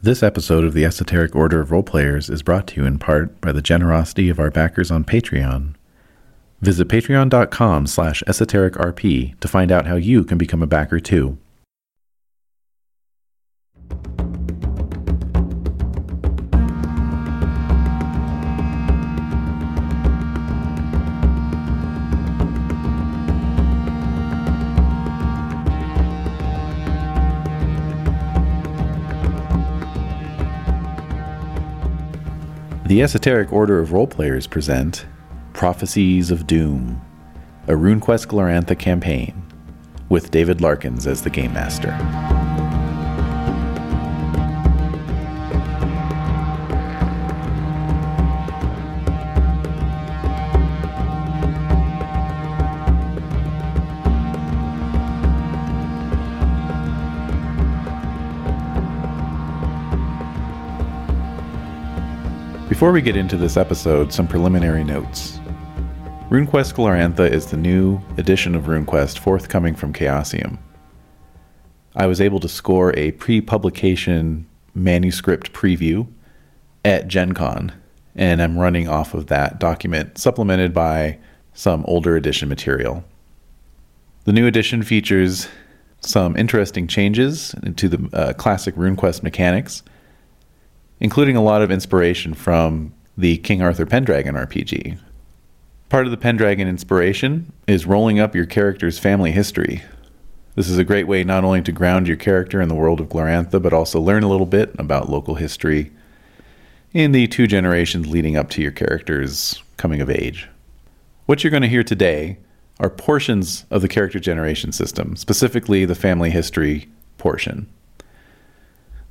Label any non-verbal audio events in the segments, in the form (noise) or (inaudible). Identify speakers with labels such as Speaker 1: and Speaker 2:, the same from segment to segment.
Speaker 1: This episode of the Esoteric Order of Roleplayers is brought to you in part by the generosity of our backers on Patreon. Visit patreon.com slash esotericrp to find out how you can become a backer too. The Esoteric Order of Roleplayers present Prophecies of Doom, a RuneQuest Glorantha campaign, with David Larkins as the Game Master. Before we get into this episode, some preliminary notes. RuneQuest Glorantha is the new edition of RuneQuest forthcoming from Chaosium. I was able to score a pre publication manuscript preview at Gen Con, and I'm running off of that document, supplemented by some older edition material. The new edition features some interesting changes to the uh, classic RuneQuest mechanics, including a lot of inspiration from the King Arthur Pendragon RPG. Part of the Pendragon inspiration is rolling up your character's family history. This is a great way not only to ground your character in the world of Glorantha, but also learn a little bit about local history in the two generations leading up to your character's coming of age. What you're going to hear today are portions of the character generation system, specifically the family history portion.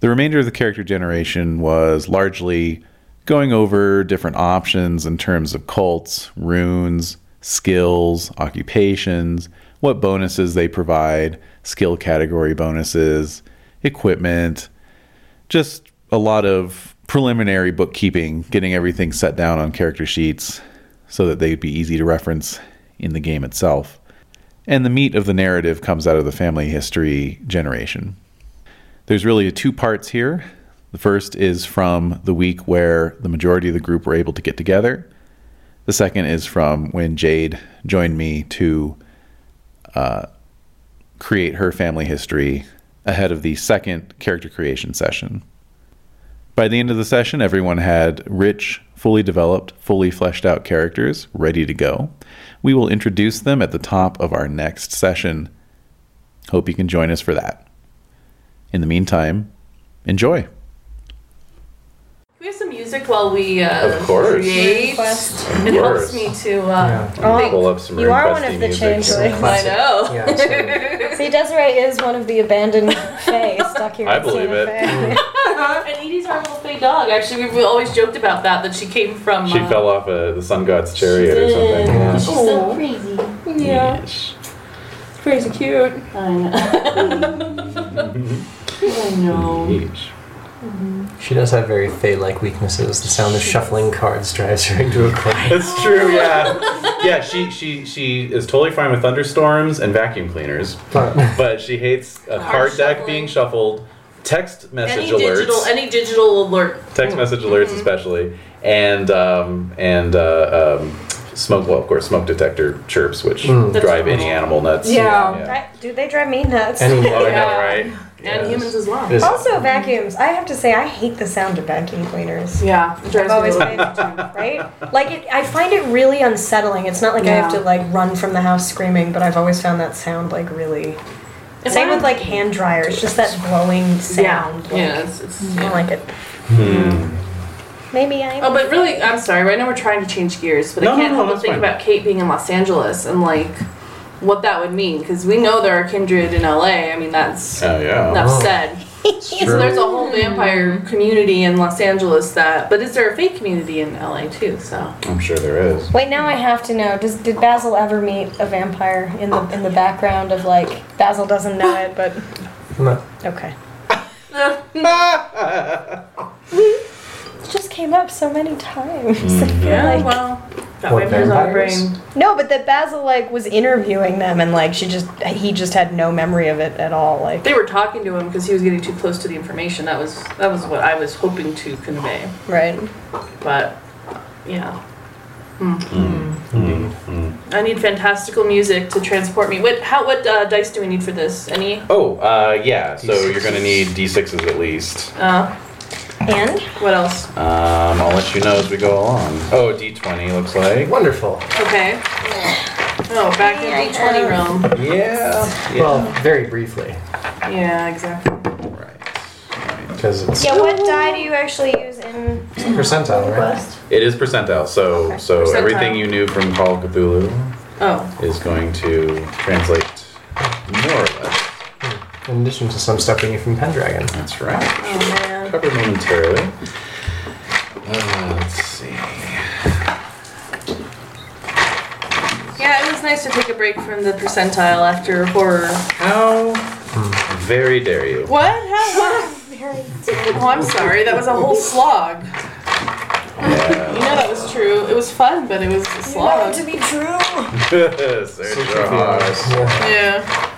Speaker 1: The remainder of the character generation was largely going over different options in terms of cults, runes, skills, occupations, what bonuses they provide, skill category bonuses, equipment, just a lot of preliminary bookkeeping, getting everything set down on character sheets so that they'd be easy to reference in the game itself. And the meat of the narrative comes out of the family history generation there's really two parts here. The first is from the week where the majority of the group were able to get together. The second is from when Jade joined me to uh, create her family history ahead of the second character creation session. By the end of the session, everyone had rich, fully developed, fully fleshed out characters ready to go. We will introduce them at the top of our next session. Hope you can join us for that. In the meantime, enjoy.
Speaker 2: Can we have some music while we uh,
Speaker 3: Of course.
Speaker 2: create?
Speaker 4: Request.
Speaker 2: It helps
Speaker 3: course.
Speaker 2: me to. Uh,
Speaker 4: Oh,
Speaker 3: pull up some
Speaker 4: you are one
Speaker 3: requesty
Speaker 4: of the
Speaker 3: music. (laughs)
Speaker 4: changelings.
Speaker 2: I know. (laughs)
Speaker 5: Yeah, so
Speaker 4: See, Desiree is one of the (laughs) abandoned fae stuck here.
Speaker 3: I
Speaker 4: in
Speaker 3: believe
Speaker 4: Santa
Speaker 3: it.
Speaker 4: Fe.
Speaker 2: and Edie's our little fey dog. Actually, we've always joked about that that she came from.
Speaker 3: She
Speaker 2: uh,
Speaker 3: fell off a, the sun god's chariot or something.
Speaker 2: She's
Speaker 3: Yeah.
Speaker 2: so crazy.
Speaker 4: (laughs)
Speaker 2: Yeah,
Speaker 3: Yes.
Speaker 2: it's crazy cute. (laughs) I know. I know.
Speaker 3: Yeesh.
Speaker 5: she does have very fae-like weaknesses. The sound of shuffling cards drives her into a
Speaker 1: (laughs)
Speaker 5: corner.
Speaker 3: That's true. Yeah, yeah. She she she is totally fine with thunderstorms and vacuum cleaners,
Speaker 5: But
Speaker 3: but she hates a card deck being shuffled, text message
Speaker 2: Any
Speaker 3: alerts,
Speaker 2: digital, any digital alert.
Speaker 3: text message alerts especially, and um, and uh, um, smoke. Well, of course, smoke detector chirps, which
Speaker 2: That's
Speaker 3: drive any
Speaker 2: normal.
Speaker 3: animal nuts.
Speaker 2: Yeah.
Speaker 4: I, dude, they drive me nuts.
Speaker 5: any
Speaker 3: Oh, I
Speaker 5: yeah.
Speaker 3: know, right?
Speaker 2: And humans as well.
Speaker 5: Is-
Speaker 4: also, vacuums. I have to say, I hate the sound of vacuum cleaners.
Speaker 2: Yeah, it
Speaker 4: I've
Speaker 2: drives me
Speaker 4: always
Speaker 2: nuts.
Speaker 4: been, right? Like, it, I find it really unsettling. It's not like I have
Speaker 2: Yeah.
Speaker 4: to like run from the house screaming, but I've always found that sound like really.
Speaker 2: If
Speaker 4: Same
Speaker 2: I-
Speaker 4: with like hand dryers, just that blowing
Speaker 2: Yeah,
Speaker 4: sound. Like,
Speaker 2: yeah, it's, it's,
Speaker 4: I
Speaker 2: yeah.
Speaker 4: don't like it.
Speaker 3: Hmm.
Speaker 4: Maybe I.
Speaker 2: Oh, but really, I'm sorry. Right now we're trying to change gears, but
Speaker 3: No,
Speaker 2: I
Speaker 3: no,
Speaker 2: can't
Speaker 3: no,
Speaker 2: help but
Speaker 3: that's
Speaker 2: think
Speaker 3: fine.
Speaker 2: about Kate being in Los Angeles and like what that would mean because we know there are kindred in LA. I mean, that's
Speaker 3: Oh yeah.
Speaker 2: enough
Speaker 5: Oh.
Speaker 2: said. So
Speaker 5: true.
Speaker 2: there's a whole vampire community in Los Angeles that, but is there a fake community in LA too? So
Speaker 3: I'm sure there is.
Speaker 4: Wait, now I have to know. Does did Basil ever meet a vampire in the in the background of like Basil doesn't know it, but
Speaker 5: I'm not-
Speaker 4: okay. It's just came up so many times. (laughs) I feel
Speaker 2: Yeah,
Speaker 4: like
Speaker 2: well, got
Speaker 5: What,
Speaker 2: vampires on the
Speaker 5: vampires?
Speaker 2: brain.
Speaker 4: no, but that Basil like was interviewing them, and like she just he just had no memory of it at all. Like
Speaker 2: They were talking to him because he was getting too close to the information. That was that was what I was hoping to convey.
Speaker 4: right.
Speaker 2: But yeah, Hmm.
Speaker 1: Hmm.
Speaker 5: Indeed.
Speaker 2: I need fantastical music to transport me. What how what uh, dice do we need for this? Any?
Speaker 1: Oh, uh, yeah. So
Speaker 5: D6s.
Speaker 1: you're gonna need d6s at least.
Speaker 2: Uh,
Speaker 4: And
Speaker 2: what else?
Speaker 1: Um, I'll let you know as we go along. Oh, d20 looks like.
Speaker 5: Wonderful.
Speaker 2: Okay. Oh, back in D twenty realm.
Speaker 1: Yeah. yeah.
Speaker 5: Well, very briefly,
Speaker 2: Yeah, exactly.
Speaker 1: Right.
Speaker 5: because it's
Speaker 4: yeah, what die do you actually use in
Speaker 5: percentile, right?
Speaker 4: Quest?
Speaker 1: It is percentile, so so
Speaker 2: Percentile.
Speaker 1: everything you knew from Call of Cthulhu
Speaker 2: Oh,
Speaker 1: is going to translate more or less.
Speaker 5: In addition to some stuff we knew from Pendragon.
Speaker 1: That's right.
Speaker 2: oh man.
Speaker 1: Covered momentarily. Uh, let's see.
Speaker 2: Yeah, it was nice to take a break from the percentile after horror.
Speaker 1: How very dare you? (laughs)
Speaker 2: What? How? What? Oh, I'm sorry. That was a whole slog. You
Speaker 1: Yeah.
Speaker 2: know that was true. It was fun, but it was a slog.
Speaker 4: be true.
Speaker 1: Search your hearts.
Speaker 5: Yeah.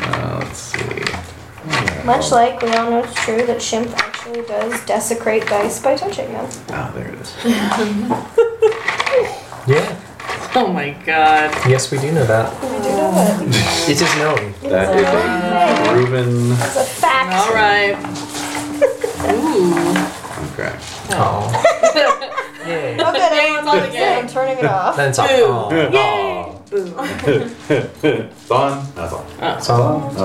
Speaker 2: Yeah.
Speaker 1: Uh, let's see.
Speaker 4: Much like we all know it's true that Shimp actually does desecrate dice by touching them.
Speaker 1: Oh, there it is.
Speaker 5: yeah.
Speaker 2: Oh my god.
Speaker 5: Yes, we do know that.
Speaker 4: We do know that.
Speaker 5: It is known.
Speaker 1: That is a proven.
Speaker 4: It's a fact.
Speaker 2: All right. Ooh.
Speaker 1: Okay.
Speaker 5: Oh. Yay.
Speaker 4: Okay,
Speaker 2: Yay, it's on
Speaker 4: I'm
Speaker 2: again.
Speaker 4: turning
Speaker 1: (laughs)
Speaker 4: it off.
Speaker 5: Then it's all.
Speaker 2: Boo.
Speaker 5: Oh.
Speaker 2: Yay. Boo.
Speaker 1: It's on. That's on.
Speaker 5: It's all.
Speaker 1: That's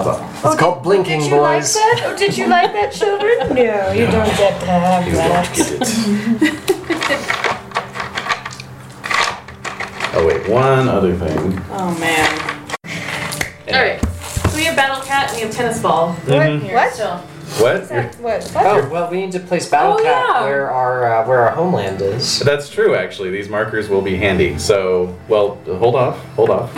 Speaker 1: on.
Speaker 5: It's called blinking,
Speaker 4: Did you like
Speaker 5: boys.
Speaker 4: that? Oh, did you like that,
Speaker 1: (laughs)
Speaker 4: children? No, you don't get to have
Speaker 1: You don't get it. oh wait, one other thing.
Speaker 2: Oh man. All right. So we have battle cat and we have tennis ball.
Speaker 4: What?
Speaker 1: Mm-hmm.
Speaker 4: What?
Speaker 2: So
Speaker 1: What?
Speaker 4: What? What?
Speaker 5: Oh well, we need to place Battle
Speaker 2: Oh,
Speaker 5: Cat
Speaker 2: yeah.
Speaker 5: where our uh, where our homeland is.
Speaker 1: (laughs) That's true, actually. These markers will be handy. So, well, hold off, hold off.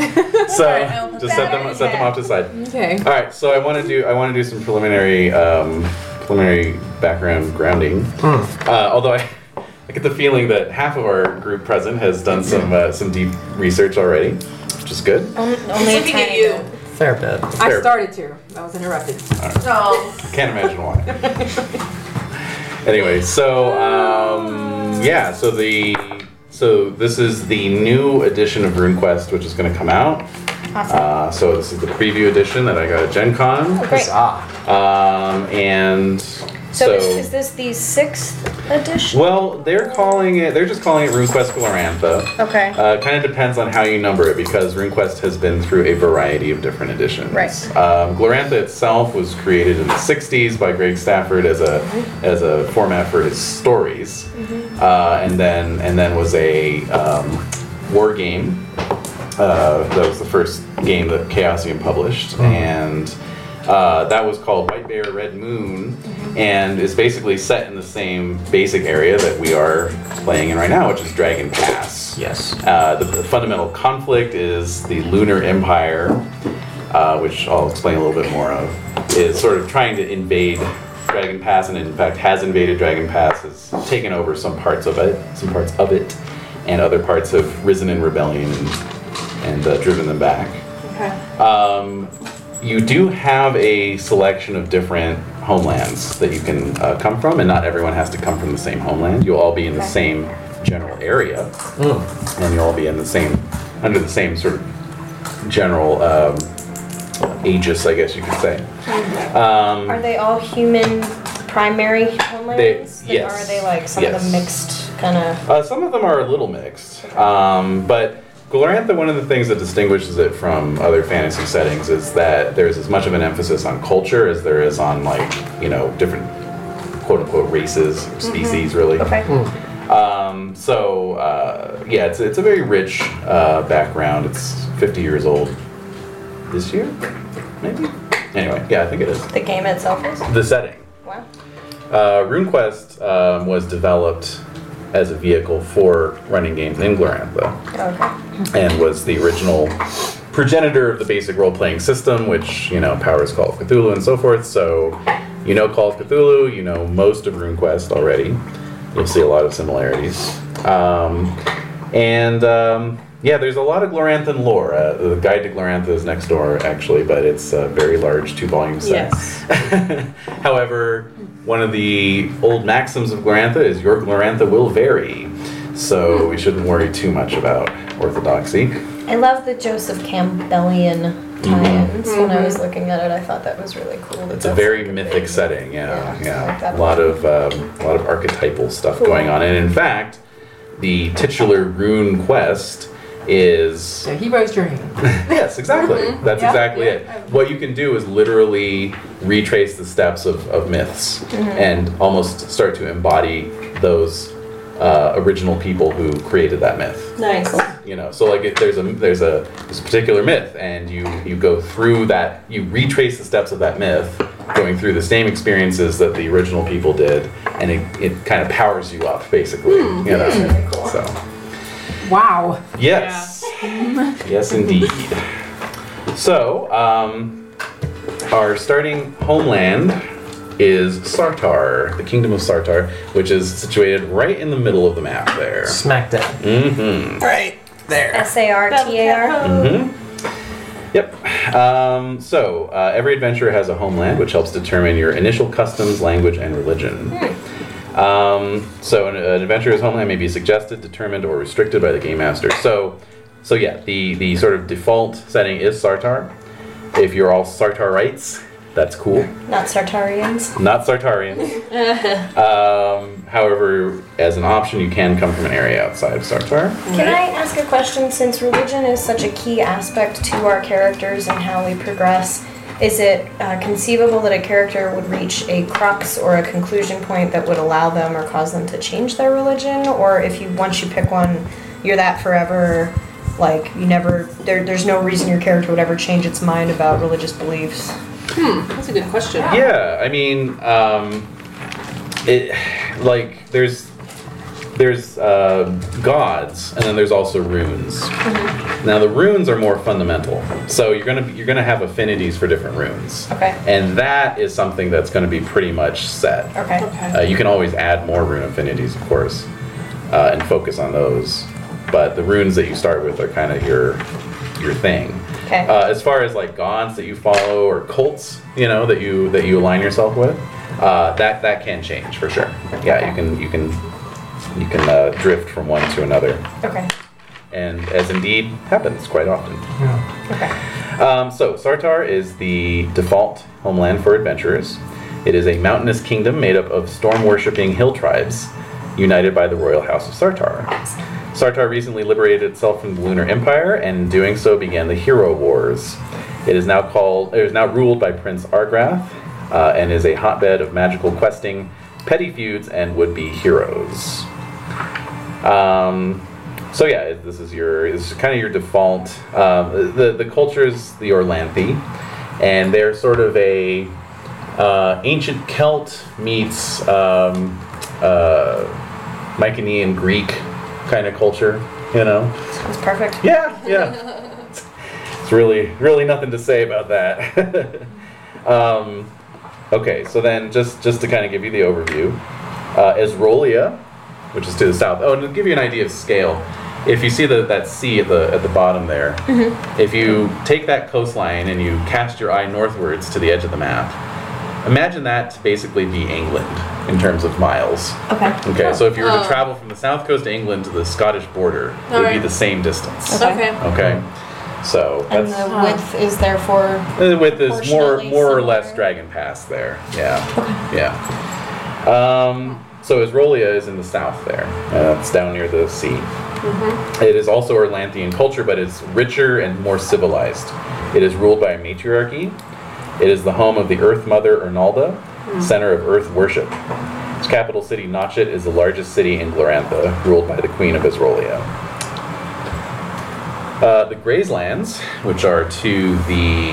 Speaker 1: So, just set them set them off to the side.
Speaker 2: okay.
Speaker 1: All right. So, I want to do I want to do some preliminary um, preliminary background grounding. Uh, although I, I get the feeling that half of our group present has done some uh, some deep research already, which is good.
Speaker 4: Only
Speaker 2: Looking at you.
Speaker 5: Fair bit.
Speaker 6: I
Speaker 1: Fair.
Speaker 6: started to. I was interrupted.
Speaker 2: Oh.
Speaker 1: Can't imagine why. anyway, so um, yeah, so the so this is the new edition of RuneQuest, which is going to come out. Uh, so this is the preview edition that I got at Gen Con,
Speaker 4: Great.
Speaker 5: Huzzah.
Speaker 1: um, and
Speaker 4: Oh. So,
Speaker 1: so,
Speaker 4: is, is this the sixth edition?
Speaker 1: well, they're calling it. They're just calling it RuneQuest Galorantha.
Speaker 4: Okay.
Speaker 1: Uh, kind of depends on how you number it because RuneQuest has been through a variety of different editions.
Speaker 4: Right.
Speaker 1: Um, Glorantha itself was created in the '60s by Greg Stafford as a as a format for his stories,
Speaker 4: Mm-hmm.
Speaker 1: uh, and then and then was a um, war game. Uh, that was the first game that Chaosium published, and uh, that was called White Bear Red Moon, and is basically set in the same basic area that we are playing in right now, which is Dragon Pass.
Speaker 5: Yes.
Speaker 1: Uh, the, the fundamental conflict is the Lunar Empire, uh, which I'll explain a little bit more of, is sort of trying to invade Dragon Pass, and in fact has invaded Dragon Pass, has taken over some parts of it, some parts of it, and other parts have risen in rebellion and, and uh, driven them back.
Speaker 2: Okay.
Speaker 1: Um, you do have a selection of different homelands that you can uh, come from, and not everyone has to come from the same homeland. You'll all be in the same general area, and you'll all be in the same under the same sort of general um, aegis, I guess you could say. Um,
Speaker 4: Are they all human primary homelands?
Speaker 1: They-
Speaker 4: Or
Speaker 1: yes.
Speaker 4: are they like some of
Speaker 1: Yes.
Speaker 4: the mixed kind of?
Speaker 1: Uh, some of them are a little mixed, um, but Glorantha, one of the things that distinguishes it from other fantasy settings is that there's as much of an emphasis on culture as there is on like you know different quote unquote races, species, really.
Speaker 4: Okay.
Speaker 1: Um, so uh, yeah, it's it's a very rich uh, background. It's 50 years old this year, maybe. Anyway, yeah, I think it is.
Speaker 4: The game itself is.
Speaker 1: The setting.
Speaker 4: Wow.
Speaker 1: Uh, RuneQuest um, was developed as a vehicle for running games in Glorantha
Speaker 4: Okay.
Speaker 1: and was the original progenitor of the basic role-playing system, which you know powers Call of Cthulhu and so forth. So you know Call of Cthulhu, you know most of RuneQuest already. You'll see a lot of similarities. Um, and um, yeah, there's a lot of Gloranthan lore. Uh, the Guide to Glorantha is next door, actually, but it's a very large two volume set.
Speaker 2: Yes.
Speaker 1: (laughs) However, one of the old maxims of Glorantha is your Glorantha will vary. So we shouldn't worry too much about orthodoxy.
Speaker 4: I love the Joseph Campbellian tie-ins. When I was looking at it, I thought that was really cool. that
Speaker 1: Mm-hmm. It's a
Speaker 4: that's
Speaker 1: very
Speaker 4: like
Speaker 1: mythic
Speaker 4: big-
Speaker 1: setting, yeah,
Speaker 4: Yeah,
Speaker 1: yeah.
Speaker 4: like that.
Speaker 1: A lot of um, a lot of archetypal stuff going on, and in fact, the titular rune quest is
Speaker 6: So he raised your hand.
Speaker 1: Yes, exactly. That's
Speaker 6: Mm-hmm. Yeah,
Speaker 1: exactly
Speaker 6: yeah.
Speaker 1: it. What you can do is literally retrace the steps of, of myths
Speaker 6: Mm-hmm.
Speaker 1: and almost start to embody those uh, original people who created that myth.
Speaker 2: Nice.
Speaker 1: You know, so like if there's a there's a this particular myth, and you you go through that, you retrace the steps of that myth, going through the same experiences that the original people did, and it, it kind of powers you up, basically.
Speaker 6: Hmm.
Speaker 1: You know, so.
Speaker 6: Wow.
Speaker 1: Yes. yes, indeed. So, um, our starting homeland is Sartar, the kingdom of Sartar, which is situated right in the middle of the map there.
Speaker 5: Smackdown.
Speaker 1: Mm-hmm.
Speaker 5: Right there.
Speaker 4: S-A-R-T-A-R.
Speaker 1: Yep. Um, so, uh, every adventurer has a homeland, which helps determine your initial customs, language, and religion. Um, so, an, an adventurer's homeland may be suggested, determined, or restricted by the game master. So, so yeah, the the sort of default setting is Sartar. If you're all Sartarites, that's cool.
Speaker 4: Not Sartarians.
Speaker 1: Not Sartarians. um, however, as an option, you can come from an area outside of Sartar.
Speaker 4: Can I ask a question? Since religion is such a key aspect to our characters and how we progress, is it uh, conceivable that a character would reach a crux or a conclusion point that would allow them or cause them to change their religion? Or if you once you pick one, you're that forever. Like you never, there, there's no reason your character would ever change its mind about religious beliefs.
Speaker 2: That's a good question.
Speaker 1: Yeah, I mean, um, it like there's there's uh, gods, and then there's also runes.
Speaker 4: Mm-hmm.
Speaker 1: Now the runes are more fundamental, so you're gonna you're gonna have affinities for different runes.
Speaker 4: Okay.
Speaker 1: And that is something that's gonna be pretty much set.
Speaker 4: Okay.
Speaker 1: Uh, you can always add more rune affinities, of course, uh, and focus on those. But the runes that you start with are kind of your your thing.
Speaker 4: Okay.
Speaker 1: Uh, as far as like gods that you follow or cults, you know that you that you align yourself with, uh, that that can change for sure. Yeah, you can you can you can uh, drift from one to another,
Speaker 4: Okay.
Speaker 1: and as indeed happens quite often.
Speaker 4: Okay.
Speaker 1: Um, so, Sartar is the default homeland for adventurers. It is a mountainous kingdom made up of storm worshipping hill tribes united by the royal house of Sartar. Sartar recently liberated itself from the Lunar Empire and, in doing so, began the Hero Wars. It is now called. It is now ruled by Prince Argrath, uh, and is a hotbed of magical questing, petty feuds, and would-be heroes. Um, so yeah, this is your this is kind of your default. Um, the the culture is the Orlanthi, and they're sort of a uh, ancient Celt meets um, uh, Mycenaean Greek kind of culture. You know?
Speaker 4: Sounds perfect.
Speaker 1: Yeah, yeah. it's really really nothing to say about that. (laughs) um, okay, so then just just to kind of give you the overview, uh, Esrolia which is to the south. Oh, and to give you an idea of scale, if you see the, that sea at the at the bottom there,
Speaker 2: Mm-hmm.
Speaker 1: if you take that coastline and you cast your eye northwards to the edge of the map, imagine that to basically be England in terms of miles.
Speaker 4: Okay.
Speaker 1: Okay, so if you were to
Speaker 2: Oh.
Speaker 1: travel from the south coast of England to the Scottish border, it would be
Speaker 2: Alright.
Speaker 1: the same distance.
Speaker 2: Okay.
Speaker 1: Okay, so
Speaker 4: And
Speaker 1: that's
Speaker 4: the width is therefore
Speaker 1: uh, with this more
Speaker 4: proportionally
Speaker 1: more or less
Speaker 4: similar.
Speaker 1: Dragon Pass there. Yeah. Yeah. Um, so Isrolia is in the south there. Uh, it's down near the sea. It is also Orlanthian culture, but it's richer and more civilized. It is ruled by a matriarchy. It is the home of the Earth Mother Ernalda, center of Earth worship. Its capital city, Notchet, is the largest city in Glorantha, ruled by the Queen of Isrolia. Uh, the Grayslands, which are to the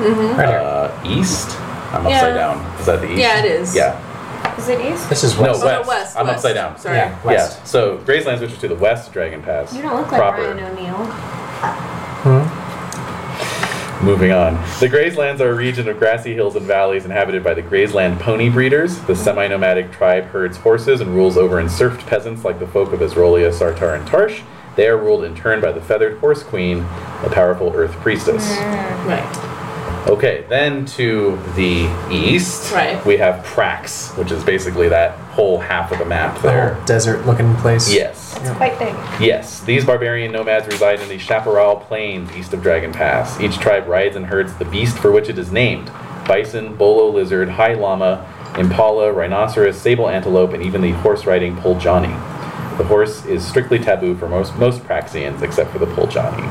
Speaker 5: Right here.
Speaker 1: uh, east. I'm
Speaker 2: Yeah.
Speaker 1: upside down. Is that the east?
Speaker 2: Yeah, it is.
Speaker 1: Yeah.
Speaker 4: uh, is it east?
Speaker 5: This is
Speaker 1: No,
Speaker 5: west.
Speaker 1: west.
Speaker 2: Oh, no, west,
Speaker 1: I'm
Speaker 2: west.
Speaker 1: upside down.
Speaker 2: Sorry.
Speaker 5: Yeah, west.
Speaker 1: Yeah. So Graceland's, which is to the west of Dragon Pass.
Speaker 4: You don't look like
Speaker 1: proper.
Speaker 4: Ryan O'Neill.
Speaker 5: Hmm?
Speaker 1: Moving on. The Grayslands are a region of grassy hills and valleys inhabited by the Graysland pony breeders. The semi nomadic tribe herds horses and rules over enserfed peasants like the folk of Isrolia, Sartar, and Tarsh. They are ruled in turn by the feathered horse queen, a powerful earth priestess.
Speaker 2: Mm. Right.
Speaker 1: Okay, then to the east,
Speaker 2: Right.
Speaker 1: we have Prax, which is basically that whole half of the map
Speaker 5: The
Speaker 1: there.
Speaker 5: whole desert-looking place.
Speaker 1: Yes.
Speaker 4: It's quite big.
Speaker 1: Yes, these barbarian nomads reside in the Chaparral Plains east of Dragon Pass. Each tribe rides and herds the beast for which it is named bison, bolo lizard, high llama, impala, rhinoceros, sable antelope, and even the horse riding Poljani. The horse is strictly taboo for most, most Praxians except for the Poljani.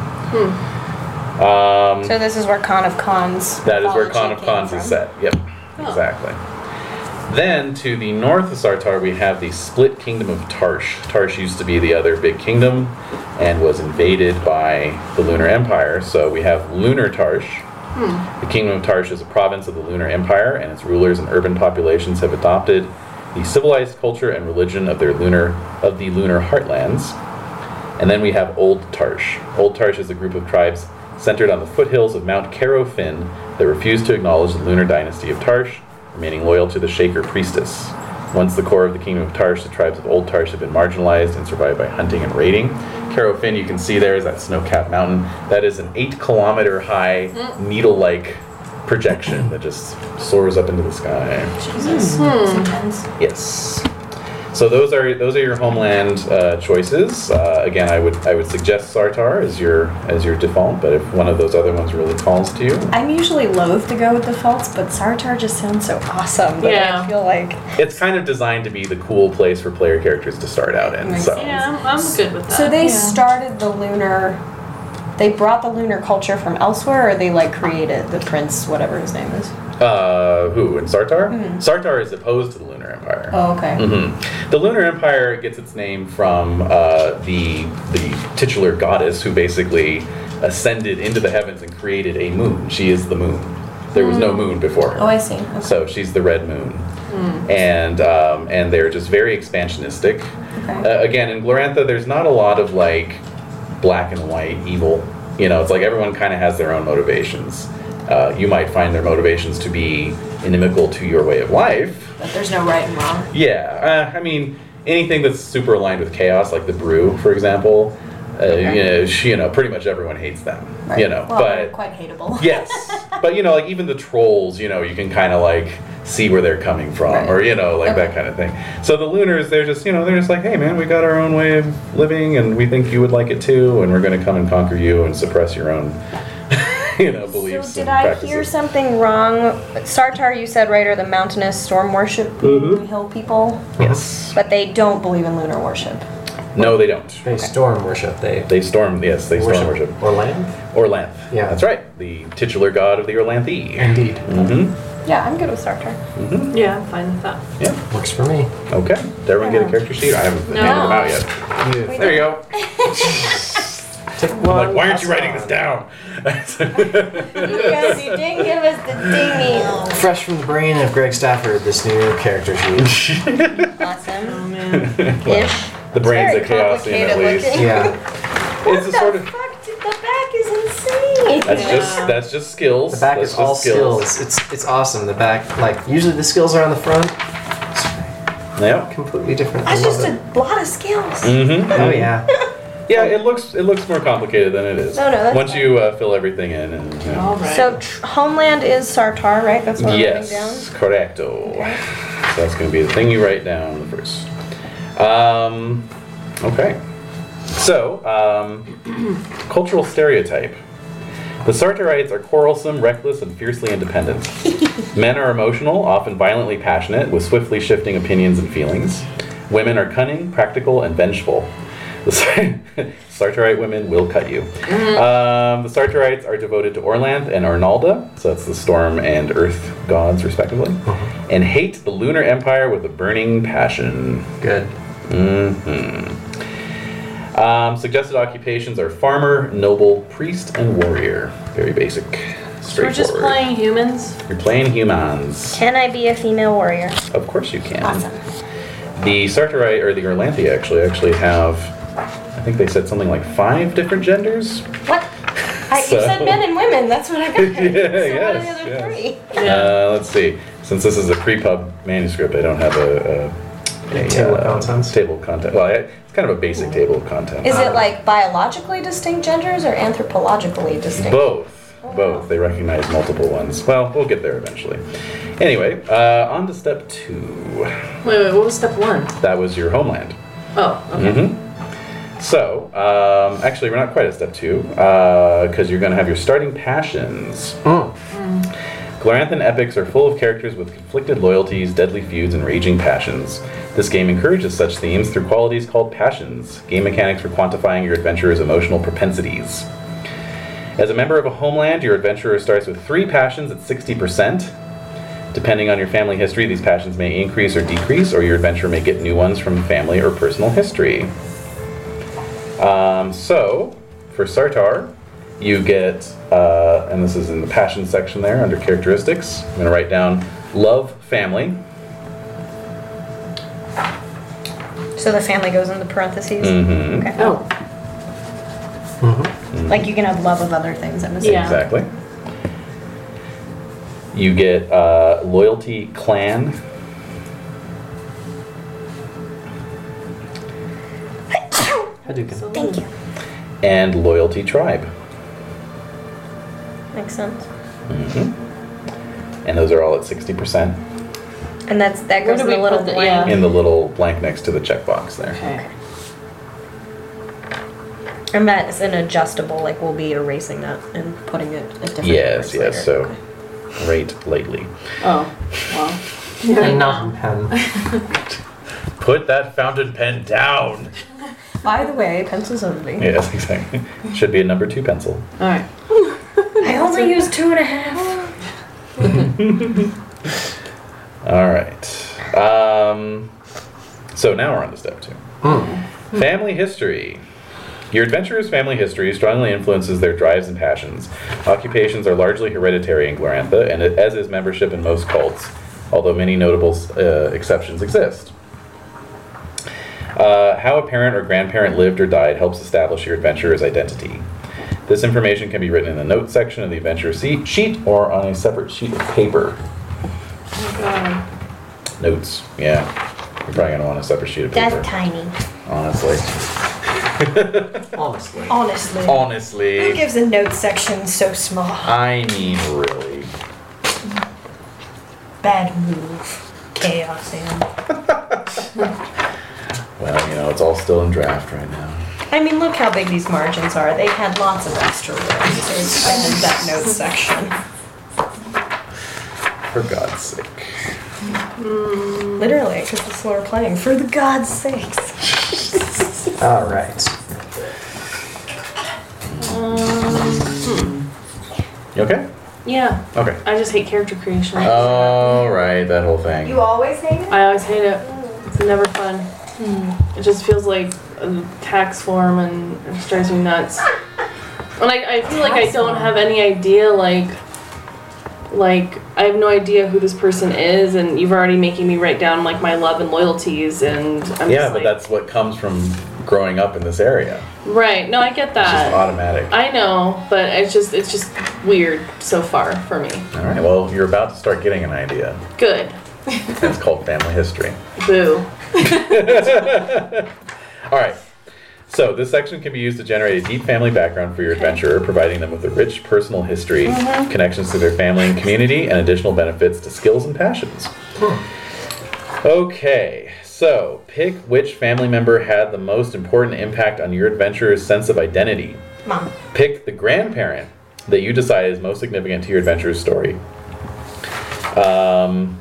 Speaker 1: Um,
Speaker 4: So this is where Khan of Khans.
Speaker 1: that is where
Speaker 4: mythology
Speaker 1: Khan of
Speaker 4: came
Speaker 1: Khans is
Speaker 4: from.
Speaker 1: set. Yep,
Speaker 2: Oh.
Speaker 1: exactly. Then to the north of Sartar, we have the split kingdom of Tarsh. Tarsh used to be the other big kingdom and was invaded by the Lunar Empire. So we have Lunar Tarsh. The kingdom of Tarsh is a province of the Lunar Empire, and its rulers and urban populations have adopted the civilized culture and religion of their lunar of the lunar heartlands. And then we have Old Tarsh. Old Tarsh is a group of tribes centered on the foothills of Mount Caro Fin that refuse to acknowledge the lunar dynasty of Tarsh, remaining loyal to the Shaker priestess. Once the core of the kingdom of Tarsh, the tribes of Old Tarsh have been marginalized and survived by hunting and raiding. Caro Fin, you can see there, is that snow capped mountain. That is an eight kilometer high, needle like projection that just soars up into the sky.
Speaker 4: Jesus. It's intense.
Speaker 1: Yes. So those are those are your homeland uh, choices. Uh, again, I would I would suggest Sartar as your as your default, but if one of those other ones really calls to you,
Speaker 4: I'm usually loath to go with the faults, but Sartar just sounds so awesome that
Speaker 2: Yeah.
Speaker 4: I feel like
Speaker 1: it's kind of designed to be the cool place for player characters to start out in.
Speaker 4: Makes
Speaker 1: So
Speaker 2: Yeah, I'm, I'm good with that.
Speaker 4: So they
Speaker 2: Yeah.
Speaker 4: started the lunar. They brought the lunar culture from elsewhere, or they like created the prince, whatever his name is.
Speaker 1: uh, who in Sartar? Sartar is opposed to the Lunar Empire.
Speaker 4: Hmm. Oh, okay.
Speaker 1: hmm The Lunar Empire gets its name from uh, the the titular goddess who basically ascended into the heavens and created a moon. She is the moon. There was no moon before her.
Speaker 4: Oh, I see. Okay.
Speaker 1: So she's the Red Moon,
Speaker 4: Hmm.
Speaker 1: and um, and they're just very expansionistic.
Speaker 4: okay.
Speaker 1: Uh, again, in Glorantha, there's not a lot of like black and white evil. You know, it's like everyone kind of has their own motivations. Uh, you might find their motivations to be inimical to your way of life.
Speaker 6: But there's no right and wrong.
Speaker 1: Yeah, uh, I mean anything that's super aligned with chaos, like the Brew, for example. Uh, You know, she, you know, pretty much everyone hates them. You know,
Speaker 4: well,
Speaker 1: but
Speaker 4: quite
Speaker 1: (laughs)
Speaker 4: hateable.
Speaker 1: Yes, but you know, like even the trolls, you know, you can kind of like see where they're coming from,
Speaker 4: Right.
Speaker 1: or you know, like that kind of thing. So the Lunars, they're just, you know, they're just like, hey, man, we got our own way of living, and we think you would like it too, and we're going to come and conquer you and suppress your own, (laughs) you know, beliefs.
Speaker 4: So did
Speaker 1: and
Speaker 4: I
Speaker 1: practices.
Speaker 4: hear something wrong? Sartar, you said right, are the mountainous storm worship
Speaker 1: Mm-hmm.
Speaker 4: hill people,
Speaker 1: Yes.
Speaker 4: but they don't believe in lunar worship.
Speaker 1: No, they don't.
Speaker 5: They storm worship. They,
Speaker 1: They storm. Yes, they storm worship
Speaker 5: or land.
Speaker 1: Orlanth.
Speaker 5: Yeah.
Speaker 1: that's right. The titular god of the Orlanthi.
Speaker 5: Indeed,
Speaker 1: Mm-hmm.
Speaker 4: Yeah, I'm good with Sartar.
Speaker 2: Yeah, I'm fine with that.
Speaker 1: Yeah.
Speaker 5: works for me.
Speaker 1: Okay. Did everyone get a character sheet? I haven't
Speaker 2: No.
Speaker 1: handed them out yet. There you go.
Speaker 5: Take
Speaker 1: Like,
Speaker 5: one
Speaker 1: why aren't you
Speaker 5: last
Speaker 1: writing this
Speaker 5: one.
Speaker 1: down? (laughs)
Speaker 4: You guys, you didn't give us the dingy.
Speaker 5: Fresh from the brain of Greg Stafford, this new character
Speaker 6: (laughs)
Speaker 5: sheet.
Speaker 4: Awesome.
Speaker 2: Oh man.
Speaker 4: Ish.
Speaker 1: the brains
Speaker 4: very
Speaker 1: of chaos, in at
Speaker 4: complicated
Speaker 1: least.
Speaker 4: looking.
Speaker 5: yeah,
Speaker 4: What
Speaker 1: It's a
Speaker 4: the
Speaker 1: sort of.
Speaker 4: fuck? Did the back is insane.
Speaker 1: That's
Speaker 2: Yeah.
Speaker 1: just that's just skills.
Speaker 5: the back
Speaker 1: that's
Speaker 5: is
Speaker 1: just
Speaker 5: all skills. It's it's awesome. The back, like usually the skills are on the front.
Speaker 1: Yep.
Speaker 5: Completely different. I
Speaker 4: That's
Speaker 5: love
Speaker 4: just
Speaker 5: it.
Speaker 4: a lot of skills.
Speaker 1: Mm-hmm. (laughs)
Speaker 5: Oh yeah.
Speaker 1: Yeah, it looks it looks more complicated than it is.
Speaker 4: No, no, that's
Speaker 1: Once
Speaker 4: fine.
Speaker 1: you uh, fill everything in. And, you know.
Speaker 2: All right.
Speaker 4: So tr- homeland is Sartar, right? That's what
Speaker 1: yes,
Speaker 4: I'm writing down.
Speaker 1: correcto. So that's going to be the thing you write down the first. Um, okay. So, um, cultural stereotype. The Sartorites are quarrelsome, reckless, and fiercely independent. Men are emotional, often violently passionate, with swiftly shifting opinions and feelings. Women are cunning, practical, and vengeful. (laughs) The Sar- (laughs) Sartorite women will cut you.
Speaker 2: Mm-hmm.
Speaker 1: Um, the Sartorites are devoted to Orlanth and Arnalda, so that's the storm and earth gods, respectively,
Speaker 2: Uh-huh.
Speaker 1: and hate the Lunar Empire with a burning passion.
Speaker 5: Good.
Speaker 1: Um, suggested occupations are farmer, noble, priest, and warrior. Very basic. Straightforward.
Speaker 2: We're just playing humans.
Speaker 1: You're playing humans.
Speaker 4: Can I be a female warrior?
Speaker 1: Of course you can.
Speaker 4: Awesome.
Speaker 1: The Sartorite, or the Orlanthi actually, actually have, I think they said something like five different genders.
Speaker 4: What? I, you said men and women.
Speaker 1: (laughs)
Speaker 4: That's what I got. so what are the
Speaker 1: yes,
Speaker 4: other
Speaker 1: yes.
Speaker 4: three?
Speaker 1: Uh, let's see. Since this is a pre-pub manuscript, I don't have a, a, a
Speaker 5: Table of contents?
Speaker 1: Table of content. Well, I, it's kind of a basic table of contents.
Speaker 4: Is
Speaker 5: Uh,
Speaker 4: it like biologically distinct genders or anthropologically distinct?
Speaker 1: Uh, both, both. They recognize multiple ones. Well, we'll get there eventually. Anyway, uh, on to step two.
Speaker 2: Wait, wait, what was step one?
Speaker 1: That was your homeland.
Speaker 2: Oh, okay.
Speaker 1: Mm-hmm. So, um, actually, we're not quite at step two because you're going to have your starting passions.
Speaker 5: Mm.
Speaker 1: Gloranthan epics are full of characters with conflicted loyalties, deadly feuds, and raging passions. This game encourages such themes through qualities called passions, game mechanics for quantifying your adventurer's emotional propensities. As a member of a homeland, your adventurer starts with three passions at 60%. Depending on your family history, these passions may increase or decrease, or your adventurer may get new ones from family or personal history. Um, so, for Sartar, you get, uh, and this is in the passion section there under characteristics. I'm going to write down love, family.
Speaker 4: So the family goes in the parentheses.
Speaker 1: Mhm.
Speaker 4: Okay.
Speaker 2: Oh,
Speaker 5: Mm-hmm.
Speaker 1: Mm-hmm.
Speaker 4: Like you can have love of other things. I'm assuming.
Speaker 2: Yeah.
Speaker 1: Exactly. You get uh, loyalty, clan.
Speaker 4: (laughs)
Speaker 5: Hadouken.
Speaker 4: Thank you.
Speaker 1: And loyalty tribe.
Speaker 4: Makes sense.
Speaker 1: And those are all at 60%
Speaker 4: And that's that
Speaker 2: Where
Speaker 4: goes
Speaker 2: do
Speaker 4: in the
Speaker 2: we
Speaker 4: little
Speaker 2: put the-
Speaker 4: blank.
Speaker 2: yeah.
Speaker 1: in the little blank next to the checkbox there.
Speaker 2: okay.
Speaker 4: And that's an adjustable. Like we'll be erasing that and putting it a different.
Speaker 1: Yes,
Speaker 4: place
Speaker 1: yes,
Speaker 4: later.
Speaker 1: so rate lately.
Speaker 2: Oh, well.
Speaker 5: And
Speaker 2: (laughs)
Speaker 5: not pen.
Speaker 1: Put that fountain pen down!
Speaker 4: By the way, pencils only. (laughs)
Speaker 1: Yes, exactly. Should be a number two pencil.
Speaker 2: All right.
Speaker 4: I only use two and a half.
Speaker 1: All right. Um, so now we're on to step two. Family history. Your adventurer's family history strongly influences their drives and passions. Occupations are largely hereditary in Glorantha, and as is membership in most cults, although many notable uh, exceptions exist. Uh, how a parent or grandparent lived or died helps establish your adventurer's identity. This information can be written in the notes section of the adventurer se- sheet or on a separate sheet of paper.
Speaker 2: Um,
Speaker 1: Notes, yeah. You're probably going to want a separate sheet of paper.
Speaker 4: That's tiny.
Speaker 1: Honestly.
Speaker 5: Honestly.
Speaker 4: Honestly. Who
Speaker 1: Honestly.
Speaker 4: gives a note section so small?
Speaker 1: I mean, really.
Speaker 4: Bad move. Chaos. Ann.
Speaker 1: Well, you know, it's all still in draft right now.
Speaker 4: I mean, look how big these margins are. They've had lots of extra room. They expanded that note section.
Speaker 1: For God's sake.
Speaker 4: Literally, because that's what we're playing. For the god's sakes.
Speaker 5: All right.
Speaker 1: You okay?
Speaker 2: Yeah,
Speaker 1: Okay.
Speaker 2: I just hate character creation.
Speaker 1: Uh, All right, that whole thing.
Speaker 7: You always hate it?
Speaker 2: I always hate it. It's never fun. It just feels like a tax form and it just drives me nuts. And I, I feel like I don't have any idea, like, like I have no idea who this person is, and you've already making me write down like my love and loyalties, and I'm
Speaker 1: yeah,
Speaker 2: just
Speaker 1: but
Speaker 2: like,
Speaker 1: that's what comes from growing up in this area.
Speaker 2: right. No, I get
Speaker 1: It's just
Speaker 2: that.
Speaker 1: automatic.
Speaker 2: I know, but it's just it's just weird so far for me.
Speaker 1: All right, well, you're about to start getting an idea.
Speaker 2: Good,
Speaker 1: It's called family history.
Speaker 2: boo.
Speaker 1: All right. So this section can be used to generate a deep family background for your adventurer, providing them with a rich personal history, connections to their family and community, and additional benefits to skills and passions. Okay, so pick which family member had the most important impact on your adventurer's sense of identity.
Speaker 4: Mom.
Speaker 1: Pick the grandparent that you decide is most significant to your adventurer's story. Um,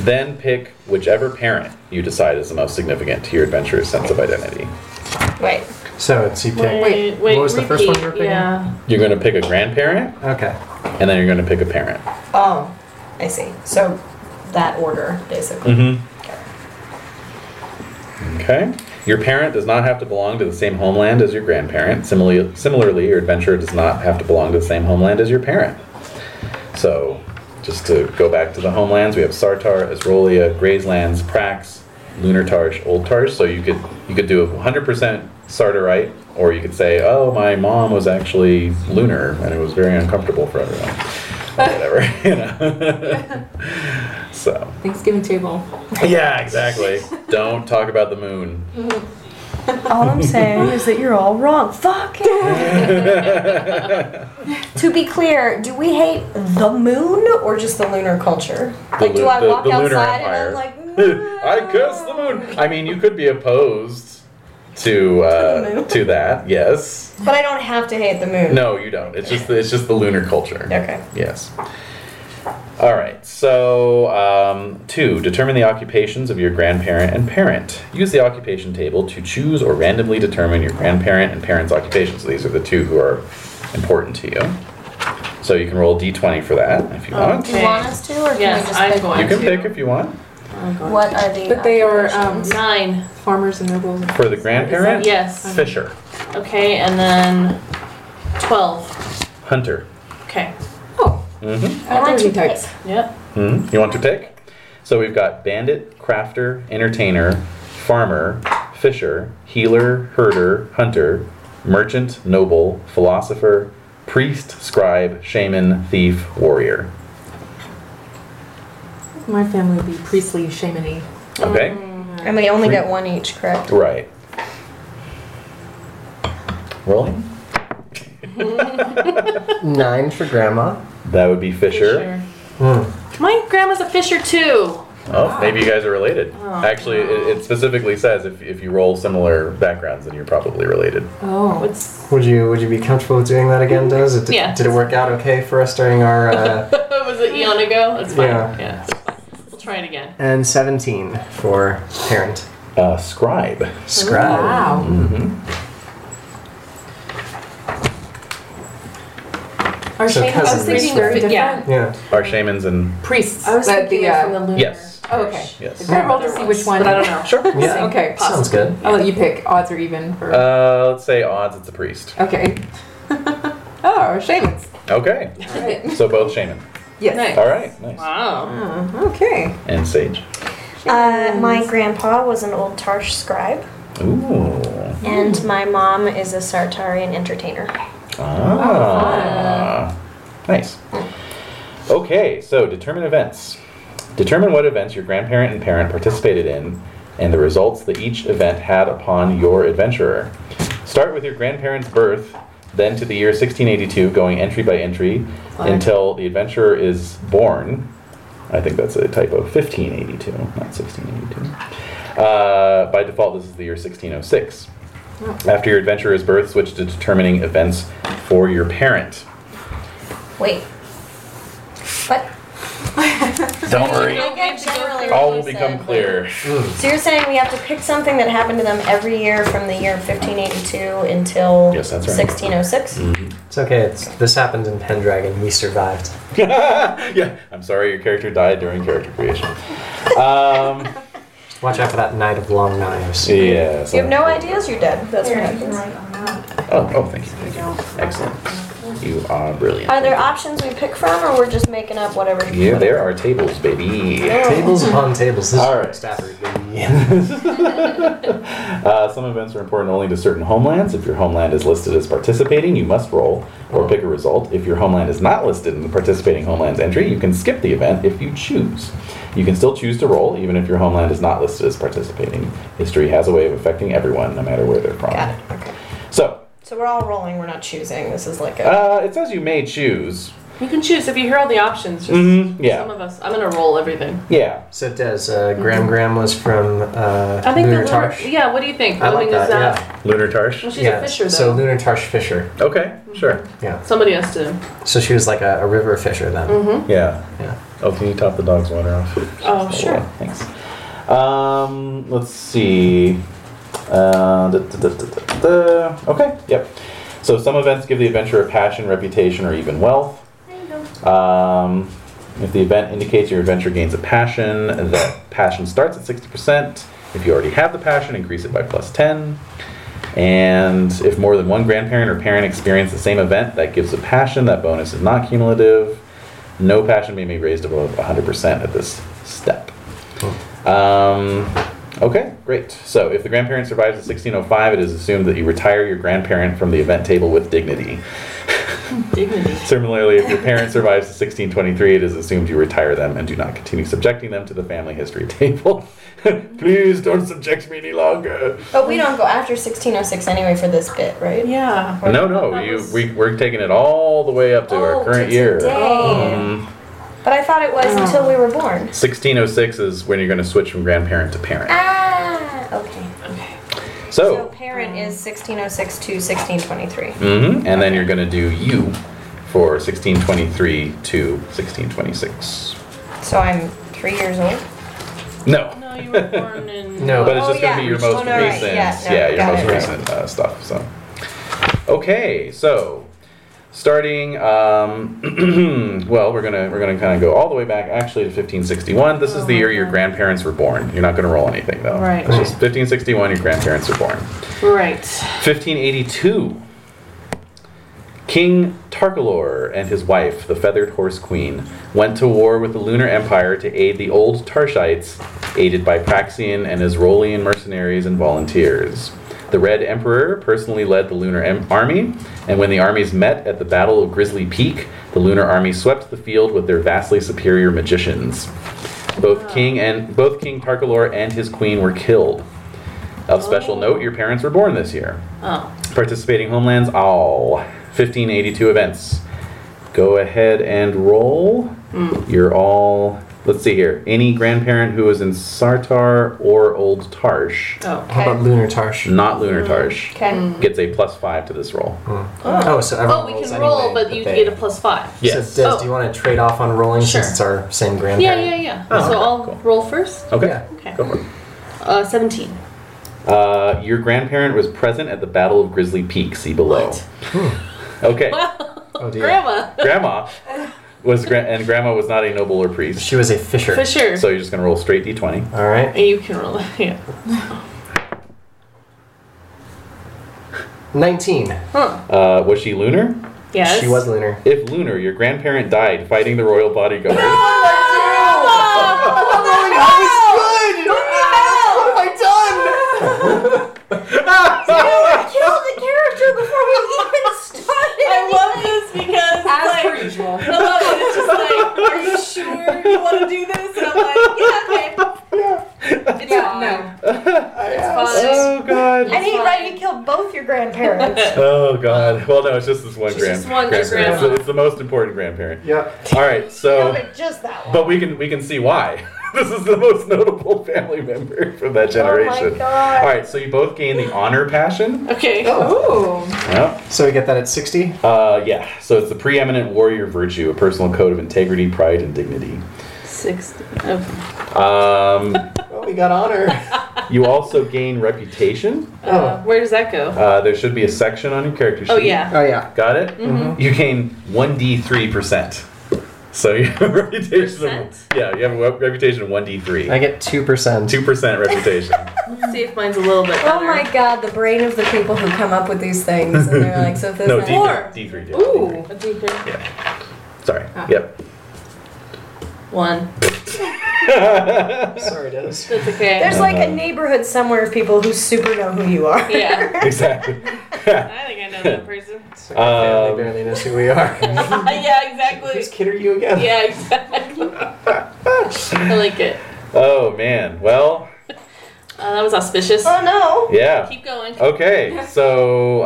Speaker 1: then pick whichever parent you decide is the most significant to your adventurer's sense of identity.
Speaker 4: Wait.
Speaker 5: So it's you pick.
Speaker 2: Wait, wait,
Speaker 5: what was the first one you were
Speaker 2: repeat,
Speaker 5: picking?
Speaker 2: Yeah.
Speaker 1: You're going to pick a grandparent,
Speaker 5: Okay.
Speaker 1: and then you're going to pick a parent.
Speaker 4: Oh, I see. So that order, basically.
Speaker 1: Mm-hmm. Okay. Your parent does not have to belong to the same homeland as your grandparent. Similarly, similarly, your adventurer does not have to belong to the same homeland as your parent. So, just to go back to the homelands, we have Sartar, Esrolia, Grayslands, Prax, Lunar Tarsh, Old Tarsh. So you could you could do a 100% Sartarite Or you could say, oh, my mom was actually lunar and it was very uncomfortable for everyone. Or whatever, (laughs) you know. (laughs) so,
Speaker 6: Thanksgiving table.
Speaker 1: (laughs) yeah, exactly. Don't talk about the moon.
Speaker 4: All I'm saying is that you're all wrong. Fuck
Speaker 1: (laughs)
Speaker 4: it. to be clear, do we hate the moon or just the lunar culture? like, do
Speaker 1: lu-
Speaker 4: I
Speaker 1: the-
Speaker 4: walk
Speaker 1: the lunar
Speaker 4: outside
Speaker 1: empire.
Speaker 4: and I'm like, "Mm." "No."
Speaker 1: (laughs) I curse the moon. I mean, you could be opposed to
Speaker 4: (laughs) The
Speaker 1: uh,
Speaker 4: moon.
Speaker 1: to that. Yes.
Speaker 4: But I don't have to hate the moon.
Speaker 1: No, you don't. It's just it's just the lunar culture.
Speaker 4: Okay.
Speaker 1: Yes. All right. So um, two, determine the occupations of your grandparent and parent. Use the occupation table to choose or randomly determine your grandparent and parent's occupations. So these are the two who are important to you. So you can roll d20 for that if you want.
Speaker 4: Do you want us to, or
Speaker 2: Yes,
Speaker 4: can
Speaker 2: I'm
Speaker 4: we just
Speaker 2: going
Speaker 1: You can
Speaker 2: to.
Speaker 1: pick if you want
Speaker 4: What are the?
Speaker 6: But they are, um,
Speaker 4: occupations?
Speaker 2: Nine.
Speaker 6: Farmers and nobles.
Speaker 1: for the grandparent.
Speaker 2: Yes.
Speaker 1: Fisher,
Speaker 2: Okay, and then twelve.
Speaker 1: hunter.
Speaker 2: Okay.
Speaker 6: Oh,
Speaker 1: Mm-hmm.
Speaker 4: I want to pick.
Speaker 6: types.
Speaker 2: Yep.
Speaker 1: hmm You want to pick? So we've got bandit, crafter, entertainer, farmer, fisher, healer, herder, hunter, merchant, noble, philosopher, priest, scribe, shaman, thief, warrior.
Speaker 6: My family would be priestly, shamany.
Speaker 1: Okay?
Speaker 4: And we only get one each, correct?
Speaker 1: Right. Rolling?
Speaker 5: Nine for grandma.
Speaker 1: That would be fisher.
Speaker 5: Hmm.
Speaker 2: My grandma's a fisher too. (laughs)
Speaker 1: Oh, maybe you guys are related. Actually, it, it specifically says if, if you roll similar backgrounds, then you're probably related.
Speaker 6: Oh, it's
Speaker 2: What's
Speaker 5: Would you Would you be comfortable with doing that again? Does it? Did,
Speaker 2: Yeah.
Speaker 5: Did it work out okay for us during
Speaker 2: (laughs)
Speaker 5: our uh,
Speaker 2: was it eon ago? That's fine.
Speaker 5: Yeah.
Speaker 2: Yeah. We'll try it again.
Speaker 5: and seventeen for parent
Speaker 1: Uh, scribe.
Speaker 5: scribe?
Speaker 6: wow. Our
Speaker 5: So
Speaker 6: shaman- I was
Speaker 5: cousins.
Speaker 6: thinking
Speaker 2: Very
Speaker 6: different. Yeah.
Speaker 2: different. (laughs)
Speaker 5: Yeah.
Speaker 1: Our shamans and
Speaker 6: Priests.
Speaker 7: I was
Speaker 6: but
Speaker 7: thinking
Speaker 6: the,
Speaker 7: it
Speaker 6: uh,
Speaker 7: from the lunar.
Speaker 1: yes,
Speaker 6: Oh, okay.
Speaker 1: yes.
Speaker 6: I rolled to see which one.
Speaker 2: But I don't
Speaker 1: (laughs)
Speaker 2: know.
Speaker 1: Sure.
Speaker 5: Yeah.
Speaker 6: Okay.
Speaker 5: Sounds good.
Speaker 7: I'll let you pick odds or even for.
Speaker 1: Uh, let's say odds. It's a priest.
Speaker 7: okay. (laughs) oh, shamans.
Speaker 1: Okay. so both shaman.
Speaker 7: Yes.
Speaker 2: Nice.
Speaker 1: All right. Nice.
Speaker 2: Wow.
Speaker 7: Okay.
Speaker 1: And sage.
Speaker 4: Uh, my grandpa was an old Tarsh scribe,
Speaker 1: Ooh.
Speaker 4: and my mom is a Sartarian entertainer.
Speaker 1: Ah. Nice. Okay. So determine events. Determine what events your grandparent and parent participated in, and the results that each event had upon your adventurer. Start with your grandparents' birth, then to the year 1682, going entry by entry until the adventurer is born. I think that's a typo. 1582, not 1682. Uh, by default, this is the year 1606. After your adventurer is birth, switch to determining events for your parent.
Speaker 4: Wait. What?
Speaker 1: Don't
Speaker 4: (laughs)
Speaker 1: worry.
Speaker 4: I get generally what
Speaker 1: All
Speaker 4: you
Speaker 1: will become
Speaker 4: said,
Speaker 1: clear.
Speaker 5: Hmm.
Speaker 4: but- So you're saying we have to pick something that happened to them every year from the year 1582 until
Speaker 1: Yes, that's right. Mm-hmm.
Speaker 4: 1606?
Speaker 5: It's okay. It's, this happened in Pendragon. We survived.
Speaker 1: (laughs) yeah, I'm sorry your character died during character creation. Um,
Speaker 5: Watch out for that knight of long knives.
Speaker 1: yeah.
Speaker 4: (laughs) You have no ideas you're dead. That's what happens.
Speaker 1: Oh, oh, thank you. Thank you. Excellent. You are brilliant.
Speaker 4: Are there options we pick from, or we're just making up whatever?
Speaker 1: Yeah, there are tables, baby.
Speaker 4: Oh,
Speaker 5: Tables upon tables. This
Speaker 1: All
Speaker 5: is
Speaker 1: right.
Speaker 5: Stafford.
Speaker 1: Uh, some events are important only to certain homelands. If your homeland is listed as participating, you must roll or pick a result. If your homeland is not listed in the participating homelands entry, you can skip the event if you choose. You can still choose to roll, even if your homeland is not listed as participating. History has a way of affecting everyone, no matter where they're from.
Speaker 4: Got it. Okay.
Speaker 1: So,
Speaker 4: So we're all rolling. We're not choosing. This is like a.
Speaker 1: uh, it says you may choose.
Speaker 2: You can choose if you hear all the options. Just
Speaker 5: Mm-hmm.
Speaker 1: Mhm, yeah.
Speaker 2: Some of us. I'm gonna roll everything.
Speaker 1: Yeah.
Speaker 5: (laughs) So Des, uh, Graham Graham was from uh,
Speaker 2: I think
Speaker 5: Lunar
Speaker 2: the lunar,
Speaker 5: Tarsh.
Speaker 2: yeah. What do you think?
Speaker 5: I like
Speaker 2: Voting
Speaker 5: that.
Speaker 2: is not-
Speaker 5: Yeah.
Speaker 1: Lunar Tarsh.
Speaker 2: Well, she's
Speaker 5: yeah.
Speaker 2: a fisher though.
Speaker 5: So Lunar Tarsh Fisher.
Speaker 1: Okay, sure.
Speaker 5: Yeah.
Speaker 2: Somebody has to.
Speaker 5: So she was like a, a river fisher then.
Speaker 2: Mm. Mm-hmm.
Speaker 1: Yeah.
Speaker 5: Yeah.
Speaker 1: Oh, can you top the dog's water off?
Speaker 2: Oh sure.
Speaker 1: Thanks. Um, let's see. Uh, da, da, da, da, da, da. Okay, yep. So some events give the adventurer passion, reputation, or even wealth. Um, if the event indicates your adventure gains a passion, that passion starts at 60%. If you already have the passion, increase it by plus 10. And if more than one grandparent or parent experience the same event that gives a passion, that bonus is not cumulative. No passion may be raised above 100% at this step. Um, Okay, great. So, if the grandparent survives at 1605, it is assumed that you retire your grandparent from the event table with dignity. (laughs)
Speaker 2: Dignity.
Speaker 1: Similarly, if your parent survives to 1623, it is assumed you retire them and do not continue subjecting them to the family history table. (laughs) Please don't subject me any longer.
Speaker 4: But we don't go after 1606 anyway for this bit, right?
Speaker 2: Yeah.
Speaker 1: No, no,
Speaker 2: That
Speaker 1: you,
Speaker 2: was-
Speaker 1: we, we're taking it all the way up to
Speaker 4: Oh,
Speaker 1: our
Speaker 4: to
Speaker 1: current year.
Speaker 4: today.
Speaker 1: Mhm.
Speaker 4: But I thought it was until we were born.
Speaker 1: 1606 is when you're going to switch from grandparent to parent.
Speaker 4: Ah, okay. So
Speaker 1: So,
Speaker 4: parent is 1606 to 1623.
Speaker 1: mhm, and then you're going to do you for 1623 to 1626.
Speaker 4: So I'm three years old.
Speaker 1: No.
Speaker 2: No, you were born in.
Speaker 5: (laughs) No,
Speaker 1: But it's
Speaker 4: Oh,
Speaker 1: just going
Speaker 4: yeah.
Speaker 1: to be your
Speaker 4: Oh,
Speaker 1: most
Speaker 4: no, right.
Speaker 1: recent,
Speaker 4: Yeah,
Speaker 1: yeah,
Speaker 4: no,
Speaker 1: your
Speaker 4: got
Speaker 1: most
Speaker 4: it, right.
Speaker 1: recent uh, stuff. So, okay, so starting, um, (clears throat) well, we're gonna we're gonna kind of go all the way back actually to 1561. This
Speaker 4: Oh,
Speaker 1: is the year your grandparents were born. You're not gonna roll anything though.
Speaker 2: Right.
Speaker 1: It's just 1561. Your grandparents were born.
Speaker 2: Right.
Speaker 1: 1582. King Tarkalor and his wife, the Feathered Horse Queen, went to war with the Lunar Empire to aid the old Tarshites, aided by Praxian and Isrolian mercenaries and volunteers. The Red Emperor personally led the Lunar em- Army, and when the armies met at the Battle of Grizzly Peak, the Lunar Army swept the field with their vastly superior magicians. Both King and both King Tarkalor and his queen were killed. Of special note, your parents were born this year.
Speaker 2: Oh.
Speaker 1: Participating homelands, all 1582 events. Go ahead and roll. You're all, let's see here, any grandparent who is in Sartar or Old Tarsh,
Speaker 2: Oh.
Speaker 5: How about Lunar Tarsh?
Speaker 1: not Lunar Tarsh,
Speaker 4: Okay. (laughs)
Speaker 1: gets a plus five to this roll.
Speaker 5: Oh, so everyone
Speaker 2: Oh, we
Speaker 5: rolls
Speaker 2: can roll,
Speaker 5: anyway,
Speaker 2: but you
Speaker 5: they-
Speaker 2: get a plus five.
Speaker 1: Yes.
Speaker 5: So, Des,
Speaker 2: Oh.
Speaker 5: do you want to trade off on rolling
Speaker 2: Sure.
Speaker 5: since it's our same
Speaker 2: Yeah,
Speaker 5: grandparent?
Speaker 2: yeah, yeah.
Speaker 5: Oh,
Speaker 2: so
Speaker 5: okay,
Speaker 2: I'll
Speaker 1: cool.
Speaker 2: roll first.
Speaker 1: Okay.
Speaker 5: Yeah.
Speaker 2: Okay.
Speaker 1: Go for it.
Speaker 2: Uh, 17.
Speaker 1: Uh, your grandparent was present at the Battle of Grizzly Peak, see below. Hmm. Okay.
Speaker 5: Oh, dear.
Speaker 2: Grandma.
Speaker 1: Grandma was, gra- and Grandma was not a noble or priest.
Speaker 5: She was a fisher.
Speaker 2: For sure.
Speaker 1: So you're just going to roll straight d20.
Speaker 5: All right.
Speaker 2: you can roll. (laughs) Yeah.
Speaker 5: 19.
Speaker 2: Huh.
Speaker 1: Uh, was she lunar?
Speaker 2: Yes.
Speaker 5: She was lunar.
Speaker 1: If lunar, your grandparent died fighting the royal bodyguard.
Speaker 2: (laughs)
Speaker 4: Kill the character before we even started.
Speaker 2: I love this because
Speaker 6: As
Speaker 2: like,
Speaker 6: per usual.
Speaker 2: I love it. It's just like, are you sure you want to do this? And I'm (laughs) like, yeah, okay. It's fine.
Speaker 6: no.
Speaker 2: It's fine.
Speaker 1: oh god.
Speaker 4: And he right, you killed both your grandparents.
Speaker 1: Oh god. Well, no, it's just this one
Speaker 2: It's
Speaker 1: grand-
Speaker 2: just one,
Speaker 1: grandparent. It's
Speaker 2: just
Speaker 1: the-
Speaker 2: grandma.
Speaker 1: It's the most important grandparent.
Speaker 5: Yep.
Speaker 1: All right,
Speaker 4: No,
Speaker 1: (laughs) so
Speaker 4: but just that one.
Speaker 1: but we can we can see why. (laughs) this is the most notable family member from that generation.
Speaker 4: Oh my god.
Speaker 1: All right, so you both gain the honor passion.
Speaker 2: Okay.
Speaker 5: Oh.
Speaker 7: Ooh.
Speaker 1: Yep.
Speaker 5: So we get that at 60?
Speaker 1: Uh, yeah. So it's the preeminent warrior virtue, a personal code of integrity, pride, and dignity.
Speaker 2: Sixty. Okay.
Speaker 1: Um,
Speaker 5: Oh, we
Speaker 2: (laughs)
Speaker 5: got honor.
Speaker 1: you also gain reputation.
Speaker 2: Uh, where does that go?
Speaker 1: Uh, there should be a section on your character sheet.
Speaker 2: Oh yeah.
Speaker 5: Oh, yeah.
Speaker 1: Got it? You gain 1d3%. So you have a reputation
Speaker 2: Percent?
Speaker 1: of. Yeah, you have a reputation of 1d3.
Speaker 5: I get 2%.
Speaker 1: 2% reputation.
Speaker 2: Let's see if mine's a little bit. Better.
Speaker 4: Oh my god, the brain of the people who come up with these things. And they're like, so if this
Speaker 1: (laughs) no,
Speaker 4: is-
Speaker 1: d3. D3, yeah,
Speaker 6: Ooh.
Speaker 2: A deeper.
Speaker 1: Yeah. Sorry. Yep.
Speaker 2: One.
Speaker 5: Sorry, Dennis.
Speaker 2: That's okay.
Speaker 4: There's like
Speaker 1: Mm-hmm.
Speaker 4: a neighborhood somewhere of people who super know who you are.
Speaker 2: yeah.
Speaker 1: (laughs) Exactly. (laughs)
Speaker 2: I think I know that person.
Speaker 1: Um,
Speaker 5: Family barely knows who we are.
Speaker 2: (laughs) yeah, exactly.
Speaker 5: (laughs) Whose kid are you again?
Speaker 2: Yeah, exactly. I like it.
Speaker 1: oh, man. Well,
Speaker 2: Uh, that was auspicious.
Speaker 4: (laughs) Oh no.
Speaker 1: yeah.
Speaker 2: Keep going.
Speaker 1: Okay, Uh, so.
Speaker 2: a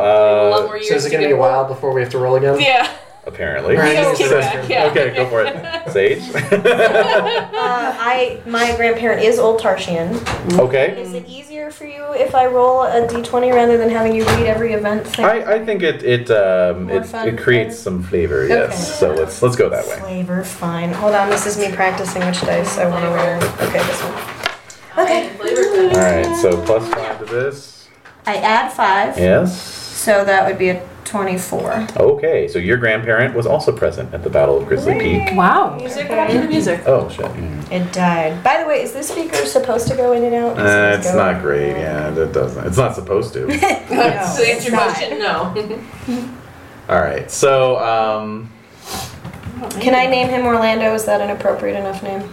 Speaker 2: lot more
Speaker 1: Uh,
Speaker 2: years
Speaker 5: So is it going to be a
Speaker 2: get-
Speaker 5: while before we have to roll again?
Speaker 2: Yeah.
Speaker 1: apparently.
Speaker 5: Right.
Speaker 2: Just
Speaker 5: So-
Speaker 2: kick back, yeah.
Speaker 1: Okay, go for it. Sage?
Speaker 4: Uh, I my grandparent is old Tarshian.
Speaker 1: okay.
Speaker 4: Is it easier for you if I roll a d20 rather than having you read every event thing?
Speaker 1: I, I think it it um,
Speaker 4: More
Speaker 1: it,
Speaker 4: fun,
Speaker 1: it creates some flavor, yes. So let's let's go that way.
Speaker 4: Flavor, fine. Hold on, this is me practicing which dice I want to roll. Okay, this one. Okay.
Speaker 1: All right, so plus five to this.
Speaker 4: I add five,
Speaker 1: Yes.
Speaker 4: so that would be a 24.
Speaker 1: Okay, so your grandparent was also present at the Battle of Grizzly Peak.
Speaker 6: Wow.
Speaker 2: Music. What happened to (laughs) music?
Speaker 1: Oh shit.
Speaker 4: It died. By the way, is this speaker supposed to go in and out? Does
Speaker 1: Uh,
Speaker 4: it
Speaker 1: it's
Speaker 4: go-
Speaker 1: not great. Yeah, it doesn't. It's not supposed
Speaker 4: (laughs)
Speaker 1: to.
Speaker 2: So answer your question. No.
Speaker 1: All right, so um,
Speaker 4: Can I name him Orlando? Is that an appropriate enough name?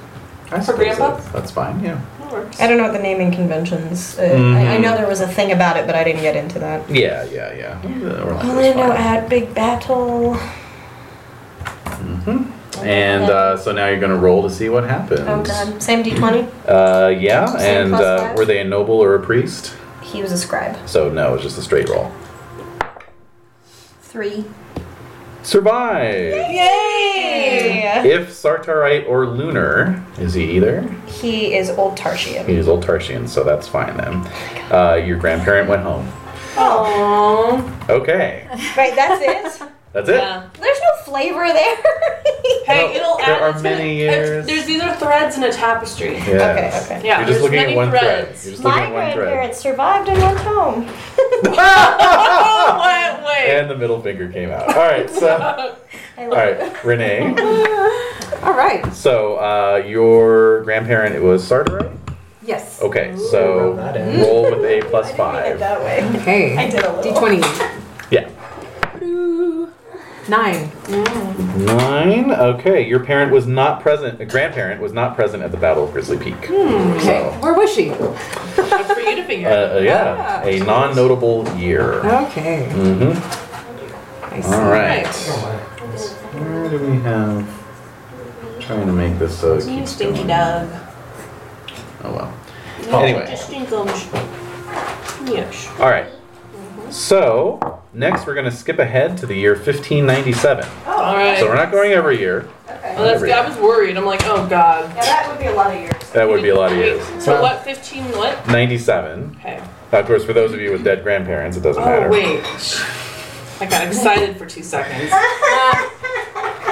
Speaker 1: I suppose
Speaker 2: grandpa?
Speaker 1: that's, that's fine. Yeah.
Speaker 2: That works.
Speaker 4: I don't know what the naming conventions. Uh, I, I
Speaker 1: Mm-hmm.
Speaker 4: know there was a thing about it, but I didn't get into that.
Speaker 1: Yeah, yeah, yeah. Uh, Orlando's
Speaker 4: Orlando
Speaker 1: fine.
Speaker 4: at Big Battle.
Speaker 1: Mm-hmm. And uh, so now you're gonna roll to see what happens.
Speaker 4: Oh god. Same d20?
Speaker 1: Uh, yeah,
Speaker 4: Same
Speaker 1: and
Speaker 4: plus
Speaker 1: uh,
Speaker 4: five?
Speaker 1: were they a noble or a priest?
Speaker 4: He was a scribe.
Speaker 1: So no, it's just a straight roll.
Speaker 4: Three.
Speaker 1: Survive.
Speaker 4: Yay!
Speaker 1: If Sartarite or Lunar, is he either?
Speaker 4: He is Old Tarshian.
Speaker 1: He's old Tarshian, so that's fine then. Uh, your grandparent went home.
Speaker 2: Aww.
Speaker 1: Okay,
Speaker 4: Right, (laughs) that's it?
Speaker 1: that's it.
Speaker 2: Yeah.
Speaker 4: There's no flavor there. (laughs)
Speaker 2: Hey,
Speaker 1: Well,
Speaker 2: it'll
Speaker 1: there
Speaker 2: add.
Speaker 1: are
Speaker 2: it's gonna-
Speaker 1: many
Speaker 2: it's-
Speaker 1: years.
Speaker 2: There's these are threads in a tapestry.
Speaker 1: Yes.
Speaker 4: Okay, okay.
Speaker 2: Yeah,
Speaker 1: You're just
Speaker 2: there's
Speaker 1: looking at
Speaker 2: many
Speaker 1: one thread.
Speaker 2: threads.
Speaker 1: You're just looking
Speaker 4: My
Speaker 1: at one thread.
Speaker 4: grandparents survived and went home.
Speaker 2: Oh, wait,
Speaker 1: (laughs)
Speaker 2: wait.
Speaker 1: And the middle finger came out. All right, so
Speaker 4: I
Speaker 1: all right, Renee.
Speaker 7: All right.
Speaker 1: So uh, your grandparent it was Sartarite.
Speaker 7: Yes.
Speaker 1: Okay, so
Speaker 5: Roll that in.
Speaker 1: roll with a
Speaker 2: (laughs)
Speaker 1: plus
Speaker 4: didn't mean it
Speaker 1: five.
Speaker 4: that way. (laughs)
Speaker 7: Okay.
Speaker 4: I did a little.
Speaker 7: D20.
Speaker 1: Yeah.
Speaker 7: Nine.
Speaker 1: Nine. Okay, your parent was not present. A grandparent was not present at the Battle of Grizzly Peak.
Speaker 2: Hmm.
Speaker 7: Okay. Where was she?
Speaker 2: Good for you to figure out.
Speaker 1: Uh, uh, yeah,
Speaker 2: Ah.
Speaker 1: a non-notable year.
Speaker 7: Okay.
Speaker 1: Mm-hmm.
Speaker 7: I see.
Speaker 1: All right.
Speaker 5: Oh my.
Speaker 1: Where do we have? Trying to make this so. it
Speaker 2: You
Speaker 1: keeps
Speaker 2: stinky
Speaker 1: going.
Speaker 2: dog.
Speaker 1: Oh well.
Speaker 2: You
Speaker 1: Anyway.
Speaker 2: Just stink on Yes.
Speaker 1: All right. So next, we're gonna skip ahead to the year 1597.
Speaker 4: Oh,
Speaker 2: All right.
Speaker 1: So we're not going every year.
Speaker 2: Well, that's, I was worried. I'm like, oh god.
Speaker 4: that would be a lot of years.
Speaker 1: That would be a lot of
Speaker 2: Wait,
Speaker 1: years.
Speaker 2: So what? 15 what?
Speaker 1: 97.
Speaker 2: Okay.
Speaker 1: Now, of course, for those of you with dead grandparents, it doesn't matter.
Speaker 2: Oh wait. I got excited for
Speaker 1: (laughs)
Speaker 2: two seconds.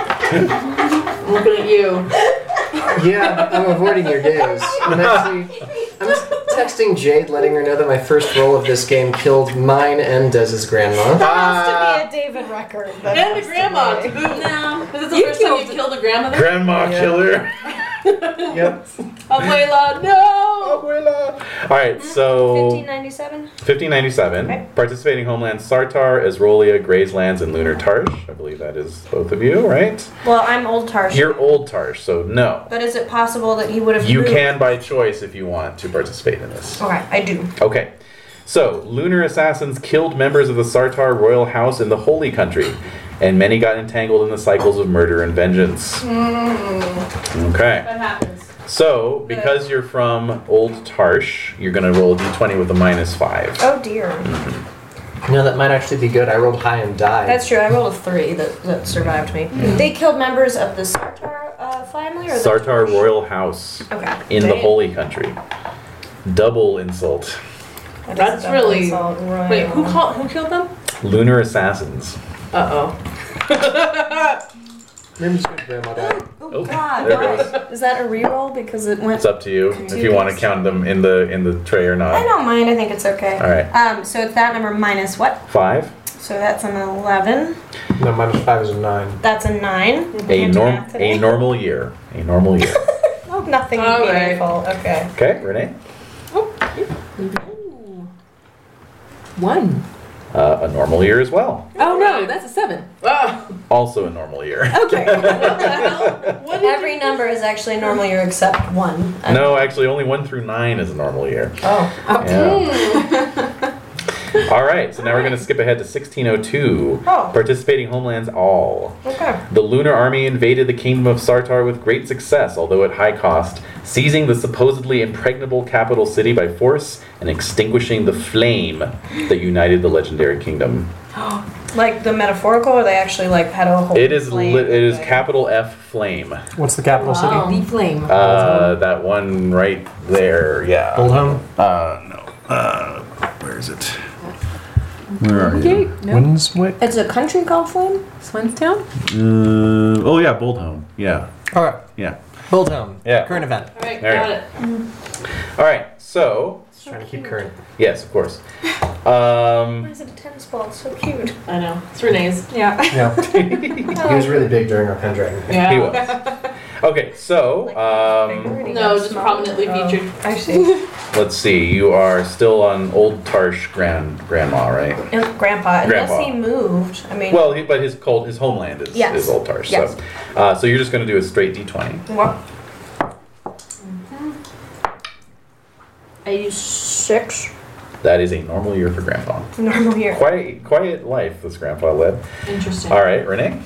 Speaker 2: I'm looking at you.
Speaker 5: Yeah, I'm avoiding your gaze. I'm actually, I'm s- texting Jade, letting her know that my first roll of this game killed mine and Dez's grandma.
Speaker 1: Ah!
Speaker 4: That has to be a David record. That
Speaker 2: And a
Speaker 4: has to
Speaker 2: grandma to
Speaker 4: be.
Speaker 2: boot now. This is the
Speaker 7: You
Speaker 2: first time you've
Speaker 7: killed-
Speaker 2: killed a grandmother.
Speaker 1: Grandma
Speaker 5: Yeah.
Speaker 1: killer.
Speaker 5: (laughs) Yep.
Speaker 2: Abuela, Oh, no!
Speaker 1: Abuela. All right. So
Speaker 4: 1597?
Speaker 1: 1597.
Speaker 4: Okay.
Speaker 1: Participating homelands: Sartar, Ezrolia, Grayslands, and Lunar Tarsh. I believe that is both of you, right?
Speaker 4: Well, I'm Old Tarshian.
Speaker 1: You're old Tarsh, so no.
Speaker 4: But is it possible that he would have
Speaker 1: You
Speaker 4: moved?
Speaker 1: can by choice if you want to participate in this.
Speaker 4: Okay, I do.
Speaker 1: Okay. So, lunar assassins killed members of the Sartar royal house in the Holy Country, and many got entangled in the cycles of murder and vengeance. Okay.
Speaker 4: Mm.
Speaker 2: That happens.
Speaker 1: So, because you're from Old Tarsh, you're going to roll a d20 with a minus 5.
Speaker 4: Oh dear.
Speaker 5: You know, that might actually be good. I rolled high and died.
Speaker 4: That's true. I rolled a three that, that survived me. They killed members of the Sartar uh, family, or the
Speaker 1: Mm-hmm. Sartar royal house
Speaker 4: okay
Speaker 1: in the
Speaker 4: They-
Speaker 1: Holy Country. Double insult.
Speaker 4: that is
Speaker 2: That's
Speaker 4: a double
Speaker 2: really-
Speaker 4: insult, right.
Speaker 2: Wait, who called? Who killed them?
Speaker 1: Lunar assassins.
Speaker 2: Uh oh.
Speaker 5: Remember your grandma died.
Speaker 1: Oh,
Speaker 4: God,
Speaker 1: there
Speaker 4: why?
Speaker 1: it Uh, is.
Speaker 4: Is that a reroll because it went?
Speaker 1: It's up to you if you want to count them in the in the tray or
Speaker 4: I
Speaker 1: not.
Speaker 4: don't mind. I think it's okay.
Speaker 1: All right.
Speaker 4: Um, so it's that number minus what?
Speaker 1: Five.
Speaker 4: So that's an eleven.
Speaker 5: (gasps) No, minus five is a nine.
Speaker 4: That's a nine.
Speaker 1: A
Speaker 4: Can't do
Speaker 1: norm,
Speaker 4: math today. Oh,
Speaker 1: a normal year, a normal
Speaker 4: (laughs)
Speaker 1: year.
Speaker 4: Nothing
Speaker 2: All right.
Speaker 4: meaningful. Okay.
Speaker 1: Okay, Renee.
Speaker 7: One.
Speaker 1: Uh, a normal year as well.
Speaker 7: Oh no, that's a seven.
Speaker 2: oh,
Speaker 1: Also a normal
Speaker 4: (laughs)
Speaker 1: year. (laughs)
Speaker 7: Okay.
Speaker 2: what the hell? What did
Speaker 4: Every number is actually normal year except one. Uh,
Speaker 1: No, actually, only one through nine is a normal year.
Speaker 4: Oh.
Speaker 1: Yeah.
Speaker 4: (laughs)
Speaker 1: all right, so now we're going to skip ahead to 1602.
Speaker 4: Oh.
Speaker 1: Participating homelands all.
Speaker 4: Okay.
Speaker 1: The Lunar Army invaded the kingdom of Sartar with great success, although at high cost, seizing the supposedly impregnable capital city by force and extinguishing the flame that united the legendary kingdom.
Speaker 4: Like the metaphorical, or they actually like had a whole.
Speaker 1: It is
Speaker 4: Oh, flame
Speaker 1: li- it is
Speaker 4: thing?
Speaker 1: capital F flame.
Speaker 5: What's the capital
Speaker 6: Wow.
Speaker 7: The flame.
Speaker 1: Uh, that one right there. Yeah.
Speaker 5: Old home?
Speaker 1: Uh, no. Uh, where is it? Where are you?
Speaker 7: okay. No.
Speaker 5: Winswick?
Speaker 4: It's a country called Flame.
Speaker 7: Swanstown.
Speaker 1: Uh, oh yeah, Boldhome. Yeah.
Speaker 5: All right.
Speaker 1: Yeah.
Speaker 5: Old home.
Speaker 1: Yeah.
Speaker 5: Current event.
Speaker 2: All right,
Speaker 1: There
Speaker 2: got
Speaker 1: you
Speaker 2: it.
Speaker 1: All right. So
Speaker 5: Just trying to keep current.
Speaker 1: yes, of course. Um,
Speaker 4: Why is it a tennis ball? It's so cute.
Speaker 2: I know. It's Renee's.
Speaker 7: Yeah.
Speaker 5: Yeah. (laughs) he was really big during our handwriting.
Speaker 2: Yeah.
Speaker 1: he was.
Speaker 2: (laughs)
Speaker 1: Okay. So um,
Speaker 2: No, just prominently featured.
Speaker 4: Actually,
Speaker 1: let's see. You are still on Old Tarsh grand grandma, right?
Speaker 4: no, grandpa. Unless
Speaker 1: Grandpa.
Speaker 4: he moved. I mean,
Speaker 1: Well, he, but his cold his homeland is,
Speaker 4: Yes.
Speaker 1: is Old Tarsh.
Speaker 4: Yes.
Speaker 1: So uh, so you're just gonna do a straight d20.
Speaker 4: what?
Speaker 8: I use six.
Speaker 1: That is a normal year for Grandpa.
Speaker 4: Normal year.
Speaker 1: Quiet, quiet life this Grandpa led.
Speaker 6: Interesting.
Speaker 1: All right, Renee.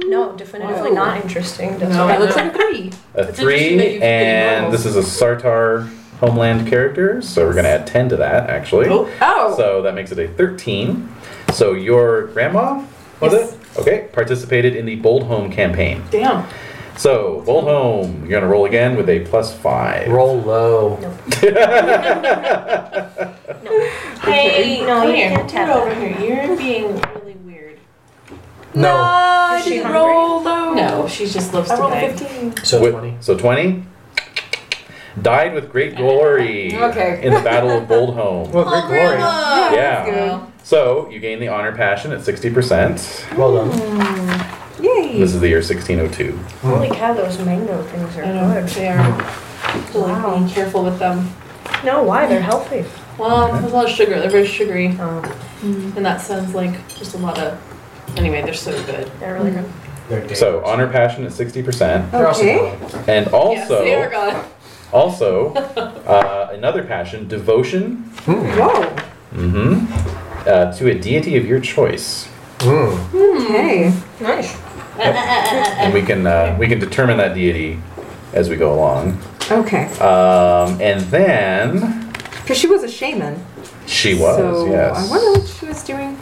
Speaker 4: No, definitively not interesting. doesn't
Speaker 6: No.
Speaker 4: it?
Speaker 7: That looks like a three.
Speaker 1: A
Speaker 2: It's interesting that
Speaker 1: three,
Speaker 2: you've been
Speaker 1: and
Speaker 2: normal.
Speaker 1: this is a Sartar homeland character, so we're going to add 10 to that, actually.
Speaker 7: Oh.
Speaker 1: So that makes it a 13. So your grandma, was
Speaker 6: Yes.
Speaker 1: it? Okay, participated in the Bold Home campaign.
Speaker 2: Damn.
Speaker 1: So, Bold Home, you're going to roll again with a plus five.
Speaker 5: Roll low.
Speaker 2: Hey,
Speaker 4: no,
Speaker 2: come
Speaker 4: you
Speaker 2: here.
Speaker 4: can't tap
Speaker 2: Get over
Speaker 4: that.
Speaker 2: here. You're being really weird.
Speaker 7: I
Speaker 4: Is she
Speaker 7: didn't
Speaker 4: hungry?
Speaker 7: roll though.
Speaker 2: Oh, No, she just loves to
Speaker 6: I rolled a
Speaker 2: beg.
Speaker 6: 15.
Speaker 5: So
Speaker 1: Wi-
Speaker 5: 20.
Speaker 1: So 20. Died with great glory
Speaker 7: Okay.
Speaker 1: in the Battle of Bold Home.
Speaker 5: (laughs) Well,
Speaker 2: Oh,
Speaker 5: great glory.
Speaker 1: yeah. So you gain the honor passion at 60%.
Speaker 5: Well done.
Speaker 7: Yay.
Speaker 1: This is the year 1602.
Speaker 4: Holy cow, those mango things
Speaker 2: I know.
Speaker 4: are good.
Speaker 2: They are. So, like,
Speaker 4: Wow.
Speaker 2: being careful with them.
Speaker 4: No, why? They're healthy.
Speaker 2: Well, there's a lot of sugar. They're very sugary.
Speaker 4: Oh,
Speaker 2: And that sounds like just a lot of. Anyway, they're so good.
Speaker 4: they're really good.
Speaker 5: They're dangerous.
Speaker 1: So honor passion at 60%.
Speaker 5: They're also
Speaker 7: Okay.
Speaker 5: gone.
Speaker 1: And
Speaker 2: yes, they are
Speaker 1: also,
Speaker 2: gone.
Speaker 1: also uh, another passion, devotion
Speaker 5: Hmm,
Speaker 7: Whoa.
Speaker 1: mhm, uh, to a deity of your choice.
Speaker 5: Mm.
Speaker 7: Okay.
Speaker 4: Nice.
Speaker 1: And we can, uh, we can determine that deity as we go along.
Speaker 7: Okay.
Speaker 1: Um, and then
Speaker 7: Because she was a shaman.
Speaker 1: she was,
Speaker 7: so
Speaker 1: yes.
Speaker 7: I wonder what she was doing.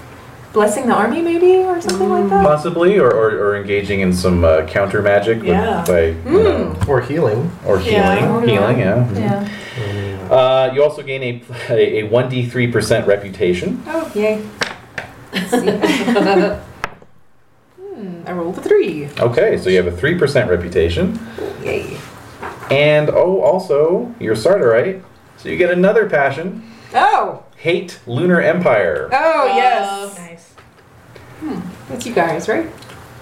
Speaker 7: Blessing the army, maybe, or something like that.
Speaker 1: Possibly, or, or, or engaging in some uh, counter magic with,
Speaker 2: Yeah.
Speaker 1: by, you
Speaker 7: Hmm.
Speaker 1: know,
Speaker 5: Or healing.
Speaker 1: or healing.
Speaker 2: Yeah.
Speaker 7: Oh,
Speaker 1: Healing, yeah.
Speaker 2: Yeah.
Speaker 1: Uh, you also gain a, a, a 1d3% reputation.
Speaker 7: Oh, yay. Let's see. hmm, I rolled a three.
Speaker 1: Okay, so you have a 3% reputation.
Speaker 7: Yay.
Speaker 1: And oh, also, you're Sardarite, so you get another passion
Speaker 7: Oh!
Speaker 1: hate Lunar Empire.
Speaker 7: Oh, yes.
Speaker 4: Nice.
Speaker 7: That's you guys, right?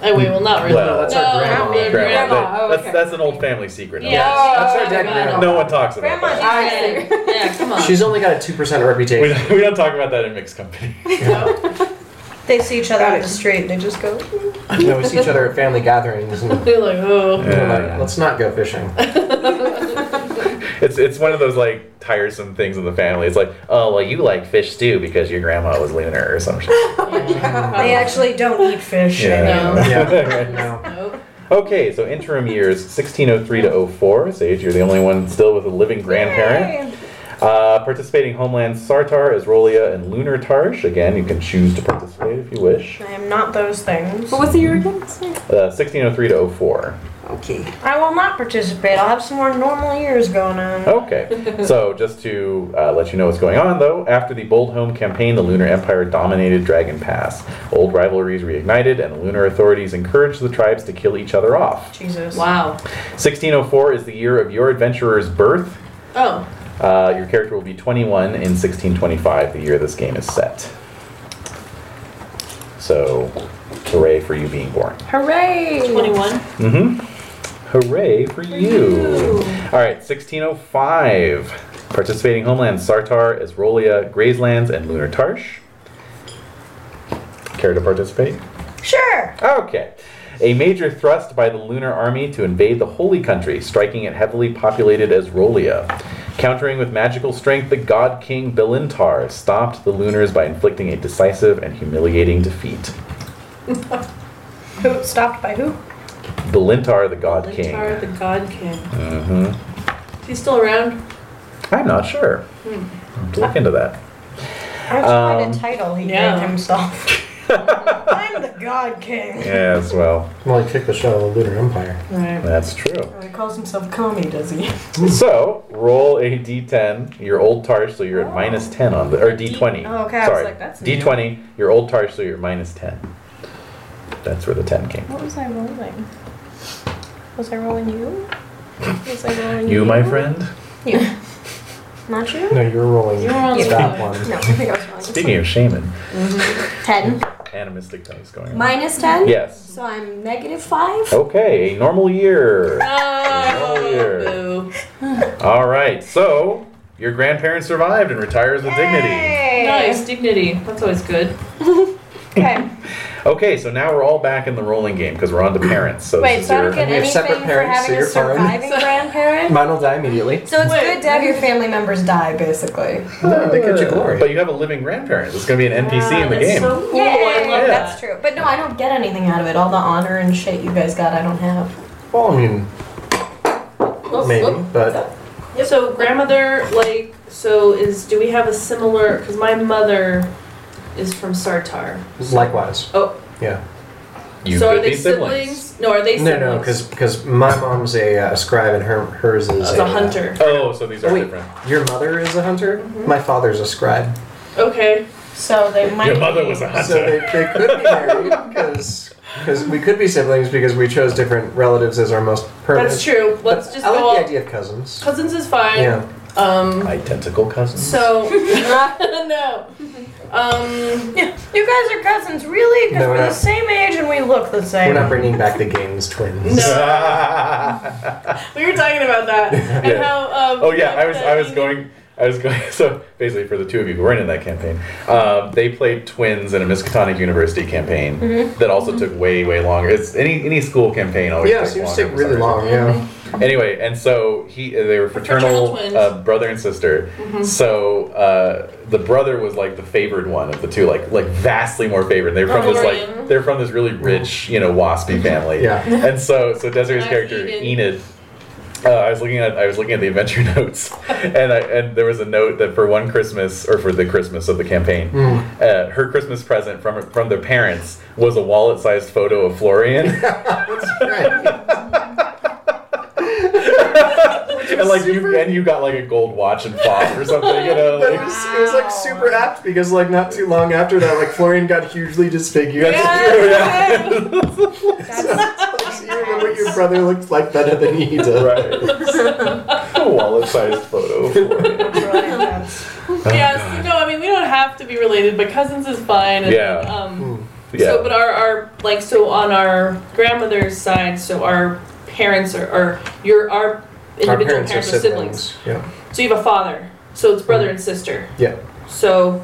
Speaker 2: Anyway, well, not really.
Speaker 1: Well,
Speaker 5: that's
Speaker 2: no,
Speaker 5: our grandma.
Speaker 2: they're
Speaker 1: Grandma,
Speaker 2: grandma.
Speaker 7: Grandma, oh,
Speaker 1: that's,
Speaker 7: okay.
Speaker 1: that's an old family secret.
Speaker 2: Yeah, oh,
Speaker 7: That's
Speaker 5: our dead
Speaker 2: grandma.
Speaker 5: grandma.
Speaker 1: No one talks about
Speaker 4: Grandma,
Speaker 1: that.
Speaker 7: I
Speaker 2: Yeah, yeah, come on.
Speaker 5: She's only got a 2%
Speaker 1: We
Speaker 5: reputation.
Speaker 1: don't, we (laughs) don't talk about that in mixed company.
Speaker 4: They see each other
Speaker 7: Got
Speaker 4: on
Speaker 7: it.
Speaker 4: the street. They just go.
Speaker 5: you know, (laughs) we see each other at family gatherings. And,
Speaker 2: They're like, oh.
Speaker 5: (laughs) we're like, Let's not go fishing.
Speaker 1: It's it's one of those like tiresome things in the family. It's like, oh well, you like fish stew because your grandma was lunar or some shit.
Speaker 4: They actually don't eat fish.
Speaker 2: Yeah.
Speaker 5: Yeah. (laughs) No.
Speaker 2: Nope.
Speaker 1: (laughs) okay, so interim years 1603 to 04. Sage, you're the only one still with a living grandparent. Uh, participating homelands Sartar, Isrolia, and Lunar Tarsh. Again, you can choose to participate if you wish.
Speaker 4: I am not those things.
Speaker 7: What was the year again? Sorry.
Speaker 1: Uh, 1603 to 04.
Speaker 7: Okay.
Speaker 4: I will not participate. I'll have some more normal years going on.
Speaker 1: Okay. So, just to uh, let you know what's going on, though, after the Bold Home campaign, the Lunar Empire dominated Dragon Pass. Old rivalries reignited, and the Lunar authorities encouraged the tribes to kill each other off.
Speaker 4: Jesus.
Speaker 2: Wow.
Speaker 1: 1604 is the year of your adventurer's birth.
Speaker 2: Oh.
Speaker 1: Uh, your character will be 21 in 1625, the year this game is set. So, hooray for you being born.
Speaker 7: Hooray!
Speaker 2: 21.
Speaker 1: Mm hmm. Hooray for you. All right, 1605. Participating homelands Sartar, Esrolia, Grayslands, and Lunar Tarsh. Care to participate?
Speaker 4: Sure.
Speaker 1: Okay. A major thrust by the Lunar Army to invade the Holy Country, striking it heavily populated Esrolia. Countering with magical strength, the god king Belintar stopped the Lunars by inflicting a decisive and humiliating defeat.
Speaker 4: Who stopped by who?
Speaker 1: Belintar, the god king.
Speaker 2: Lintar the God King.
Speaker 1: hmm
Speaker 2: Is he still around?
Speaker 1: I'm not sure. I'll have to Look into that.
Speaker 4: I just
Speaker 1: Um,
Speaker 4: a title he
Speaker 2: yeah.
Speaker 4: gave himself. (laughs) I'm the God King.
Speaker 1: Yes, well,
Speaker 5: Well, he kicked the shell of the Lunar Empire.
Speaker 2: Right.
Speaker 1: that's true.
Speaker 4: Oh, he calls himself Comey, does he?
Speaker 1: So roll a d10, your old tarsh, so you're at minus 10 on the, or d20.
Speaker 4: Oh, okay, I was
Speaker 1: Sorry,
Speaker 4: like, that's new.
Speaker 1: d20, your old tarsh, so you're minus 10. That's where the 10 came.
Speaker 4: What was I rolling? Was I rolling you? Was I rolling
Speaker 1: You, my friend.
Speaker 4: Not you?
Speaker 5: No, you're rolling
Speaker 2: You're on the
Speaker 5: that
Speaker 2: road.
Speaker 5: one.
Speaker 4: No, I think I was rolling.
Speaker 1: Speaking of shaman,
Speaker 8: Ten.
Speaker 1: animistic dice going on.
Speaker 8: Minus ten?
Speaker 1: Yes.
Speaker 8: So I'm negative five?
Speaker 1: Okay, a normal year. Oh,
Speaker 2: Oh,
Speaker 1: dear. All right, so your grandparents survived and retires with dignity.
Speaker 2: boo. Nice dignity. That's always good.
Speaker 4: Okay.
Speaker 1: Okay, so now we're all back in the rolling game because we're on to parents. So
Speaker 4: Wait,
Speaker 1: this
Speaker 4: so I
Speaker 1: is
Speaker 4: don't
Speaker 1: your, (laughs)
Speaker 4: get
Speaker 5: We have
Speaker 4: anything
Speaker 5: separate
Speaker 4: for
Speaker 5: parents,
Speaker 4: having
Speaker 5: so
Speaker 4: a (laughs)
Speaker 5: you're fine.
Speaker 4: surviving grandparent?
Speaker 5: Mine will die immediately.
Speaker 4: So it's good to have your family members die, basically.
Speaker 5: No, they get you glory.
Speaker 1: but you have a living grandparent. It's going to be an NPC in the
Speaker 2: Ah, that's
Speaker 1: game.
Speaker 2: so cool. I love
Speaker 1: Yeah.
Speaker 4: That's true. But no, I don't get anything out of it. All the honor and shit you guys got, I don't have.
Speaker 5: Well, I mean,
Speaker 2: Well,
Speaker 5: maybe,
Speaker 2: look,
Speaker 5: but
Speaker 2: So grandmother, like, so is do we have a similar? Because my mother is from Sartar.
Speaker 5: likewise.
Speaker 2: Oh,
Speaker 5: Yeah.
Speaker 1: you
Speaker 2: so
Speaker 1: could
Speaker 2: are they
Speaker 1: be siblings.
Speaker 2: No, are they
Speaker 5: No,
Speaker 2: siblings?
Speaker 5: no, because my mom's a, uh, scribe and her hers is
Speaker 2: As a hunter. Mm-hmm.
Speaker 1: Oh, so these are
Speaker 5: Wait.
Speaker 1: different.
Speaker 5: Your mother is a hunter. My father's a scribe.
Speaker 2: Okay.
Speaker 4: So they might.
Speaker 1: Your mother was a hunter.
Speaker 5: So they, they could be married because we could be siblings because we chose different relatives as our most permanent.
Speaker 2: That's true.
Speaker 5: But
Speaker 2: Let's just
Speaker 5: I like
Speaker 2: go
Speaker 5: the
Speaker 2: all.
Speaker 5: idea of cousins.
Speaker 2: Cousins is fine.
Speaker 5: Yeah.
Speaker 2: Um.
Speaker 1: My tentacle cousins. (laughs)
Speaker 2: So (laughs) no. Um.
Speaker 4: Yeah, you guys are cousins, really? Because
Speaker 5: No, we're
Speaker 4: we're the
Speaker 5: not.
Speaker 4: same age and we look the
Speaker 5: We're
Speaker 4: same.
Speaker 5: not bringing back the Gaines twins.
Speaker 2: No.
Speaker 1: oh
Speaker 2: We were talking about that
Speaker 1: (laughs)
Speaker 2: and
Speaker 1: Yeah. Oh,
Speaker 2: how. Um,
Speaker 1: yeah, I was I was
Speaker 2: that-
Speaker 1: going I was going (laughs) so basically for the two of you who weren't in that campaign, um, they played twins in a Miskatonic University campaign
Speaker 2: Mm-hmm.
Speaker 1: that also took way way longer. It's any any school campaign always
Speaker 5: Yeah,
Speaker 1: takes
Speaker 5: so you
Speaker 1: longer
Speaker 5: stick
Speaker 1: for some
Speaker 5: really
Speaker 1: reason.
Speaker 5: long. Yeah.
Speaker 1: Anyway, and so he uh, they were fraternal,
Speaker 2: Fraternal twins. Mm-hmm.
Speaker 1: uh, brother and sister. So uh, the brother was like the favored one of the two, like like vastly more favored. They're from
Speaker 2: Oh,
Speaker 1: this
Speaker 2: Dorian.
Speaker 1: like they're from this really rich, you know, waspy family.
Speaker 5: Yeah.
Speaker 1: And so so Desiree's
Speaker 2: (laughs) That's
Speaker 1: character
Speaker 2: Enid.
Speaker 1: Enid uh, I was looking at I was looking at the adventure (laughs) notes, and I, and there was a note that for one Christmas or for the Christmas of the campaign, uh, her Christmas present from her- from their parents was a wallet-sized photo of Florian,
Speaker 5: Right.
Speaker 1: (laughs) and like you and you got like a gold watch and fob or something, you know.
Speaker 5: But it
Speaker 2: (laughs)
Speaker 1: like-
Speaker 5: was, it was like super apt because like not too long after that, like Florian got hugely disfigured.
Speaker 2: (laughs)
Speaker 1: Yeah.
Speaker 5: so (laughs) you remember your brother looked like better than he did.
Speaker 1: right. a wallet-sized photo of
Speaker 2: (laughs)
Speaker 1: Florian.
Speaker 2: Yes. No. I mean, we don't have to be related, but cousins is fine. And,
Speaker 1: Yeah. Mm.
Speaker 2: Um.
Speaker 1: Yeah.
Speaker 2: So, but our, our like so on our grandmother's side, so our parents are, are your our
Speaker 5: Our
Speaker 2: individual
Speaker 5: parents are
Speaker 2: parents, are siblings.
Speaker 5: siblings. Yeah.
Speaker 2: So you have a father. So it's brother and sister.
Speaker 5: Yeah.
Speaker 2: So,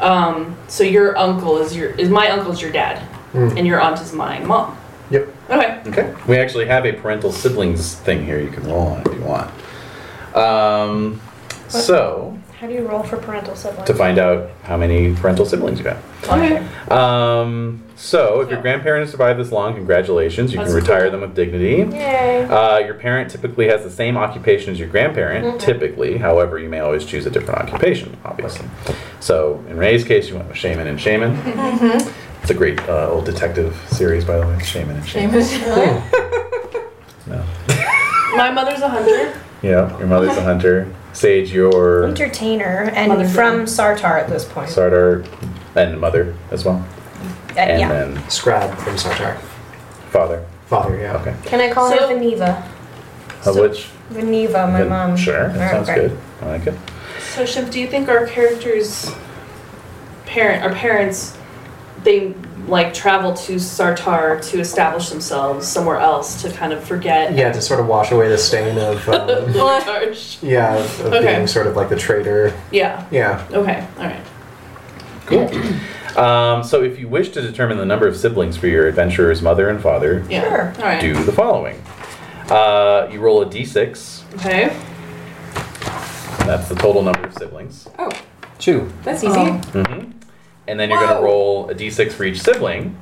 Speaker 2: um, so your uncle is your is my uncle's your dad,
Speaker 5: Mm.
Speaker 2: and your aunt is my mom.
Speaker 5: Yep.
Speaker 2: Okay.
Speaker 1: Okay. We actually have a parental siblings thing here. You can roll on if you want. Um, so
Speaker 4: How do you roll for parental siblings?
Speaker 1: to find out how many parental siblings you have.
Speaker 2: Okay.
Speaker 1: Um, so if your grandparents survive this long, congratulations. You can
Speaker 2: That's
Speaker 1: retire
Speaker 2: cool.
Speaker 1: them with dignity.
Speaker 4: Yay.
Speaker 1: Uh, your parent typically has the same occupation as your grandparent,
Speaker 4: Mm-hmm.
Speaker 1: typically. However, you may always choose a different occupation, obviously. So in Ray's case, you went with Shaman and Shaman.
Speaker 4: Mm-hmm.
Speaker 1: It's a great uh, old detective series, by the way. Shaman and Shaman.
Speaker 5: Hmm.
Speaker 1: No.
Speaker 2: My mother's a hunter.
Speaker 1: Yeah, your
Speaker 4: (laughs)
Speaker 1: mother's a hunter. Sage, your
Speaker 4: Entertainer and from Sartar at this point.
Speaker 1: starter and mother as well.
Speaker 4: Uh,
Speaker 1: And
Speaker 4: yeah.
Speaker 1: then
Speaker 5: Scribe from Sartar.
Speaker 1: father.
Speaker 5: Father, yeah.
Speaker 1: Okay.
Speaker 4: Can I call
Speaker 2: So-
Speaker 4: her Veneva?
Speaker 1: Of
Speaker 2: So-
Speaker 1: which?
Speaker 4: Veneva, uh, my
Speaker 1: Good.
Speaker 4: mom.
Speaker 1: Sure, that
Speaker 4: Alright,
Speaker 1: sounds
Speaker 4: okay.
Speaker 1: good. I like it.
Speaker 2: So Shiv, do you think our characters' parent, our parents, they like travel to Sartar to establish themselves somewhere else to kind of forget
Speaker 5: Yeah, to sort of wash away the stain of,
Speaker 2: (laughs)
Speaker 5: um,
Speaker 2: the charge?
Speaker 5: yeah, of, of
Speaker 2: Okay.
Speaker 5: being sort of like the traitor.
Speaker 2: Yeah.
Speaker 5: Yeah.
Speaker 2: Okay. All right.
Speaker 1: Cool. Um, so, if you wish to determine the number of siblings for your adventurer's mother and father,
Speaker 2: Yeah.
Speaker 4: Sure.
Speaker 2: All right.
Speaker 1: do the following. Uh, you roll a d6.
Speaker 2: Okay.
Speaker 1: That's the total number of siblings.
Speaker 6: Oh,
Speaker 5: Two.
Speaker 6: that's easy.
Speaker 1: hmm And then you're going to roll a d6 for each sibling.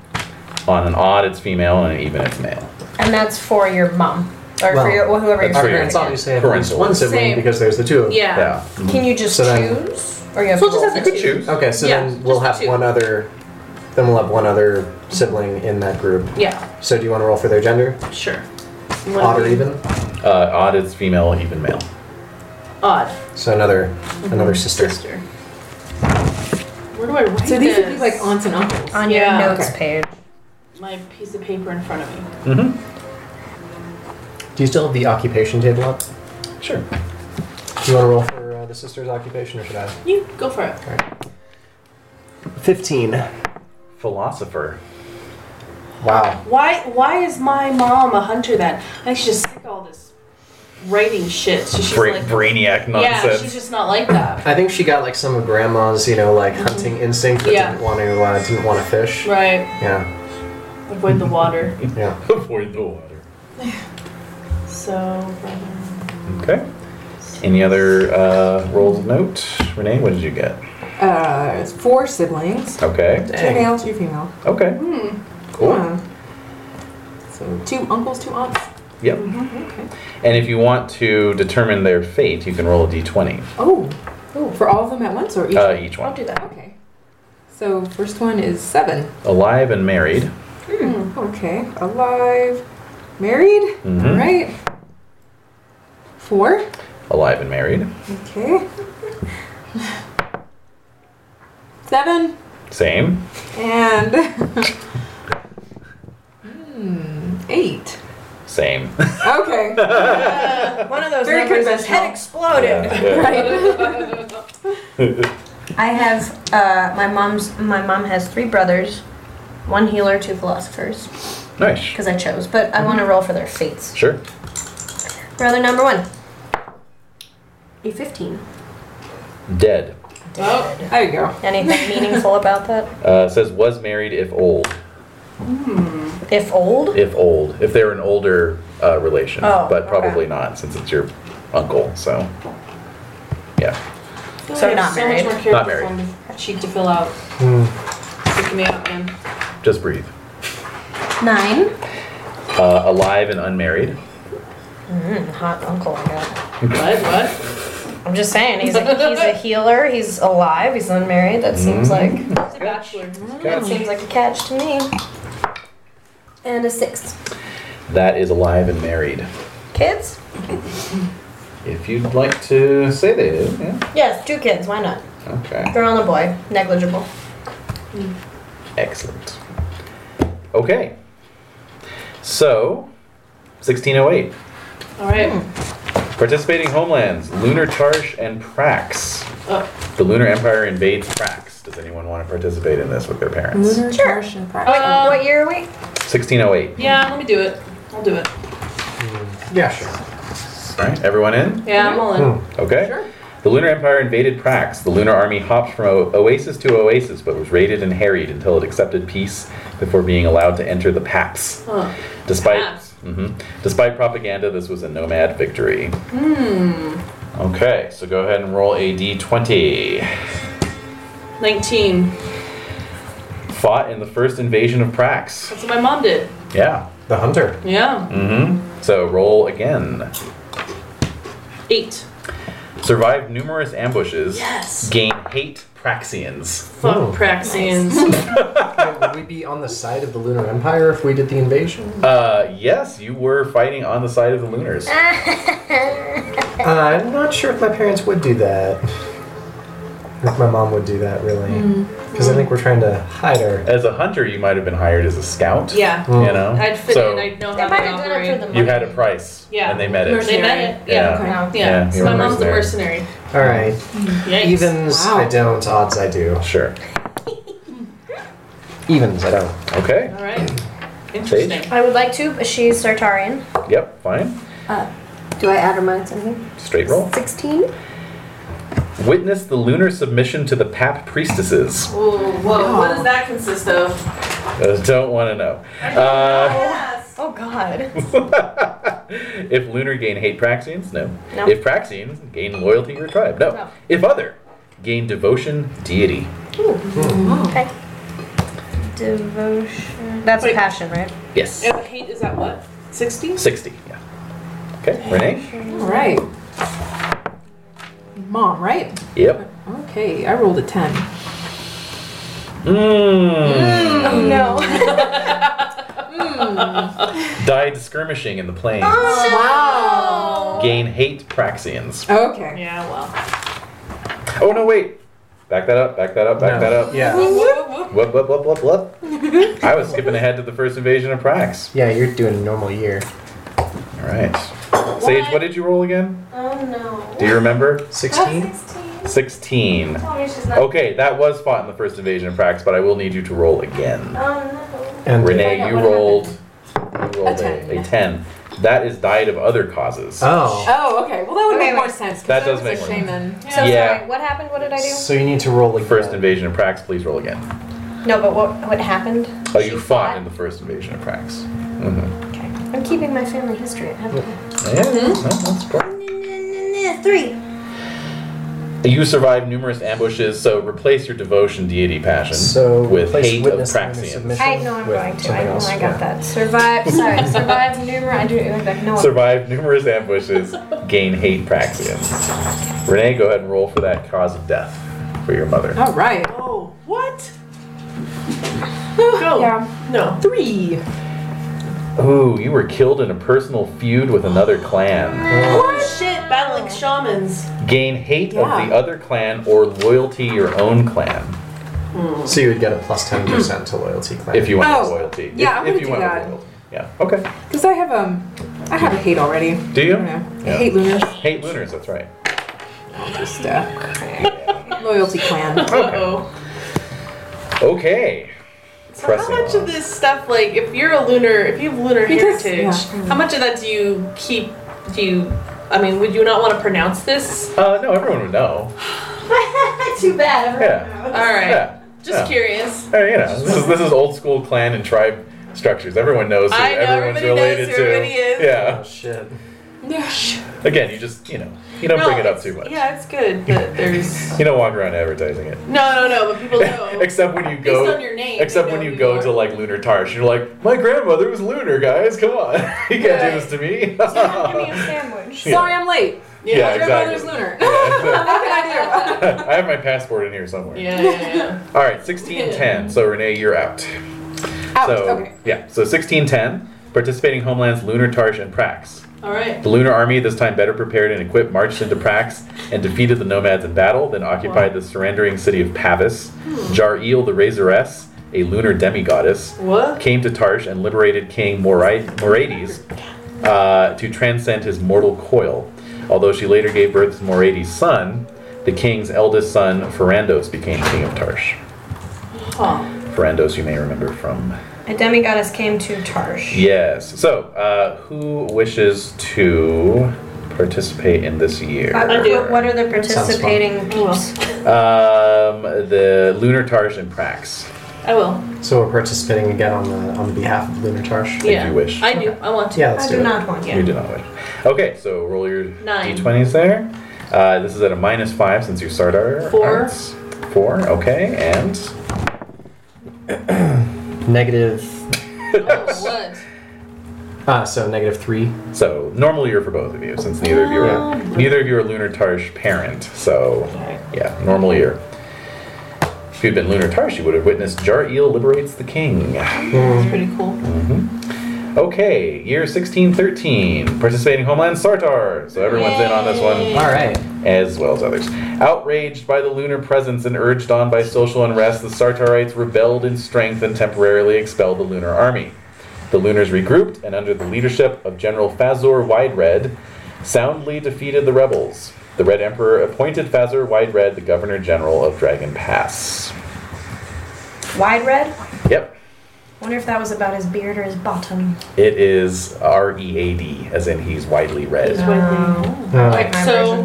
Speaker 1: On an odd, it's female, and an even, it's male.
Speaker 4: And that's for your mom. Or
Speaker 5: Well,
Speaker 4: for your, well, whoever your
Speaker 1: that's
Speaker 5: Our
Speaker 1: for your-
Speaker 4: mom
Speaker 5: parents obviously have at least
Speaker 1: Parental.
Speaker 5: one sibling
Speaker 2: Same.
Speaker 5: because there's the two of them.
Speaker 2: Yeah.
Speaker 1: Yeah.
Speaker 4: Can you just
Speaker 5: So then-
Speaker 4: choose? Or you have
Speaker 2: So
Speaker 4: to
Speaker 2: just
Speaker 4: roll
Speaker 2: have
Speaker 4: for
Speaker 2: to
Speaker 4: two?
Speaker 1: Choose.
Speaker 5: Okay, so
Speaker 2: Yeah,
Speaker 5: then
Speaker 2: just
Speaker 5: we'll
Speaker 2: the
Speaker 5: have
Speaker 2: two.
Speaker 5: one other. Then we'll have one other sibling in that group.
Speaker 2: Yeah.
Speaker 5: So do you want to roll for their gender,
Speaker 2: Sure.
Speaker 5: odd or even?
Speaker 1: Uh, odd, it's female, even male.
Speaker 2: Odd.
Speaker 5: So another,
Speaker 2: Mm-hmm.
Speaker 5: another sister.
Speaker 2: Sister. Where do I write
Speaker 6: So these would be
Speaker 2: this?
Speaker 6: like aunts and uncles.
Speaker 4: On your
Speaker 2: Yeah.
Speaker 4: notes page.
Speaker 2: my piece of paper in front of me.
Speaker 1: Mm-hmm.
Speaker 5: Do you still have the occupation table up?
Speaker 1: Sure.
Speaker 5: Do you want to roll for uh, the sister's occupation, or should I?
Speaker 2: You go for it.
Speaker 5: Fifteen.
Speaker 1: Philosopher.
Speaker 5: Wow.
Speaker 2: Why why is my mom a hunter then? I think she's just sick of all this writing shit. So she's
Speaker 1: Bra-
Speaker 2: like,
Speaker 1: brainiac
Speaker 2: yeah,
Speaker 1: nonsense.
Speaker 2: she's just not like that.
Speaker 5: I think she got like some of grandma's, you know, like hunting instinct but
Speaker 2: Mm-hmm. Yeah.
Speaker 5: didn't want to uh, didn't want to fish.
Speaker 2: Right.
Speaker 5: Yeah,
Speaker 2: Avoid the water.
Speaker 5: yeah.
Speaker 1: (laughs) Avoid the water.
Speaker 2: So. um,
Speaker 1: Okay. Any other uh, rolls of note? Renee, what did you get?
Speaker 6: Uh, it's four siblings.
Speaker 1: Okay.
Speaker 6: Two
Speaker 5: Dang.
Speaker 6: males, two female.
Speaker 1: Okay.
Speaker 2: hmm.
Speaker 1: Cool.
Speaker 6: Yeah. So two uncles, two aunts.
Speaker 1: Yep.
Speaker 2: Oh,
Speaker 6: Okay.
Speaker 1: And if you want to determine their fate, you can roll a d20.
Speaker 6: Oh, oh, for all of them at once or each?
Speaker 1: Uh, each
Speaker 4: I'll
Speaker 1: one.
Speaker 4: do that.
Speaker 6: okay. So first one is seven.
Speaker 1: Alive and married.
Speaker 6: Okay, alive, married,
Speaker 1: Mhm.
Speaker 6: right? Four.
Speaker 1: Alive and married.
Speaker 6: Okay. (laughs) Seven
Speaker 1: Same.
Speaker 6: and (laughs) Hmm, eight.
Speaker 1: Same.
Speaker 6: Okay.
Speaker 4: One of those
Speaker 6: Very
Speaker 4: numbers is
Speaker 6: conventional.
Speaker 4: head exploded.
Speaker 1: Yeah.
Speaker 6: right.
Speaker 4: I have uh, my mom's. My mom has three brothers, one healer, two philosophers,
Speaker 1: Nice.
Speaker 4: because I chose. But I want to roll for their fates.
Speaker 1: Sure.
Speaker 4: Brother number one. A fifteen.
Speaker 1: Dead.
Speaker 2: Oh,
Speaker 6: There you go.
Speaker 4: Anything meaningful about that?
Speaker 1: Uh, says was married if old.
Speaker 4: If old.
Speaker 1: If old. If they're an older uh, relation.
Speaker 4: Oh,
Speaker 1: but probably
Speaker 4: okay.
Speaker 1: not since it's your uncle. So. Yeah.
Speaker 2: I feel
Speaker 4: So
Speaker 2: like
Speaker 4: not
Speaker 2: there's so much
Speaker 4: married.
Speaker 2: more
Speaker 4: Not
Speaker 2: character
Speaker 1: married.
Speaker 2: form to- sheet to fill out. Freaking me out, man.
Speaker 1: Just breathe.
Speaker 4: Nine.
Speaker 1: Uh, alive and unmarried.
Speaker 4: Mm, hot uncle I got.
Speaker 2: What? What?
Speaker 4: I'm just saying, he's a, he's a healer. He's alive. He's unmarried. That seems like
Speaker 1: Mm-hmm.
Speaker 2: He's a bachelor. Hmm.
Speaker 4: that seems like a catch to me. And a six.
Speaker 1: That is alive and married.
Speaker 4: Kids?
Speaker 1: If you'd like to say they do, yeah.
Speaker 4: Yes, two kids. Why not?
Speaker 1: Okay.
Speaker 4: Girl and a boy. Negligible.
Speaker 1: Excellent. Okay. So, 1608.
Speaker 2: All right.
Speaker 4: Hmm.
Speaker 1: Participating homelands Lunar Tarsh and Prax.
Speaker 2: Oh.
Speaker 1: The Lunar Empire invades Prax. Does anyone want to participate in this with their parents?
Speaker 6: Lunar
Speaker 4: Sure.
Speaker 6: torsion practice.
Speaker 2: Uh,
Speaker 4: what year are we?
Speaker 1: 1608.
Speaker 2: Yeah, let me do it. I'll do it.
Speaker 5: Yeah, sure.
Speaker 1: All right, everyone in?
Speaker 2: Yeah, I'm all in.
Speaker 5: Hmm.
Speaker 1: Okay.
Speaker 6: Sure.
Speaker 1: The Lunar Empire invaded Prax. The Lunar Army hopped from o- oasis to oasis, but was raided and harried until it accepted peace before being allowed to enter the Paps.
Speaker 2: Huh.
Speaker 1: Despite
Speaker 2: Paps.
Speaker 1: Mhm. despite propaganda, this was a nomad victory. Hmm. Okay, so go ahead and roll a d20.
Speaker 2: 19.
Speaker 1: Fought in the first invasion of Prax.
Speaker 2: That's what my mom did.
Speaker 1: Yeah.
Speaker 5: The hunter.
Speaker 2: Yeah.
Speaker 1: Mm-hmm. So roll again.
Speaker 2: Eight.
Speaker 1: Survived numerous ambushes.
Speaker 2: Yes.
Speaker 1: Gain hate Praxians.
Speaker 2: Fuck
Speaker 5: Ooh.
Speaker 2: Praxians.
Speaker 4: (laughs)
Speaker 5: Hey, Would we be on the side of the Lunar Empire if we did the invasion?
Speaker 1: Uh, yes, you were fighting on the side of the Lunars.
Speaker 2: Eh.
Speaker 5: I'm not sure if my parents would do that. If my mom would do that, really.
Speaker 4: Hmm.
Speaker 5: Because I think we're trying to hide our.
Speaker 1: As a hunter, you might have been hired as a scout.
Speaker 2: Yeah.
Speaker 5: Mm.
Speaker 1: You know?
Speaker 2: I'd fit
Speaker 1: so
Speaker 2: in. I'd know
Speaker 4: They
Speaker 2: how
Speaker 4: might
Speaker 2: to
Speaker 4: have done it for
Speaker 2: operate.
Speaker 4: the money.
Speaker 1: you had a price.
Speaker 2: Yeah.
Speaker 1: And they met it.
Speaker 2: They met it.
Speaker 1: Yeah.
Speaker 2: Yeah.
Speaker 4: No.
Speaker 2: Yeah.
Speaker 1: Yeah,
Speaker 2: So
Speaker 1: you're
Speaker 2: my
Speaker 1: a
Speaker 2: mom's a
Speaker 1: mercenary.
Speaker 2: mercenary.
Speaker 5: All right.
Speaker 2: Yikes.
Speaker 5: Evens,
Speaker 6: Wow.
Speaker 5: I don't. Odds, I do.
Speaker 1: Sure.
Speaker 5: Evens, I don't.
Speaker 1: Okay.
Speaker 2: All right. Interesting.
Speaker 4: I would like to, but she's Sartarian.
Speaker 1: Yep. Fine.
Speaker 8: Do I add or minus anything?
Speaker 1: Straight roll.
Speaker 8: 16?
Speaker 1: Witness the lunar submission to the Pap priestesses.
Speaker 2: Whoa, whoa. What does that consist of?
Speaker 1: Uh, don't want to know. Uh,
Speaker 4: Oh God.
Speaker 1: (laughs) if lunar gain hate Praxians, no.
Speaker 4: No.
Speaker 1: If Praxians gain loyalty to your tribe, no.
Speaker 4: No.
Speaker 1: If other gain devotion deity.
Speaker 4: Okay. Devotion. That's
Speaker 2: Wait.
Speaker 4: passion, right?
Speaker 1: Yes.
Speaker 2: Yeah, hate Oh, is at what? 60?
Speaker 1: Sixty. Yeah. Okay. Renee.
Speaker 6: All right. Mom, right?
Speaker 1: Yep.
Speaker 6: Okay, I rolled a ten.
Speaker 1: Mmm.
Speaker 5: (laughs)
Speaker 6: No.
Speaker 1: Died skirmishing in the plains.
Speaker 4: Oh,
Speaker 6: Wow.
Speaker 1: Gain hate Praxians.
Speaker 6: Okay.
Speaker 2: Yeah, well.
Speaker 1: Oh no! Wait. Back that up. Back that up. Back
Speaker 5: No.
Speaker 1: that up.
Speaker 5: Yeah.
Speaker 1: Whoop whoop whoop whoop whoop. I was skipping ahead to the first invasion of Prax.
Speaker 5: Yeah, you're doing a normal year.
Speaker 1: All right. Sage, what did you roll again?
Speaker 8: Oh no.
Speaker 1: Do you remember?
Speaker 5: 16?
Speaker 1: 16.
Speaker 8: Tell me she's not.
Speaker 5: Oh.
Speaker 1: Okay, that was fought in the first invasion of Prax, but I will need you to roll again.
Speaker 8: Oh no.
Speaker 5: And
Speaker 1: Renee, you
Speaker 6: what
Speaker 1: rolled, you rolled a,
Speaker 6: ten,
Speaker 1: a
Speaker 6: yeah.
Speaker 1: 10. That is died of other causes.
Speaker 5: Oh.
Speaker 7: Oh, okay. Well, that would
Speaker 4: Okay,
Speaker 7: make more
Speaker 4: wait.
Speaker 7: sense. 'cause
Speaker 1: That
Speaker 7: I
Speaker 1: does
Speaker 7: was a
Speaker 1: make more sense.
Speaker 7: shaman.
Speaker 4: So
Speaker 1: Yeah.
Speaker 4: sorry, what happened? What did I do?
Speaker 5: So you need to roll again.
Speaker 1: First invasion of Prax, please roll again.
Speaker 4: No, but what what happened?
Speaker 1: Oh, you fought in the first invasion of Prax. Mm-hmm.
Speaker 4: Okay. I'm keeping my family history. I have to.
Speaker 1: Yeah, no, that's cool.
Speaker 4: Three.
Speaker 1: You survived numerous ambushes, so replace your devotion deity passion
Speaker 5: So
Speaker 1: with
Speaker 5: place
Speaker 1: hate of
Speaker 5: witness in the
Speaker 1: Praxians.
Speaker 5: submission
Speaker 4: I know I'm
Speaker 5: with
Speaker 4: going to. I
Speaker 5: something
Speaker 4: know
Speaker 5: else.
Speaker 4: I
Speaker 5: Yeah.
Speaker 4: got that. Survive. (laughs) Sorry, survive numerous. I do it went back. No. (laughs)
Speaker 1: Survive numerous ambushes, gain hate Praxians. Renee, go ahead and roll for that cause of death for your mother.
Speaker 6: All right.
Speaker 7: Oh, what?
Speaker 2: Go.
Speaker 7: Yeah.
Speaker 2: No.
Speaker 7: Three.
Speaker 1: Ooh, you were killed in a personal feud with another clan.
Speaker 2: Oh, Shit,
Speaker 4: Oh.
Speaker 2: battling shamans.
Speaker 1: Gain hate of the
Speaker 7: Yeah.
Speaker 1: other clan or loyalty to your own clan
Speaker 5: So you would get a plus 10% to loyalty claim.
Speaker 1: if you want
Speaker 7: Oh,
Speaker 1: loyalty.
Speaker 7: yeah,
Speaker 1: if, if
Speaker 7: I'm gonna
Speaker 1: you
Speaker 7: do
Speaker 1: went with
Speaker 7: that.
Speaker 1: loyalty. Yeah. Okay.
Speaker 7: Because I have um, I have a hate already.
Speaker 1: Do you?
Speaker 7: I don't know.
Speaker 1: Yeah.
Speaker 7: I hate Lunas.
Speaker 1: Hate Lunars, that's right.
Speaker 7: Just uh, loyalty
Speaker 2: (laughs)
Speaker 7: clan.
Speaker 2: Uh-oh.
Speaker 1: Okay.
Speaker 2: So
Speaker 1: Pressing
Speaker 2: how much
Speaker 1: on.
Speaker 2: of this stuff, like, if you're a lunar, if you have lunar
Speaker 7: Because-
Speaker 2: heritage, how much of that do you keep? Do you? I mean, would you not want to pronounce
Speaker 4: (laughs)
Speaker 2: this?
Speaker 1: Uh, no, everyone would know.
Speaker 8: Too bad.
Speaker 1: Yeah.
Speaker 2: All right.
Speaker 1: Yeah.
Speaker 2: Just
Speaker 1: yeah.
Speaker 2: curious.
Speaker 1: Hey, you know, this is, this is old school clan and tribe structures. Everyone knows who
Speaker 2: I know,
Speaker 1: everyone's
Speaker 2: everybody knows
Speaker 1: related
Speaker 2: who
Speaker 1: to.
Speaker 2: everybody is.
Speaker 5: Oh,
Speaker 1: Yeah.
Speaker 5: shit.
Speaker 1: Again, you just you know you don't
Speaker 2: No,
Speaker 1: bring it up
Speaker 2: it's-
Speaker 1: too much.
Speaker 2: Yeah, it's good
Speaker 1: (laughs)
Speaker 2: that there's.
Speaker 1: You don't walk around advertising it.
Speaker 2: No, no, no. But people
Speaker 1: (laughs)
Speaker 2: know.
Speaker 1: except when you
Speaker 2: Based
Speaker 1: go.
Speaker 2: on your name,
Speaker 1: except
Speaker 2: they
Speaker 1: when
Speaker 2: know
Speaker 1: you
Speaker 2: who
Speaker 1: go
Speaker 2: you are.
Speaker 1: to like Lunar Tarsh, you're like, my grandmother was lunar, guys. Come on, (laughs) you can't do this to me. (laughs)
Speaker 4: Give me
Speaker 5: (laughs)
Speaker 4: a sandwich.
Speaker 1: Yeah.
Speaker 7: Sorry, I'm late.
Speaker 1: Yeah,
Speaker 7: My grandmother's
Speaker 1: exactly.
Speaker 7: lunar.
Speaker 1: Yeah.
Speaker 7: What can I
Speaker 1: (laughs)
Speaker 7: do?
Speaker 1: I have my passport in here somewhere.
Speaker 2: Yeah, yeah, yeah.
Speaker 1: All right, sixteen ten. So Renee, you're out.
Speaker 7: Ouch.
Speaker 1: So
Speaker 7: Okay.
Speaker 1: yeah, so sixteen ten. Participating homelands Lunar Tarsh and Prax.
Speaker 2: All right.
Speaker 1: The Lunar Army, this time better prepared and equipped, marched into Prax and defeated the nomads in battle, then occupied the surrendering city of Pavis. Jar-Eel the Razoress, a lunar demigoddess,
Speaker 2: What?
Speaker 1: came to Tarsh and liberated King Morai- Morades uh, to transcend his mortal coil. Although she later gave birth to Morades' son, the king's eldest son, Ferrandos, became king of Tarsh.
Speaker 2: Huh.
Speaker 1: Ferrandos, you may remember from.
Speaker 4: A demigoddess came to Tarsh.
Speaker 1: Yes. So, uh, who wishes to participate in this year?
Speaker 4: Uh,
Speaker 2: I do.
Speaker 4: what- What are the participating peeps?
Speaker 1: Um, the Lunar Tarsh and Prax.
Speaker 2: I will.
Speaker 5: So we're participating again on the on the behalf of Lunar Tarsh.
Speaker 2: Yeah.
Speaker 1: you wish.
Speaker 2: I do. I want to.
Speaker 5: Yeah, let's
Speaker 4: I
Speaker 5: do,
Speaker 4: do
Speaker 5: it.
Speaker 4: not want
Speaker 1: You
Speaker 4: you.
Speaker 1: do not wish. Okay, so roll your
Speaker 2: Nine.
Speaker 1: d20s there. Uh, this is at a minus five since you Sardar.
Speaker 2: Four.
Speaker 1: Arts. Four, okay, and
Speaker 5: Negative.
Speaker 2: Oh, what?
Speaker 5: Uh, so negative three.
Speaker 1: so normal year for both of you since neither of you are neither of you are Lunar Tarsh parent. So yeah, normal year. If you'd been Lunar Tarsh, you would have witnessed Jar Eel liberates the king. Mm-hmm.
Speaker 2: That's pretty cool.
Speaker 1: Okay, year 1613. Participating Homeland Sartar. So everyone's in on this one.
Speaker 5: All right.
Speaker 1: as well as others. Outraged by the lunar presence and urged on by social unrest, the Sartarites rebelled in strength and temporarily expelled the lunar army. The lunars regrouped and, under the leadership of General Fazor Wide Red, soundly defeated the rebels. The Red Emperor appointed Fazor Wide Red the Governor General of Dragon Pass.
Speaker 4: Wide red?
Speaker 1: Yep,
Speaker 4: Wonder if that was about his beard or his bottom.
Speaker 1: it is R E A D, as in he's widely read.
Speaker 5: Uh,
Speaker 4: my
Speaker 2: So,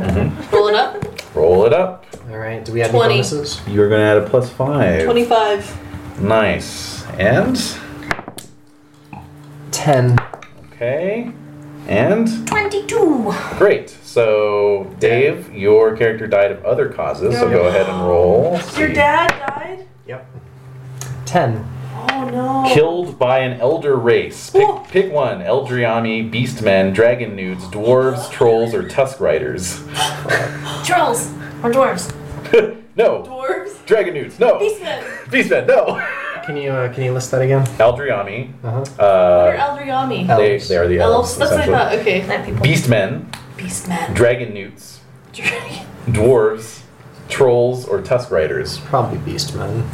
Speaker 2: roll
Speaker 1: (laughs)
Speaker 2: it up.
Speaker 1: Roll it up.
Speaker 5: all right. Do we have
Speaker 2: Twenty.
Speaker 5: any bonuses?
Speaker 1: You're going to add a plus five.
Speaker 2: Twenty-five.
Speaker 1: Nice. And.
Speaker 5: Ten.
Speaker 1: Okay. And
Speaker 4: Twenty-two.
Speaker 1: great. So Dave, your character died of other causes, so go ahead and roll.
Speaker 2: Your
Speaker 1: See.
Speaker 2: dad died.
Speaker 5: Yep. Ten.
Speaker 2: Oh no.
Speaker 1: Killed by an elder race. Pick, pick one: Eldriami, beastmen, dragon nudes, dwarves, trolls, or tusk riders.
Speaker 4: Trolls or dwarves?
Speaker 1: no,
Speaker 2: Dwarves.
Speaker 1: dragon nudes. No,
Speaker 2: Beastmen.
Speaker 1: beastmen. No,
Speaker 5: Can you uh, can you list that again?
Speaker 1: Eldriami.
Speaker 5: Uh-huh.
Speaker 1: Uh,
Speaker 2: Or Eldriami.
Speaker 5: Elves.
Speaker 1: they, they are the elves.
Speaker 2: Elves. That's what I
Speaker 1: essentially.
Speaker 2: thought. Okay.
Speaker 4: Night people.
Speaker 1: Beastmen,
Speaker 2: Beastmen.
Speaker 1: dragon nudes, dwarves, trolls, or tusk riders.
Speaker 5: Probably Beastmen.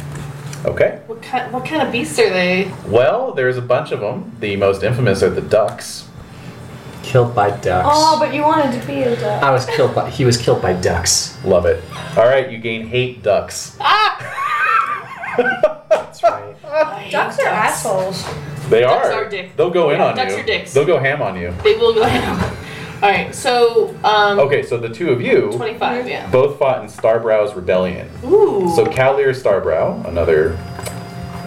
Speaker 1: Okay.
Speaker 2: (laughs) What kind? What kind of beasts are they?
Speaker 1: Well, there's a bunch of them. The most infamous are the ducks.
Speaker 5: Killed by ducks.
Speaker 4: Oh, but you wanted to be a duck.
Speaker 1: Uh,
Speaker 5: I was killed by he was killed by ducks.
Speaker 1: Love it. All right, you gain hate ducks.
Speaker 5: That's right.
Speaker 4: Ducks are assholes.
Speaker 1: They are.
Speaker 2: Ducks are dick.
Speaker 1: They'll go in on
Speaker 2: Ducks
Speaker 1: you.
Speaker 2: are dicks.
Speaker 1: They'll go ham on you.
Speaker 2: They will go ahead. (laughs) All right, so um,
Speaker 1: Okay, so the two of you
Speaker 2: 25, yeah.
Speaker 1: both fought in Starbrow's rebellion.
Speaker 2: Ooh.
Speaker 1: So Cavalier Starbrow, another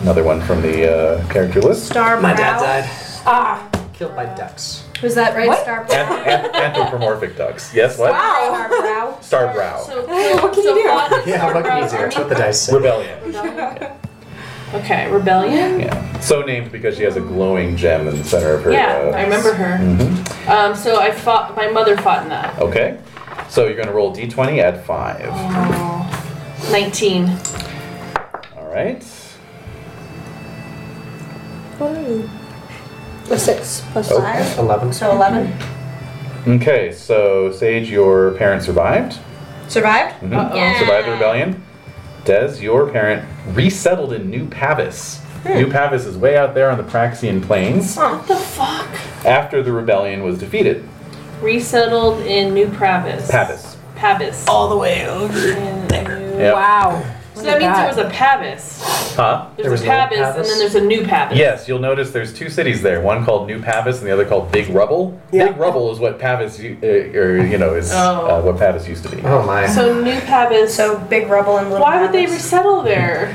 Speaker 1: another one from the uh, character list.
Speaker 2: (laughs)
Speaker 4: Star
Speaker 5: My
Speaker 4: Brow.
Speaker 5: dad
Speaker 6: Ah,
Speaker 5: died. Killed by ducks.
Speaker 4: Was that right? Star
Speaker 1: Anth-
Speaker 4: Brow.
Speaker 1: anth- anthropomorphic ducks. Yes, what?
Speaker 4: Star Brow.
Speaker 1: Starbrow.
Speaker 2: So,
Speaker 6: Hey, what can
Speaker 1: (laughs)
Speaker 2: so
Speaker 6: you do?
Speaker 2: what is
Speaker 5: Yeah, how
Speaker 2: Starbrow's
Speaker 5: fucking easier. That's what the dice say.
Speaker 1: Rebellion.
Speaker 5: (laughs)
Speaker 2: army? Okay, rebellion.
Speaker 1: Yeah. So named because she has a glowing gem in the center of her.
Speaker 2: Yeah,
Speaker 1: uh,
Speaker 2: I remember her.
Speaker 1: mhm.
Speaker 2: Um, so I fought. My mother fought in that.
Speaker 1: Okay. So you're gonna roll d20 at five.
Speaker 2: Oh, 19.
Speaker 1: All right.
Speaker 4: A six plus
Speaker 1: Oh.
Speaker 4: five.
Speaker 5: Eleven.
Speaker 4: So eleven.
Speaker 1: Okay. So Sage, your parents survived.
Speaker 4: Survived?
Speaker 1: Mhm.
Speaker 4: Uh-oh.
Speaker 1: Survived the
Speaker 4: Yeah.
Speaker 1: rebellion. Des, your parent resettled in New Pavis. New Pavis is way out there on the Praxian plains
Speaker 2: What the fuck?
Speaker 1: after the rebellion was defeated.
Speaker 2: Resettled in New Pavis.
Speaker 1: Pavis.
Speaker 2: Pavis.
Speaker 5: All the way over.
Speaker 2: In New-
Speaker 7: Oh,
Speaker 1: Yep.
Speaker 6: wow.
Speaker 2: So that means there was a Pavis.
Speaker 1: Huh?
Speaker 2: There's
Speaker 5: There was
Speaker 2: a
Speaker 5: an old
Speaker 2: Pavis, and
Speaker 5: Pavis?
Speaker 2: then there's a New Pavis.
Speaker 1: Yes, you'll notice there's two cities there. One called New Pavis and the other called Big Rubble.
Speaker 5: Yeah.
Speaker 1: Big Rubble is what Pavis, u- uh, or you know, is
Speaker 2: Oh.
Speaker 1: uh, what Pavis used to be.
Speaker 5: Oh my.
Speaker 2: So New Pavis.
Speaker 4: So big rubble and little.
Speaker 2: why would they
Speaker 4: rabbits.
Speaker 2: resettle
Speaker 5: (laughs)
Speaker 2: there?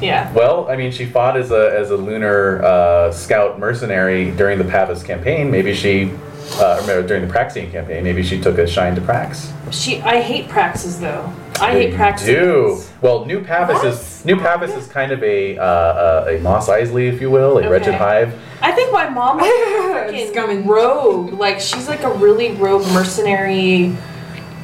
Speaker 2: yeah.
Speaker 1: Well, I mean, she fought as a as a lunar uh, scout mercenary during the Pavis campaign. Maybe she, uh, or during the Praxian campaign, maybe she took a shine to Prax.
Speaker 2: She. I hate Praxis though. I hate
Speaker 1: You
Speaker 2: Praxis.
Speaker 1: Do well. New Pavis is New Pavis is kind of a uh, uh, a Moss Isley, if you will, a wretched
Speaker 2: Okay.
Speaker 1: hive.
Speaker 2: I think my mom was a
Speaker 6: It's
Speaker 2: freaking
Speaker 6: coming.
Speaker 2: rogue. Like she's like a really rogue mercenary.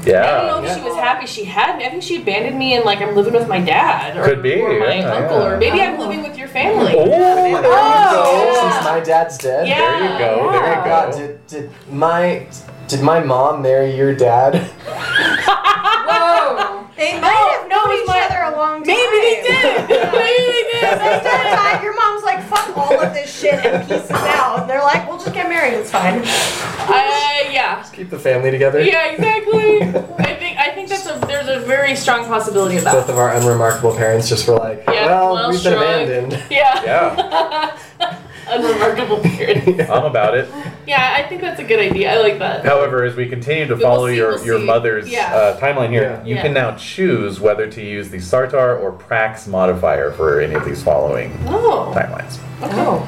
Speaker 2: I don't know
Speaker 1: Yeah,
Speaker 2: if she was happy she had me. I think she abandoned me and like I'm living with my dad or,
Speaker 1: Could be,
Speaker 2: or my
Speaker 1: yeah,
Speaker 2: uncle
Speaker 1: yeah.
Speaker 2: or maybe I'm living with your family. (laughs)
Speaker 1: Oh, there you go.
Speaker 5: Since my dad's dead.
Speaker 2: Yeah.
Speaker 1: There you
Speaker 5: Oh,
Speaker 1: go. There you
Speaker 5: God,
Speaker 1: go.
Speaker 5: did, did my did my mom marry your dad? (laughs)
Speaker 6: Whoa.
Speaker 4: They might have known each
Speaker 2: my-
Speaker 4: other a long time.
Speaker 2: Maybe they did. maybe they
Speaker 1: (laughs)
Speaker 2: did.
Speaker 4: Because that time, your mom's like, fuck all of this shit and pieces out. And they're like, we'll just get married, it's fine.
Speaker 2: I Uh, yeah.
Speaker 5: Keep the family together.
Speaker 2: Yeah, exactly. I think I think that's a there's a very strong possibility of
Speaker 5: Both
Speaker 2: that.
Speaker 5: of our unremarkable parents just were like,
Speaker 2: Yeah,
Speaker 5: well,
Speaker 2: well,
Speaker 5: we've
Speaker 2: shrug.
Speaker 5: been abandoned.
Speaker 2: Yeah.
Speaker 1: (laughs)
Speaker 2: (laughs)
Speaker 1: Yeah,
Speaker 2: Unremarkable period.
Speaker 1: I'm about it.
Speaker 2: Yeah, I think that's a good idea. I like
Speaker 1: (laughs)
Speaker 2: that.
Speaker 1: However, as we continue to
Speaker 2: We will
Speaker 1: follow
Speaker 2: see,
Speaker 1: your,
Speaker 2: we'll
Speaker 1: your
Speaker 2: see.
Speaker 1: mother's
Speaker 2: Yeah.
Speaker 1: uh, timeline here,
Speaker 5: Yeah.
Speaker 1: you
Speaker 2: Yeah.
Speaker 1: can now choose whether to use the Sartar or Prax modifier for any of these following
Speaker 2: Oh.
Speaker 1: timelines.
Speaker 6: Oh.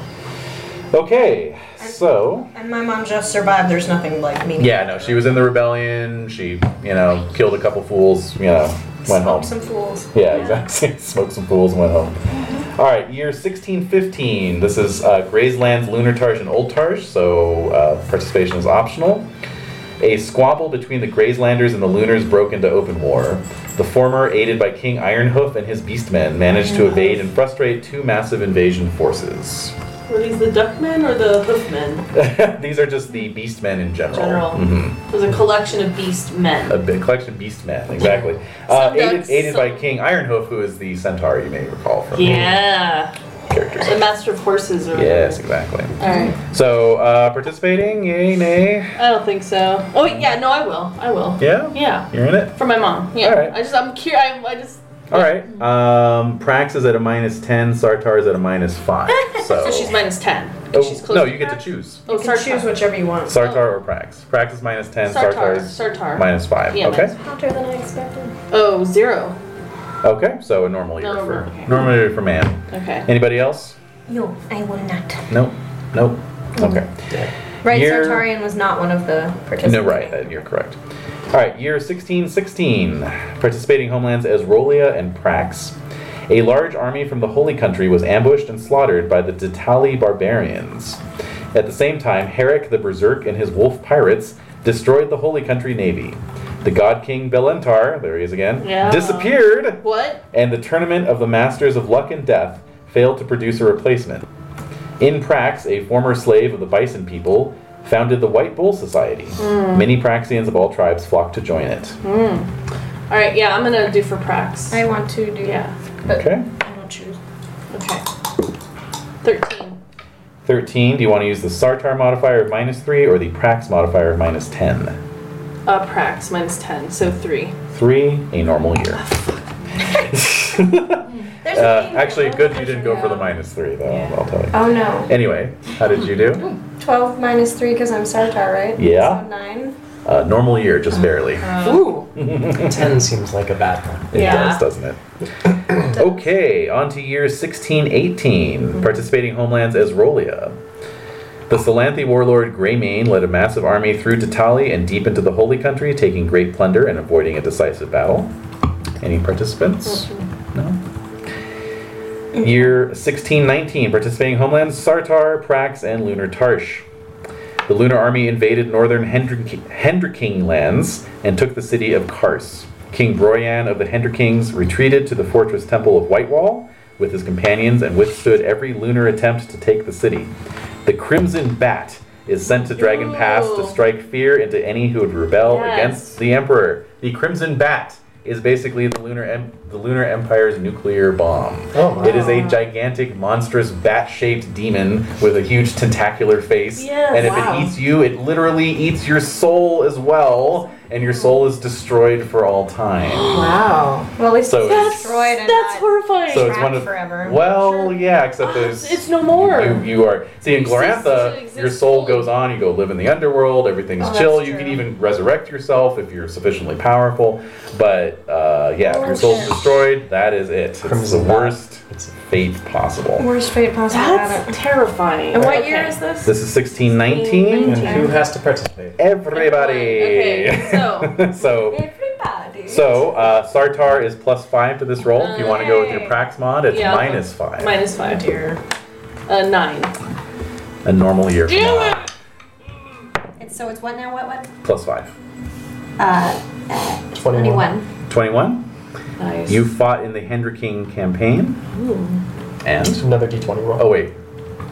Speaker 1: Okay, so
Speaker 4: And my mom just survived. There's nothing like me.
Speaker 1: yeah, no, she was in the rebellion. She, you know, killed a couple fools. You know, went home.
Speaker 4: Some fools.
Speaker 1: Yeah, exactly. (laughs) Smoked some fools and went home. All right, year 1615. This is uh, Graysland's Lunar Tarsh and Old Tarsh, so uh, participation is optional. A squabble between the Grayslanders and the Lunars broke into open war. The former, aided by King Ironhoof and his beastmen, managed to evade and frustrate two massive invasion forces. (laughs)
Speaker 2: Were these the duckmen or the hoofmen?
Speaker 1: These are just the beastmen in general.
Speaker 2: General.
Speaker 1: Mhm.
Speaker 2: There's a collection of beast
Speaker 1: A
Speaker 2: men.
Speaker 1: big collection of beastmen, exactly. Uh,
Speaker 2: Some
Speaker 1: aided
Speaker 2: ducks,
Speaker 1: aided by
Speaker 2: some-
Speaker 1: King Ironhoof, who is the centaur you may recall from
Speaker 2: Yeah.
Speaker 1: characters.
Speaker 2: The master of horses or
Speaker 1: Yes, exactly.
Speaker 2: Alright.
Speaker 1: So, uh, participating, yay, nay.
Speaker 2: I don't think so. Oh wait, yeah, no, I will. I will.
Speaker 1: Yeah?
Speaker 2: Yeah.
Speaker 1: You're in it?
Speaker 2: For my mom. Yeah.
Speaker 1: Alright.
Speaker 2: I just I'm curious I, I just
Speaker 1: Alright. Um, Prax is at a minus 10, Sartar is at a minus 5. So,
Speaker 2: (laughs) so she's minus ten.
Speaker 1: Oh,
Speaker 2: she's close
Speaker 1: no,
Speaker 2: to
Speaker 1: you get to
Speaker 2: Prax.
Speaker 1: choose.
Speaker 2: Oh,
Speaker 4: You can
Speaker 2: Sartar.
Speaker 4: choose whichever you want.
Speaker 1: Sartar or Prax? Prax is minus 10, Sartar,
Speaker 2: Sartar.
Speaker 1: is
Speaker 2: Sartar.
Speaker 1: minus 5.
Speaker 2: Yeah,
Speaker 1: okay?
Speaker 2: minus-
Speaker 4: Hotter than I expected.
Speaker 2: Oh, zero.
Speaker 1: Okay, so a normal year
Speaker 2: Normal,
Speaker 1: for
Speaker 2: okay.
Speaker 1: normal year for man.
Speaker 2: Okay.
Speaker 1: Anybody else?
Speaker 4: No, I will not.
Speaker 1: Nope. Nope. Okay.
Speaker 4: Right,
Speaker 1: You're-
Speaker 4: Sartarian was not one of the participants.
Speaker 1: No, right, uh, you're correct. All right, year 1616, participating homelands as Rolia and Prax. A large army from the Holy Country was ambushed and slaughtered by the Ditali barbarians. At the same time, Herrick the Berserk and his wolf pirates destroyed the Holy Country navy. The God King Belentar, there he is again,
Speaker 2: Yeah.
Speaker 1: disappeared,
Speaker 2: What?
Speaker 1: and the Tournament of the Masters of Luck and Death failed to produce a replacement. In Prax, a former slave of the Bison people, founded the White Bull Society. Many Praxians of all tribes flocked to join it.
Speaker 2: All right, yeah, I'm gonna do for prax.
Speaker 4: I want to do
Speaker 2: yeah.
Speaker 1: Okay.
Speaker 4: I don't choose.
Speaker 2: Okay. Thirteen.
Speaker 1: 13, do you want to use the Sartar modifier of minus 3 or the Prax modifier of minus 10?
Speaker 2: Uh, prax minus ten, so three.
Speaker 1: 3, a normal year.
Speaker 4: There's
Speaker 8: There's
Speaker 1: (laughs) Uh,
Speaker 8: a game
Speaker 1: actually,
Speaker 8: that-
Speaker 1: good you didn't go for the minus three, though, I'll tell you.
Speaker 4: Oh no.
Speaker 1: Anyway, how did you do?
Speaker 4: 12 minus 3 because I'm Sartar, right?
Speaker 1: Yeah.
Speaker 4: So 9.
Speaker 1: Uh, normal year, just barely.
Speaker 6: Ooh.
Speaker 5: (laughs) Ten seems like a bad one.
Speaker 1: It does,
Speaker 2: Yeah.
Speaker 1: doesn't it? okay, on to year 1618, participating homelands as Rolia. The Salanthi warlord Greymane led a massive army through to Tali and deep into the Holy Country, taking great plunder and avoiding a decisive battle. Any participants?
Speaker 2: Mm-hmm.
Speaker 1: No? Year 1619, participating homelands Sartar, Prax, and Lunar Tarsh. The Lunar Army invaded northern Hendrik- Hendriking lands and took the city of Kars. King Broyan of the Hendrikings retreated to the fortress temple of Whitewall with his companions and withstood every lunar attempt to take the city. The Crimson Bat is sent to Dragon Pass to
Speaker 2: Ooh.
Speaker 1: strike fear into any who would rebel
Speaker 2: Yes.
Speaker 1: against the Emperor. The Crimson Bat is basically the lunar em- the lunar empire's nuclear bomb.
Speaker 5: Oh, wow.
Speaker 1: It is a gigantic, monstrous, bat-shaped demon with a huge tentacular face.
Speaker 2: Yes.
Speaker 1: And if
Speaker 6: Wow.
Speaker 1: it eats you, it literally eats your soul as well, and your soul is destroyed for all time.
Speaker 6: (gasps) Wow.
Speaker 4: Well, at least
Speaker 1: So
Speaker 4: it's
Speaker 1: it's-
Speaker 4: destroyed
Speaker 2: That's
Speaker 4: and not-
Speaker 2: horrifying.
Speaker 1: so it's one
Speaker 4: trapped
Speaker 1: of
Speaker 4: forever.
Speaker 1: well, yeah, except there's
Speaker 2: Ah, it's no more.
Speaker 1: You, you are see in
Speaker 2: You cease to
Speaker 1: Glorantha,
Speaker 2: exist
Speaker 1: your soul
Speaker 2: fully.
Speaker 1: goes on. You go live in the underworld. Everything's
Speaker 4: Oh, that's
Speaker 1: chill. You
Speaker 4: true.
Speaker 1: can even resurrect yourself if you're sufficiently powerful. But uh, yeah,
Speaker 2: Oh,
Speaker 1: if your soul's
Speaker 4: shit.
Speaker 1: destroyed, that is it. It's the
Speaker 5: Crimson Bat.
Speaker 1: worst fate possible.
Speaker 4: Worst fate possible. got
Speaker 2: That's
Speaker 4: it.
Speaker 2: terrifying.
Speaker 4: And what
Speaker 2: Okay.
Speaker 4: year is this?
Speaker 1: This is 1619.
Speaker 5: And who has to participate?
Speaker 1: Everybody.
Speaker 2: Okay, so-
Speaker 1: (laughs) so
Speaker 4: Everybody.
Speaker 1: so uh, Sartar is plus five to this roll. If you want to go with your Prax mod, it's
Speaker 2: Yeah.
Speaker 1: minus five.
Speaker 2: Minus five here. Uh, nine.
Speaker 1: a normal year from
Speaker 2: Damn
Speaker 1: now.
Speaker 4: And so it's what now? What? What?
Speaker 1: Plus five.
Speaker 4: Uh, uh, 21.
Speaker 1: 21.
Speaker 2: Nice.
Speaker 1: You fought in the Hendriking campaign. And
Speaker 5: Another d20 roll.
Speaker 1: oh wait,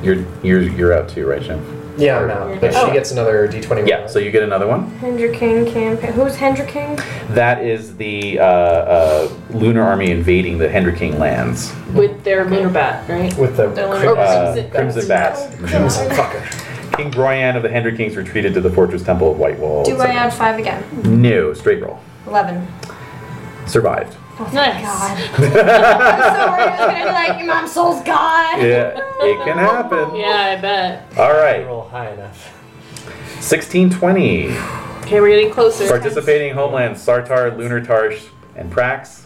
Speaker 1: you're you're you're out too, right, Jim?
Speaker 5: yeah, I'm out. But
Speaker 1: Oh.
Speaker 5: she gets another d20 roll.
Speaker 1: Yeah. So you get another one.
Speaker 4: Hendra King campaign. Who's Hendra King?
Speaker 1: That is the uh, uh, lunar army invading the Hendriking lands.
Speaker 2: With their lunar bat, right?
Speaker 5: with the
Speaker 2: Their
Speaker 5: crim-
Speaker 2: lunar
Speaker 1: Uh,
Speaker 2: bat.
Speaker 1: Crimson Bats.
Speaker 5: crimson fucker.
Speaker 1: King Broyan of the Hendrikings retreated to the fortress temple of Whitewall.
Speaker 4: Do I
Speaker 1: etc.
Speaker 4: add 5 again?
Speaker 1: No, straight roll.
Speaker 4: 11.
Speaker 1: Survived.
Speaker 4: (laughs)
Speaker 2: Nice.
Speaker 4: God. I'm so worried. I was going to be like, your mom's soul's gone.
Speaker 1: Yeah, it can happen.
Speaker 2: Yeah, I bet.
Speaker 1: All right,
Speaker 5: Roll high enough.
Speaker 1: 1620.
Speaker 2: Okay, we're getting closer.
Speaker 1: Participating homelands Sartar, Lunar Tarsh, and Prax.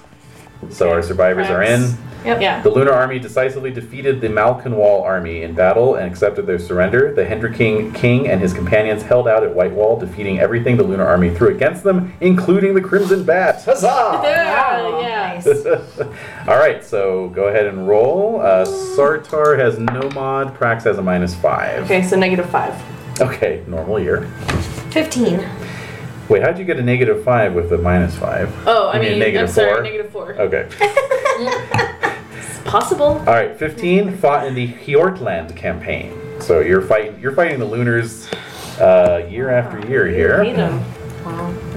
Speaker 1: So our survivors are in.
Speaker 4: Yep.
Speaker 2: Yeah.
Speaker 1: The Lunar Army decisively defeated the Malkinwall Army in battle and accepted their surrender. The Hendriking King and his companions held out at Whitewall, defeating everything the Lunar Army threw against them, including the Crimson Bat.
Speaker 5: Huzzah!
Speaker 2: Yeah, yeah.
Speaker 4: Nice.
Speaker 1: (laughs) All right, so go ahead and roll. Uh, Sartar has no mod. Prax has a minus five.
Speaker 2: Okay, so negative five.
Speaker 1: Okay, normal year.
Speaker 4: 15.
Speaker 1: Mm-hmm. Wait, how'd you get a negative five with a minus five?
Speaker 2: Oh, I
Speaker 1: You mean
Speaker 2: mean,
Speaker 1: negative
Speaker 2: I'm sorry,
Speaker 1: four? Uh,
Speaker 2: negative four.
Speaker 1: Okay.
Speaker 2: It's possible.
Speaker 1: All right, 15 fought in the Hjortland campaign. So you're fighting you're fighting the Lunars uh, year after year
Speaker 2: Need
Speaker 1: here.
Speaker 2: them.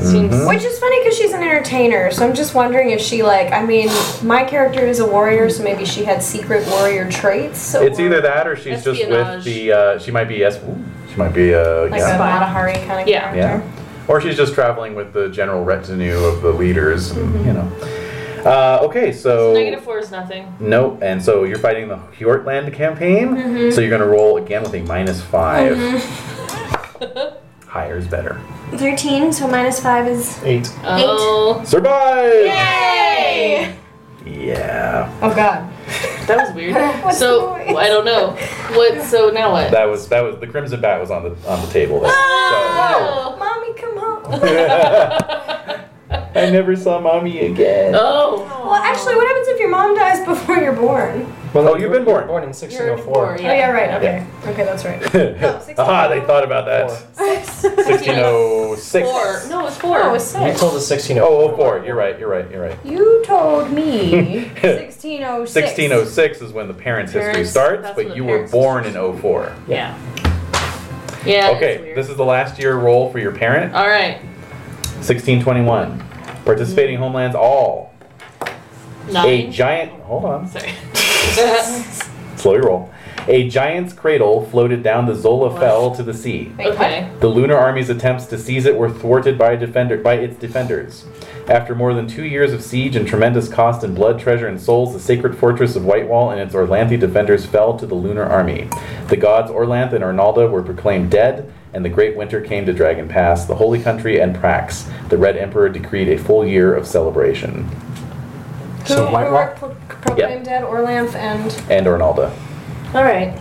Speaker 2: Seems.
Speaker 1: Mm-hmm.
Speaker 4: Which is funny because she's an entertainer, so I'm just wondering if she like. I mean, my character is a warrior, so maybe she had secret warrior traits. Or,
Speaker 1: It's either that or she's just with
Speaker 2: Espionage.
Speaker 1: the uh, she might be es- ooh, she might be uh,
Speaker 4: like
Speaker 1: yeah.
Speaker 4: a Matahari kind of
Speaker 2: Yeah.
Speaker 4: character.
Speaker 1: Yeah. Or she's just traveling with the general retinue of the leaders, and, you know. Uh, okay, so
Speaker 2: Mm-hmm. Negative four is nothing.
Speaker 1: Nope. And so you're fighting the Hjortland campaign.
Speaker 2: Mm-hmm.
Speaker 1: So you're going to roll again with a minus 5
Speaker 2: Mm-hmm.
Speaker 1: Higher is better.
Speaker 4: Thirteen, so minus five is.
Speaker 5: Eight.
Speaker 2: Oh, (laughs)
Speaker 1: Survive!
Speaker 4: Hey!
Speaker 1: Yeah.
Speaker 4: Oh God.
Speaker 2: that was weird.
Speaker 4: (laughs) What's
Speaker 2: so
Speaker 4: the noise?
Speaker 2: I don't know. What? So now what?
Speaker 1: That was that was the crimson bat was on the on the table. There. (laughs)
Speaker 2: (laughs) oh.
Speaker 4: Mommy, come home.
Speaker 1: So I never saw mommy again.
Speaker 2: oh.
Speaker 4: well, actually, what happens if your mom dies before you're born?
Speaker 5: Well,
Speaker 1: Oh, you've been born.
Speaker 5: Born in 1604.
Speaker 4: Oh yeah, right. Okay. Okay, that's
Speaker 1: (laughs)
Speaker 4: right.
Speaker 2: Oh,
Speaker 1: Aha! They thought about that. Sixteen oh six.
Speaker 2: Four. No, it's four.
Speaker 4: (laughs) Oh, it's
Speaker 5: You
Speaker 4: six.
Speaker 5: told us 1604.
Speaker 1: Oh, oh, four. You're right. You're right. You're right.
Speaker 4: You told me.
Speaker 1: (laughs)
Speaker 4: Sixteen oh six.
Speaker 1: 1606 is when the parents', history
Speaker 2: Parents,
Speaker 1: starts,
Speaker 2: that's
Speaker 1: but
Speaker 2: when
Speaker 1: you
Speaker 2: the
Speaker 1: were
Speaker 2: parents-
Speaker 1: born in 04.
Speaker 2: yeah. Yeah. it's
Speaker 1: Okay,
Speaker 2: weird.
Speaker 1: this is the last year roll for your parent.
Speaker 2: All right.
Speaker 1: 1621. Participating homelands all.
Speaker 2: Mm-hmm. Nine.
Speaker 1: A giant. Hold on.
Speaker 2: (laughs) Sorry.
Speaker 1: Slow your roll. A giant's cradle floated down the Zola Fell to the sea.
Speaker 2: Okay.
Speaker 1: The lunar army's attempts to seize it were thwarted by, defender, by its defenders. After more than two years of siege and tremendous cost in blood, treasure, and souls, the sacred fortress of Whitewall and its Orlanthe defenders fell to the lunar army. The gods Orlanth and Ornalda were proclaimed dead, and the great winter came to Dragon Pass, the holy country, and Prax. The Red Emperor decreed a full year of celebration.
Speaker 4: Who
Speaker 5: So White
Speaker 4: who
Speaker 5: Rock.
Speaker 4: were pro- proclaimed dead? Orlanth and
Speaker 1: And Ornalda.
Speaker 2: All right.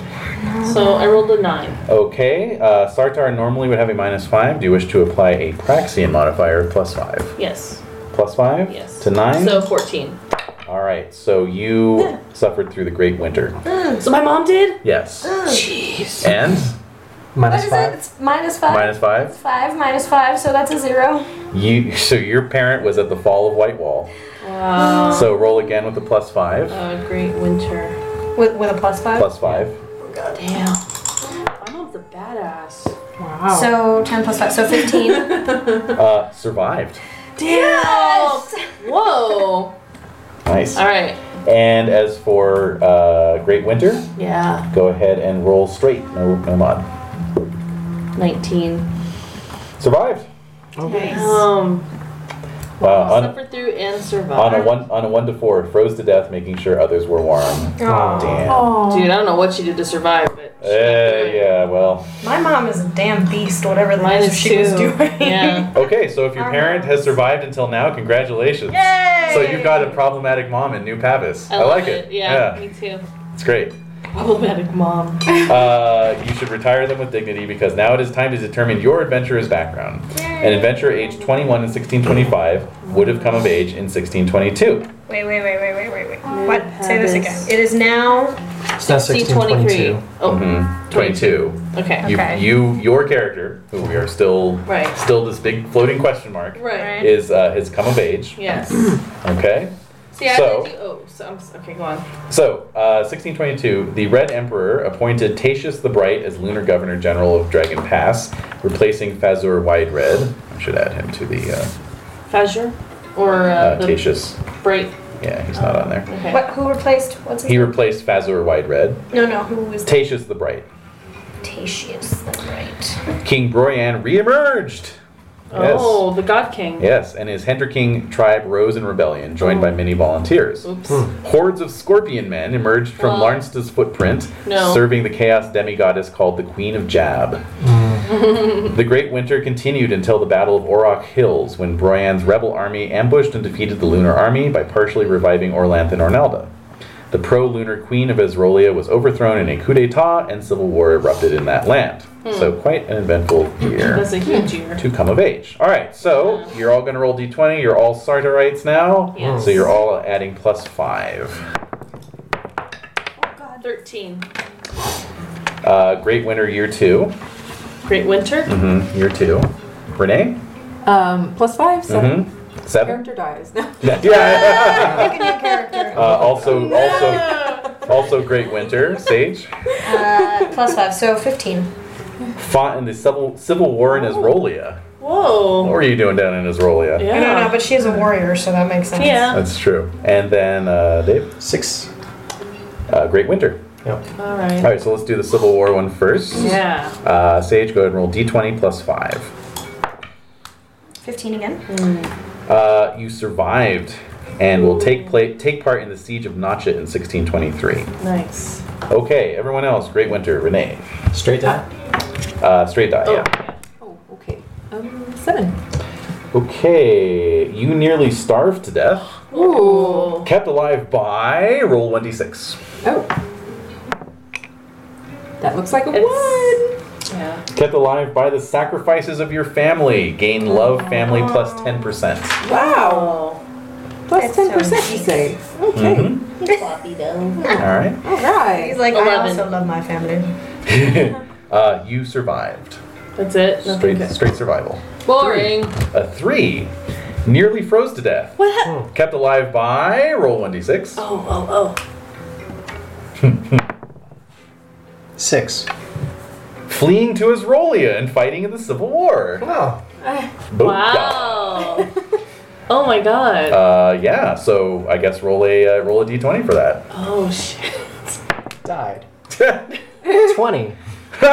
Speaker 2: So I rolled a nine.
Speaker 1: Okay, uh, Sartar normally would have a minus five. Do you wish to apply a Praxian modifier of plus five?
Speaker 2: Yes.
Speaker 1: Plus five?
Speaker 2: Yes.
Speaker 1: To nine?
Speaker 2: So fourteen.
Speaker 1: All right, so you suffered through the Great Winter.
Speaker 2: So my mom did.
Speaker 1: Yes.
Speaker 2: Jeez.
Speaker 1: And
Speaker 4: what
Speaker 5: Minus
Speaker 4: is it?
Speaker 5: five.
Speaker 4: It's minus five.
Speaker 1: minus five.
Speaker 4: Five minus five, so that's a zero.
Speaker 1: You so your parent was at the fall of Whitewall.
Speaker 2: Wow.
Speaker 1: So roll again with the plus five.
Speaker 2: A great winter.
Speaker 4: With with a plus five.
Speaker 1: Plus five.
Speaker 2: Damn. My mom's a badass.
Speaker 6: Wow.
Speaker 4: So ten plus five, so (laughs) fifteen.
Speaker 1: Uh, survived.
Speaker 2: Damn. Whoa.
Speaker 1: Nice.
Speaker 2: All right.
Speaker 1: And as for uh, Great Winter,
Speaker 2: Yeah.
Speaker 1: go ahead and roll straight. No, no mod.
Speaker 2: Nineteen.
Speaker 1: Survived.
Speaker 2: Um.
Speaker 1: Wow. Uh, On,
Speaker 2: suffered through and
Speaker 1: on a
Speaker 2: survived.
Speaker 1: one on a one to four, froze to death, making sure others were warm. Damn. Uh,
Speaker 6: Oh.
Speaker 2: Dude, I don't know what she did to survive, but she
Speaker 1: Eh,
Speaker 2: did.
Speaker 1: yeah. Well.
Speaker 4: My mom is a damn beast, whatever the
Speaker 2: Minus
Speaker 4: hell she was
Speaker 2: two.
Speaker 4: doing. (laughs)
Speaker 2: (laughs) Yeah.
Speaker 1: Okay, so if your parent has survived until now, congratulations. So you've got a problematic mom in New Pavis. I,
Speaker 2: love
Speaker 1: like it.
Speaker 2: Yeah, Me too.
Speaker 1: it's great.
Speaker 2: Problematic mom.
Speaker 1: Uh, you should retire them with dignity because now it is time to determine your adventurer's background. An adventurer aged 21 in 1625 would have come of age in 1622.
Speaker 4: Wait, wait, wait, wait, wait, wait, wait.
Speaker 2: Mood
Speaker 4: What? Say this again.
Speaker 2: habits.
Speaker 4: It is now
Speaker 5: It's now 16,
Speaker 2: 23.
Speaker 5: 22.
Speaker 2: Oh,
Speaker 1: Mm-hmm. 22.
Speaker 2: okay.
Speaker 1: You,
Speaker 4: Okay.
Speaker 1: you, your character, who we are still,
Speaker 2: Right.
Speaker 1: still this big floating question mark,
Speaker 2: Right.
Speaker 1: is uh, has come of age.
Speaker 2: (clears throat) Yes.
Speaker 1: Okay.
Speaker 2: See, I
Speaker 1: So-
Speaker 2: did do. Oh, so I'm, s- okay, go on.
Speaker 1: So, uh, 1622, the Red Emperor appointed Tatius the Bright as Lunar Governor General of Dragon Pass, replacing Fazur Wide Red. I should add him to the uh,
Speaker 2: Fazure? Or uh,
Speaker 1: uh,
Speaker 2: the
Speaker 1: Tatius.
Speaker 2: break?
Speaker 1: Yeah, he's not on there.
Speaker 2: Okay.
Speaker 4: what? Who replaced? What's his
Speaker 1: He
Speaker 4: name?
Speaker 1: replaced Fazur Wide Red.
Speaker 4: No, no. Who was
Speaker 1: Tatius the Bright.
Speaker 4: Tatius? That's right.
Speaker 1: King Broyan reemerged. Yes.
Speaker 2: Oh, the God King.
Speaker 1: Yes, and his Hendriking tribe rose in rebellion, joined
Speaker 2: Oh.
Speaker 1: by many volunteers.
Speaker 2: Oops.
Speaker 1: Hordes of scorpion men emerged from
Speaker 2: Well-
Speaker 1: Larnsta's footprint,
Speaker 2: No.
Speaker 1: serving the chaos demigoddess called the Queen of Jab.
Speaker 2: Mm.
Speaker 1: the Great Winter continued until the Battle of Orok Hills, when Broyan's rebel army ambushed and defeated the Lunar Army by partially reviving Orlanth and Ornalda. The pro lunar queen of Azrolia was overthrown in a coup d'etat, and civil war erupted in that land. So, quite an eventful year
Speaker 2: Hmm. That's a huge year.
Speaker 1: to come of age. All right, so you're all going to roll d20. You're all Sartorites now,
Speaker 2: Yes.
Speaker 1: so you're all adding plus five.
Speaker 2: 13.
Speaker 1: Uh, great winner year 2
Speaker 2: Great Winter?
Speaker 1: Mm-hmm. Year two. Renee.
Speaker 6: Um, plus five, 7
Speaker 1: Mm-hmm. Seven.
Speaker 6: Character dies.
Speaker 7: (laughs)
Speaker 1: (laughs) Yeah. yeah.
Speaker 4: Look at your
Speaker 1: uh,
Speaker 4: character.
Speaker 1: also, also, also great winter. Sage.
Speaker 4: Uh, plus five, so fifteen.
Speaker 1: Fought in the civil civil war in Isrolia. What
Speaker 2: Whoa.
Speaker 1: were you doing down in Isrolia?
Speaker 4: No, no, no.
Speaker 2: Yeah.
Speaker 4: But she is a warrior, so that makes sense.
Speaker 2: Yeah.
Speaker 1: That's true. And then uh, Dave.
Speaker 5: Six.
Speaker 1: Uh, great winter.
Speaker 5: Yep.
Speaker 2: All
Speaker 1: All
Speaker 2: right.
Speaker 1: right, so let's do the civil war one first.
Speaker 2: Yeah.
Speaker 1: Uh, Sage, go ahead and roll d20 plus five.
Speaker 4: Fifteen again. (laughs)
Speaker 1: Uh, you survived and will take pla- take part in the siege of Notchet in 1623.
Speaker 2: Nice.
Speaker 1: Okay, everyone else, Great Winter, Renee.
Speaker 5: Straight down.
Speaker 1: Uh, straight die,
Speaker 2: Oh,
Speaker 1: yeah.
Speaker 2: yeah.
Speaker 6: oh, okay. Um, seven.
Speaker 2: Oh.
Speaker 1: Okay, you nearly starved to death.
Speaker 2: Ooh.
Speaker 1: Kept alive by roll 1d6.
Speaker 6: Oh. That looks like a
Speaker 2: It's-
Speaker 6: one.
Speaker 2: Yeah.
Speaker 1: Kept alive by the sacrifices of your family. Gain love, family plus
Speaker 2: Oh.
Speaker 1: 10%.
Speaker 6: Wow. Plus
Speaker 4: It's
Speaker 6: ten
Speaker 4: so
Speaker 6: percent, you
Speaker 4: neat.
Speaker 6: say.
Speaker 2: Hmm.
Speaker 6: Okay.
Speaker 1: Mm-hmm. All right.
Speaker 6: All right.
Speaker 4: He's like, I
Speaker 2: Eleven.
Speaker 4: also love my family.
Speaker 1: (laughs) uh, you survived.
Speaker 2: That's it. Nothing
Speaker 1: Straight,
Speaker 2: good.
Speaker 1: straight survival.
Speaker 2: Boring.
Speaker 1: A three. Nearly froze to death. Hmm.
Speaker 2: What happened?
Speaker 1: Kept alive by roll 1d6.
Speaker 2: Oh, oh, oh.
Speaker 5: Six.
Speaker 1: fleeing to Isrolia and fighting in the Civil War.
Speaker 5: Oh.
Speaker 1: Boom.
Speaker 2: Wow. (laughs) oh my god.
Speaker 1: Uh,
Speaker 2: (laughs)
Speaker 1: yeah. So I guess roll a uh, roll a d20 for that.
Speaker 2: oh shit.
Speaker 5: (laughs) Died. Twenty.
Speaker 2: No.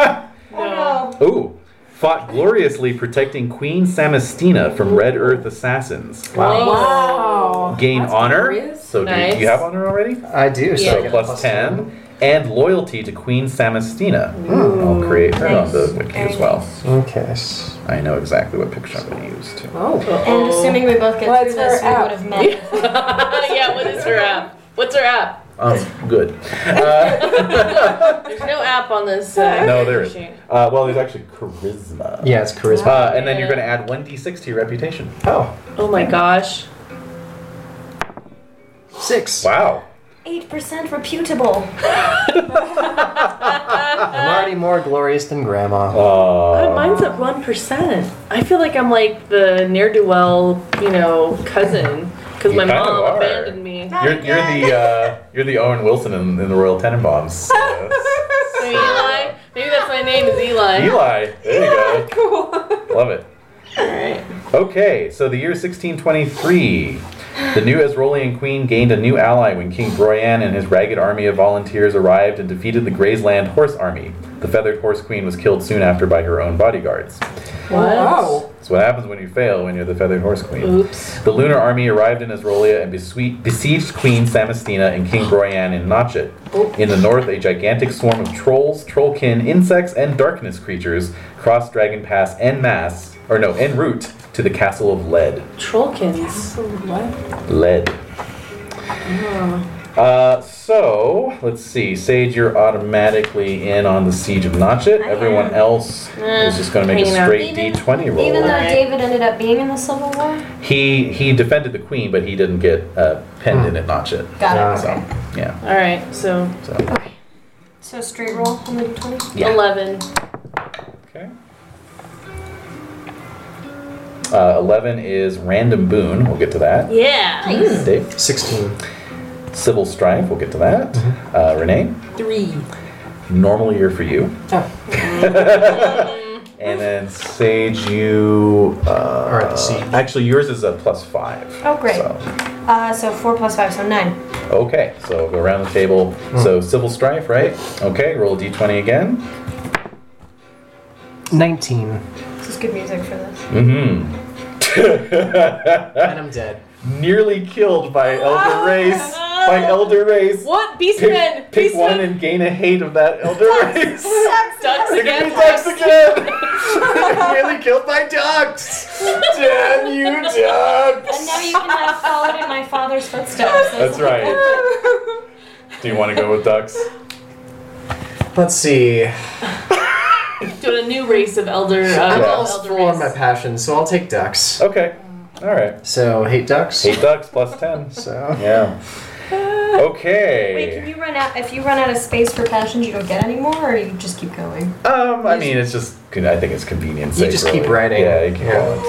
Speaker 1: Ooh. Fought gloriously protecting Queen Samastina from Red Earth assassins.
Speaker 5: Wow.
Speaker 7: Wow.
Speaker 1: Gain
Speaker 7: That's
Speaker 1: honor.
Speaker 7: glorious.
Speaker 1: So do, do
Speaker 2: Nice.
Speaker 1: you have honor already?
Speaker 5: I do. So I
Speaker 1: So
Speaker 5: get a
Speaker 1: plus ten. And loyalty to Queen Samastina. I'll create that on the wiki as well.
Speaker 5: Okay. s-
Speaker 1: I know exactly what picture I'm going to use too.
Speaker 7: Oh.
Speaker 4: And assuming we both get
Speaker 7: What's
Speaker 4: through this, we
Speaker 7: her app?
Speaker 4: would have met. (laughs)
Speaker 2: yeah, what is her app? What's her app?
Speaker 1: Um, good.
Speaker 2: There's no app on this. Uh,
Speaker 1: No, there is.
Speaker 2: machine.
Speaker 1: Uh, well, there's actually charisma.
Speaker 5: Yeah, it's charisma.
Speaker 1: Uh, and then you're going to add 1d6 to your reputation.
Speaker 5: Oh,
Speaker 2: Oh my gosh.
Speaker 5: Oh, six.
Speaker 1: Wow.
Speaker 4: 8% reputable.
Speaker 5: I'm already more glorious than Grandma.
Speaker 2: Uh,
Speaker 1: Uh,
Speaker 2: mine's at one percent. I feel like I'm like the ne'er do well, you know, cousin because
Speaker 1: You
Speaker 2: my
Speaker 1: kinda
Speaker 2: mom
Speaker 1: are.
Speaker 2: abandoned me.
Speaker 1: You're, you're the uh, you're the Owen Wilson in, in the Royal Tenenbaums. Uh,
Speaker 2: So Eli, maybe that's my name is Eli.
Speaker 1: Eli, there you
Speaker 7: Cool.
Speaker 1: go. Love it. Okay, so the year 1623, the new Esrolian queen gained a new ally when King Broyan and his ragged army of volunteers arrived and defeated the Graysland horse army. The feathered horse queen was killed soon after by her own bodyguards.
Speaker 7: (laughs) Wow.
Speaker 1: That's what happens when you fail when you're the feathered horse queen.
Speaker 2: Oops.
Speaker 1: The Lunar Army arrived in Israelia and beswe- besieged Queen Samastina and King Broyan in Notchet. In the north, a gigantic swarm of trolls, trollkin, insects, and darkness creatures crossed Dragon Pass en masse, or no, en route to the Castle of Lead.
Speaker 2: Trollkins.
Speaker 7: What?
Speaker 1: Lead.
Speaker 2: Hmm.
Speaker 1: Uh, so, let's see. Sage, you're automatically in on the Siege of Notchet. Everyone else
Speaker 2: Eh,
Speaker 1: is just going to make a
Speaker 2: hanging out.
Speaker 1: straight
Speaker 4: Even-
Speaker 1: d20 roll.
Speaker 4: Even though
Speaker 2: Alright.
Speaker 4: David ended up being in the Civil War?
Speaker 1: He he defended the queen, but he didn't get uh, pinned in at Notchet.
Speaker 4: Oh. Got it.
Speaker 1: So,
Speaker 4: Okay.
Speaker 1: yeah.
Speaker 2: All right, so
Speaker 1: So,
Speaker 4: So straight roll on the 20?
Speaker 1: yeah.
Speaker 2: eleven.
Speaker 1: Okay. Uh, 11 is Random Boon. We'll get to that.
Speaker 2: Yeah.
Speaker 1: Dave.
Speaker 5: Sixteen.
Speaker 1: Civil Strife. We'll get to that.
Speaker 5: Mm-hmm.
Speaker 1: Uh, Renee.
Speaker 7: Three.
Speaker 1: Normal year for you.
Speaker 7: Oh.
Speaker 1: And then Sage, you. Uh,
Speaker 5: All right, the siege.
Speaker 1: Actually, yours is a plus five.
Speaker 4: Oh, great.
Speaker 1: So,
Speaker 4: Uh, so 4 plus 5, so 9.
Speaker 1: okay, so go around the table.
Speaker 5: Hmm.
Speaker 1: So Civil Strife, right? Okay, roll a d20 again.
Speaker 5: Nineteen.
Speaker 4: This is good music
Speaker 1: (laughs)
Speaker 4: for this.
Speaker 1: Mm-hmm.
Speaker 5: And I'm (laughs) dead.
Speaker 1: Nearly killed by Elder Race. By Elder Race.
Speaker 2: What
Speaker 1: Pick,
Speaker 2: beastman?
Speaker 1: pick one
Speaker 2: Beastman
Speaker 1: and gain a hate of that elder race.
Speaker 4: (laughs)
Speaker 2: ducks
Speaker 1: You're gonna
Speaker 2: again.
Speaker 1: be ducks again. Nearly killed by ducks. Damn you, ducks.
Speaker 4: And now you cannot follow in my father's footsteps.
Speaker 1: That's right. Do you want to go with ducks?
Speaker 5: Let's see.
Speaker 2: Doing a new race of elder. Uh,
Speaker 5: I'm
Speaker 1: Yeah.
Speaker 5: almost
Speaker 2: elder
Speaker 5: full on my
Speaker 2: race.
Speaker 5: passion, so I'll take ducks.
Speaker 1: Okay. All right.
Speaker 5: So hate ducks.
Speaker 1: Eight ducks plus ten.
Speaker 5: So
Speaker 1: Yeah.
Speaker 4: Wait, can
Speaker 1: Okay.
Speaker 4: you run out? If you run out of space for passions, you don't get any more, or you just keep going?
Speaker 1: Um, I mean, it's just. I think it's convenience.
Speaker 5: You
Speaker 1: sake,
Speaker 5: just keep
Speaker 1: really.
Speaker 5: writing.
Speaker 1: Yeah, you keep
Speaker 5: Yeah.
Speaker 1: rolling.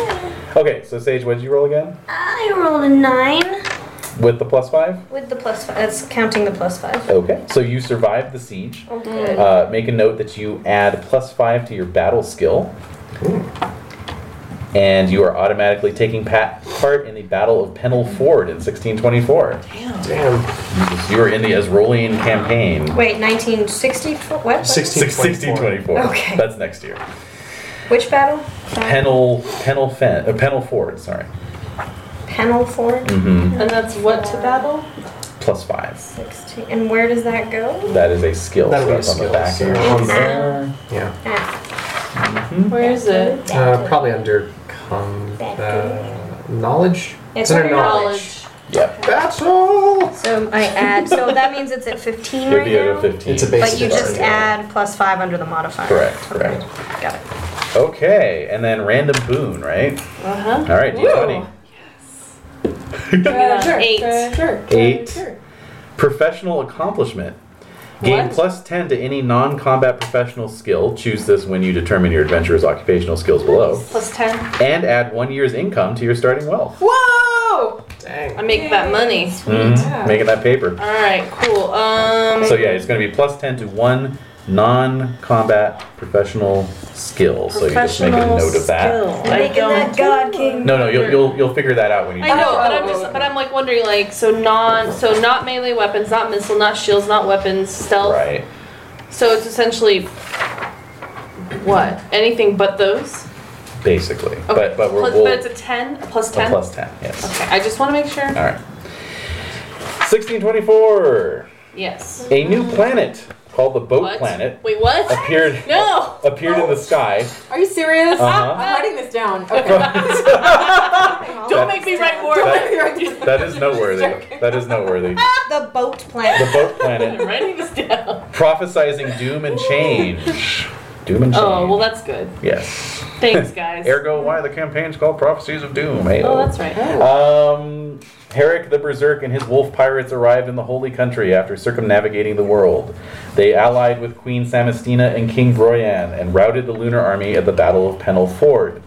Speaker 1: Okay, so Sage, what did you roll again?
Speaker 4: I rolled a 9
Speaker 1: With the plus five.
Speaker 4: with the plus 5. That's counting the plus 5.
Speaker 1: Okay, so you survived the siege.
Speaker 4: Oh, good.
Speaker 1: Uh, make a note that you add plus five to your battle skill. And you are automatically taking pat- part in the Battle of Pennell Ford in 1624.
Speaker 5: damn.
Speaker 1: You are in the Esrolian campaign.
Speaker 4: Wait, 1960? What? what?
Speaker 5: Sixteen.
Speaker 1: 1624.
Speaker 4: Okay.
Speaker 1: That's next year.
Speaker 4: Which battle? Sorry.
Speaker 1: Pennell, Pennell, Fen- uh, Pennell Ford, sorry.
Speaker 4: Panel 4?
Speaker 5: Mm-hmm.
Speaker 2: And that's what to battle?
Speaker 1: Plus five.
Speaker 4: 16. And where does that go?
Speaker 1: That is a skill.
Speaker 5: That'll
Speaker 1: so
Speaker 5: be a
Speaker 1: that's on the
Speaker 5: skill,
Speaker 1: back
Speaker 5: so-
Speaker 1: end.
Speaker 5: On
Speaker 4: there.
Speaker 5: Yeah.
Speaker 4: Ah,
Speaker 2: Where is it?
Speaker 5: Uh, probably under com- uh, knowledge.
Speaker 4: It's
Speaker 5: under
Speaker 4: under
Speaker 5: knowledge.
Speaker 1: Yep.
Speaker 5: That's all.
Speaker 4: So I add, so that means it's at 15
Speaker 1: Should
Speaker 4: right
Speaker 1: be at a
Speaker 4: now?
Speaker 1: 15.
Speaker 5: It's a base
Speaker 4: But you
Speaker 5: Basically.
Speaker 4: just add plus 5 under the modifier.
Speaker 1: Correct, correct.
Speaker 4: Got it.
Speaker 1: Okay, and then random boon, right?
Speaker 2: Uh huh.
Speaker 1: All right, d20.
Speaker 7: Uh, sure.
Speaker 2: Eight.
Speaker 7: Uh, sure.
Speaker 1: Eight.
Speaker 7: Uh, sure.
Speaker 1: Professional accomplishment. Gain
Speaker 2: What?
Speaker 1: plus 10 to any non combat professional skill. Choose this when you determine your adventurer's occupational skills below.
Speaker 2: Plus ten.
Speaker 1: And add one year's income to your starting wealth.
Speaker 7: Whoa!
Speaker 2: I
Speaker 5: Dang.
Speaker 2: make that money.
Speaker 1: Mhm,
Speaker 7: Yeah.
Speaker 1: Making that paper.
Speaker 2: All right. Cool. Um.
Speaker 1: So, yeah, it's going to be plus 10 to one non combat professional skill. So, you just make a
Speaker 2: professional
Speaker 1: note of that.
Speaker 2: skill. I
Speaker 4: Making
Speaker 2: don't.
Speaker 4: that God King.
Speaker 1: No, no, you'll, you'll, you'll figure that out when you
Speaker 2: I know, but
Speaker 7: Oh,
Speaker 2: I'm
Speaker 7: oh,
Speaker 2: just,
Speaker 7: okay.
Speaker 2: but I'm like wondering, like, so non, so not melee weapons, not missile, not shields, not weapons, stealth.
Speaker 1: Right.
Speaker 2: So it's essentially what? Anything but those?
Speaker 1: basically.
Speaker 2: Okay.
Speaker 1: But but we're
Speaker 2: plus,
Speaker 1: we'll,
Speaker 2: but it's a 10, a plus 10?
Speaker 1: a plus ten. Yes.
Speaker 2: Okay, I just want to make sure.
Speaker 1: All right. 1624.
Speaker 2: Yes.
Speaker 1: A new planet called the Boat
Speaker 2: What?
Speaker 1: Planet
Speaker 2: Wait, what? (laughs)
Speaker 1: appeared
Speaker 2: No!
Speaker 1: appeared in the sky.
Speaker 2: (laughs)
Speaker 7: Are you serious?
Speaker 1: Uh-huh.
Speaker 7: I'm writing
Speaker 4: (laughs)
Speaker 7: this down. Okay. (laughs)
Speaker 2: Don't make me write (laughs) more.
Speaker 1: That- that is noteworthy. That is noteworthy.
Speaker 4: The boat plant.
Speaker 1: The Boat Planet
Speaker 2: writing this
Speaker 1: (laughs)
Speaker 2: down.
Speaker 1: prophesizing doom and change. Doom and change.
Speaker 2: Oh, well, that's good.
Speaker 1: yes. (laughs)
Speaker 2: Thanks, guys.
Speaker 1: Ergo, why the campaign's called Prophecies of Doom. Hey,
Speaker 2: oh, that's right.
Speaker 1: Um, Herrick the Berserk and his wolf pirates arrived in the Holy Country after circumnavigating the world. They allied with Queen Samestina and King Broyan and routed the lunar army at the Battle of Pennell Ford.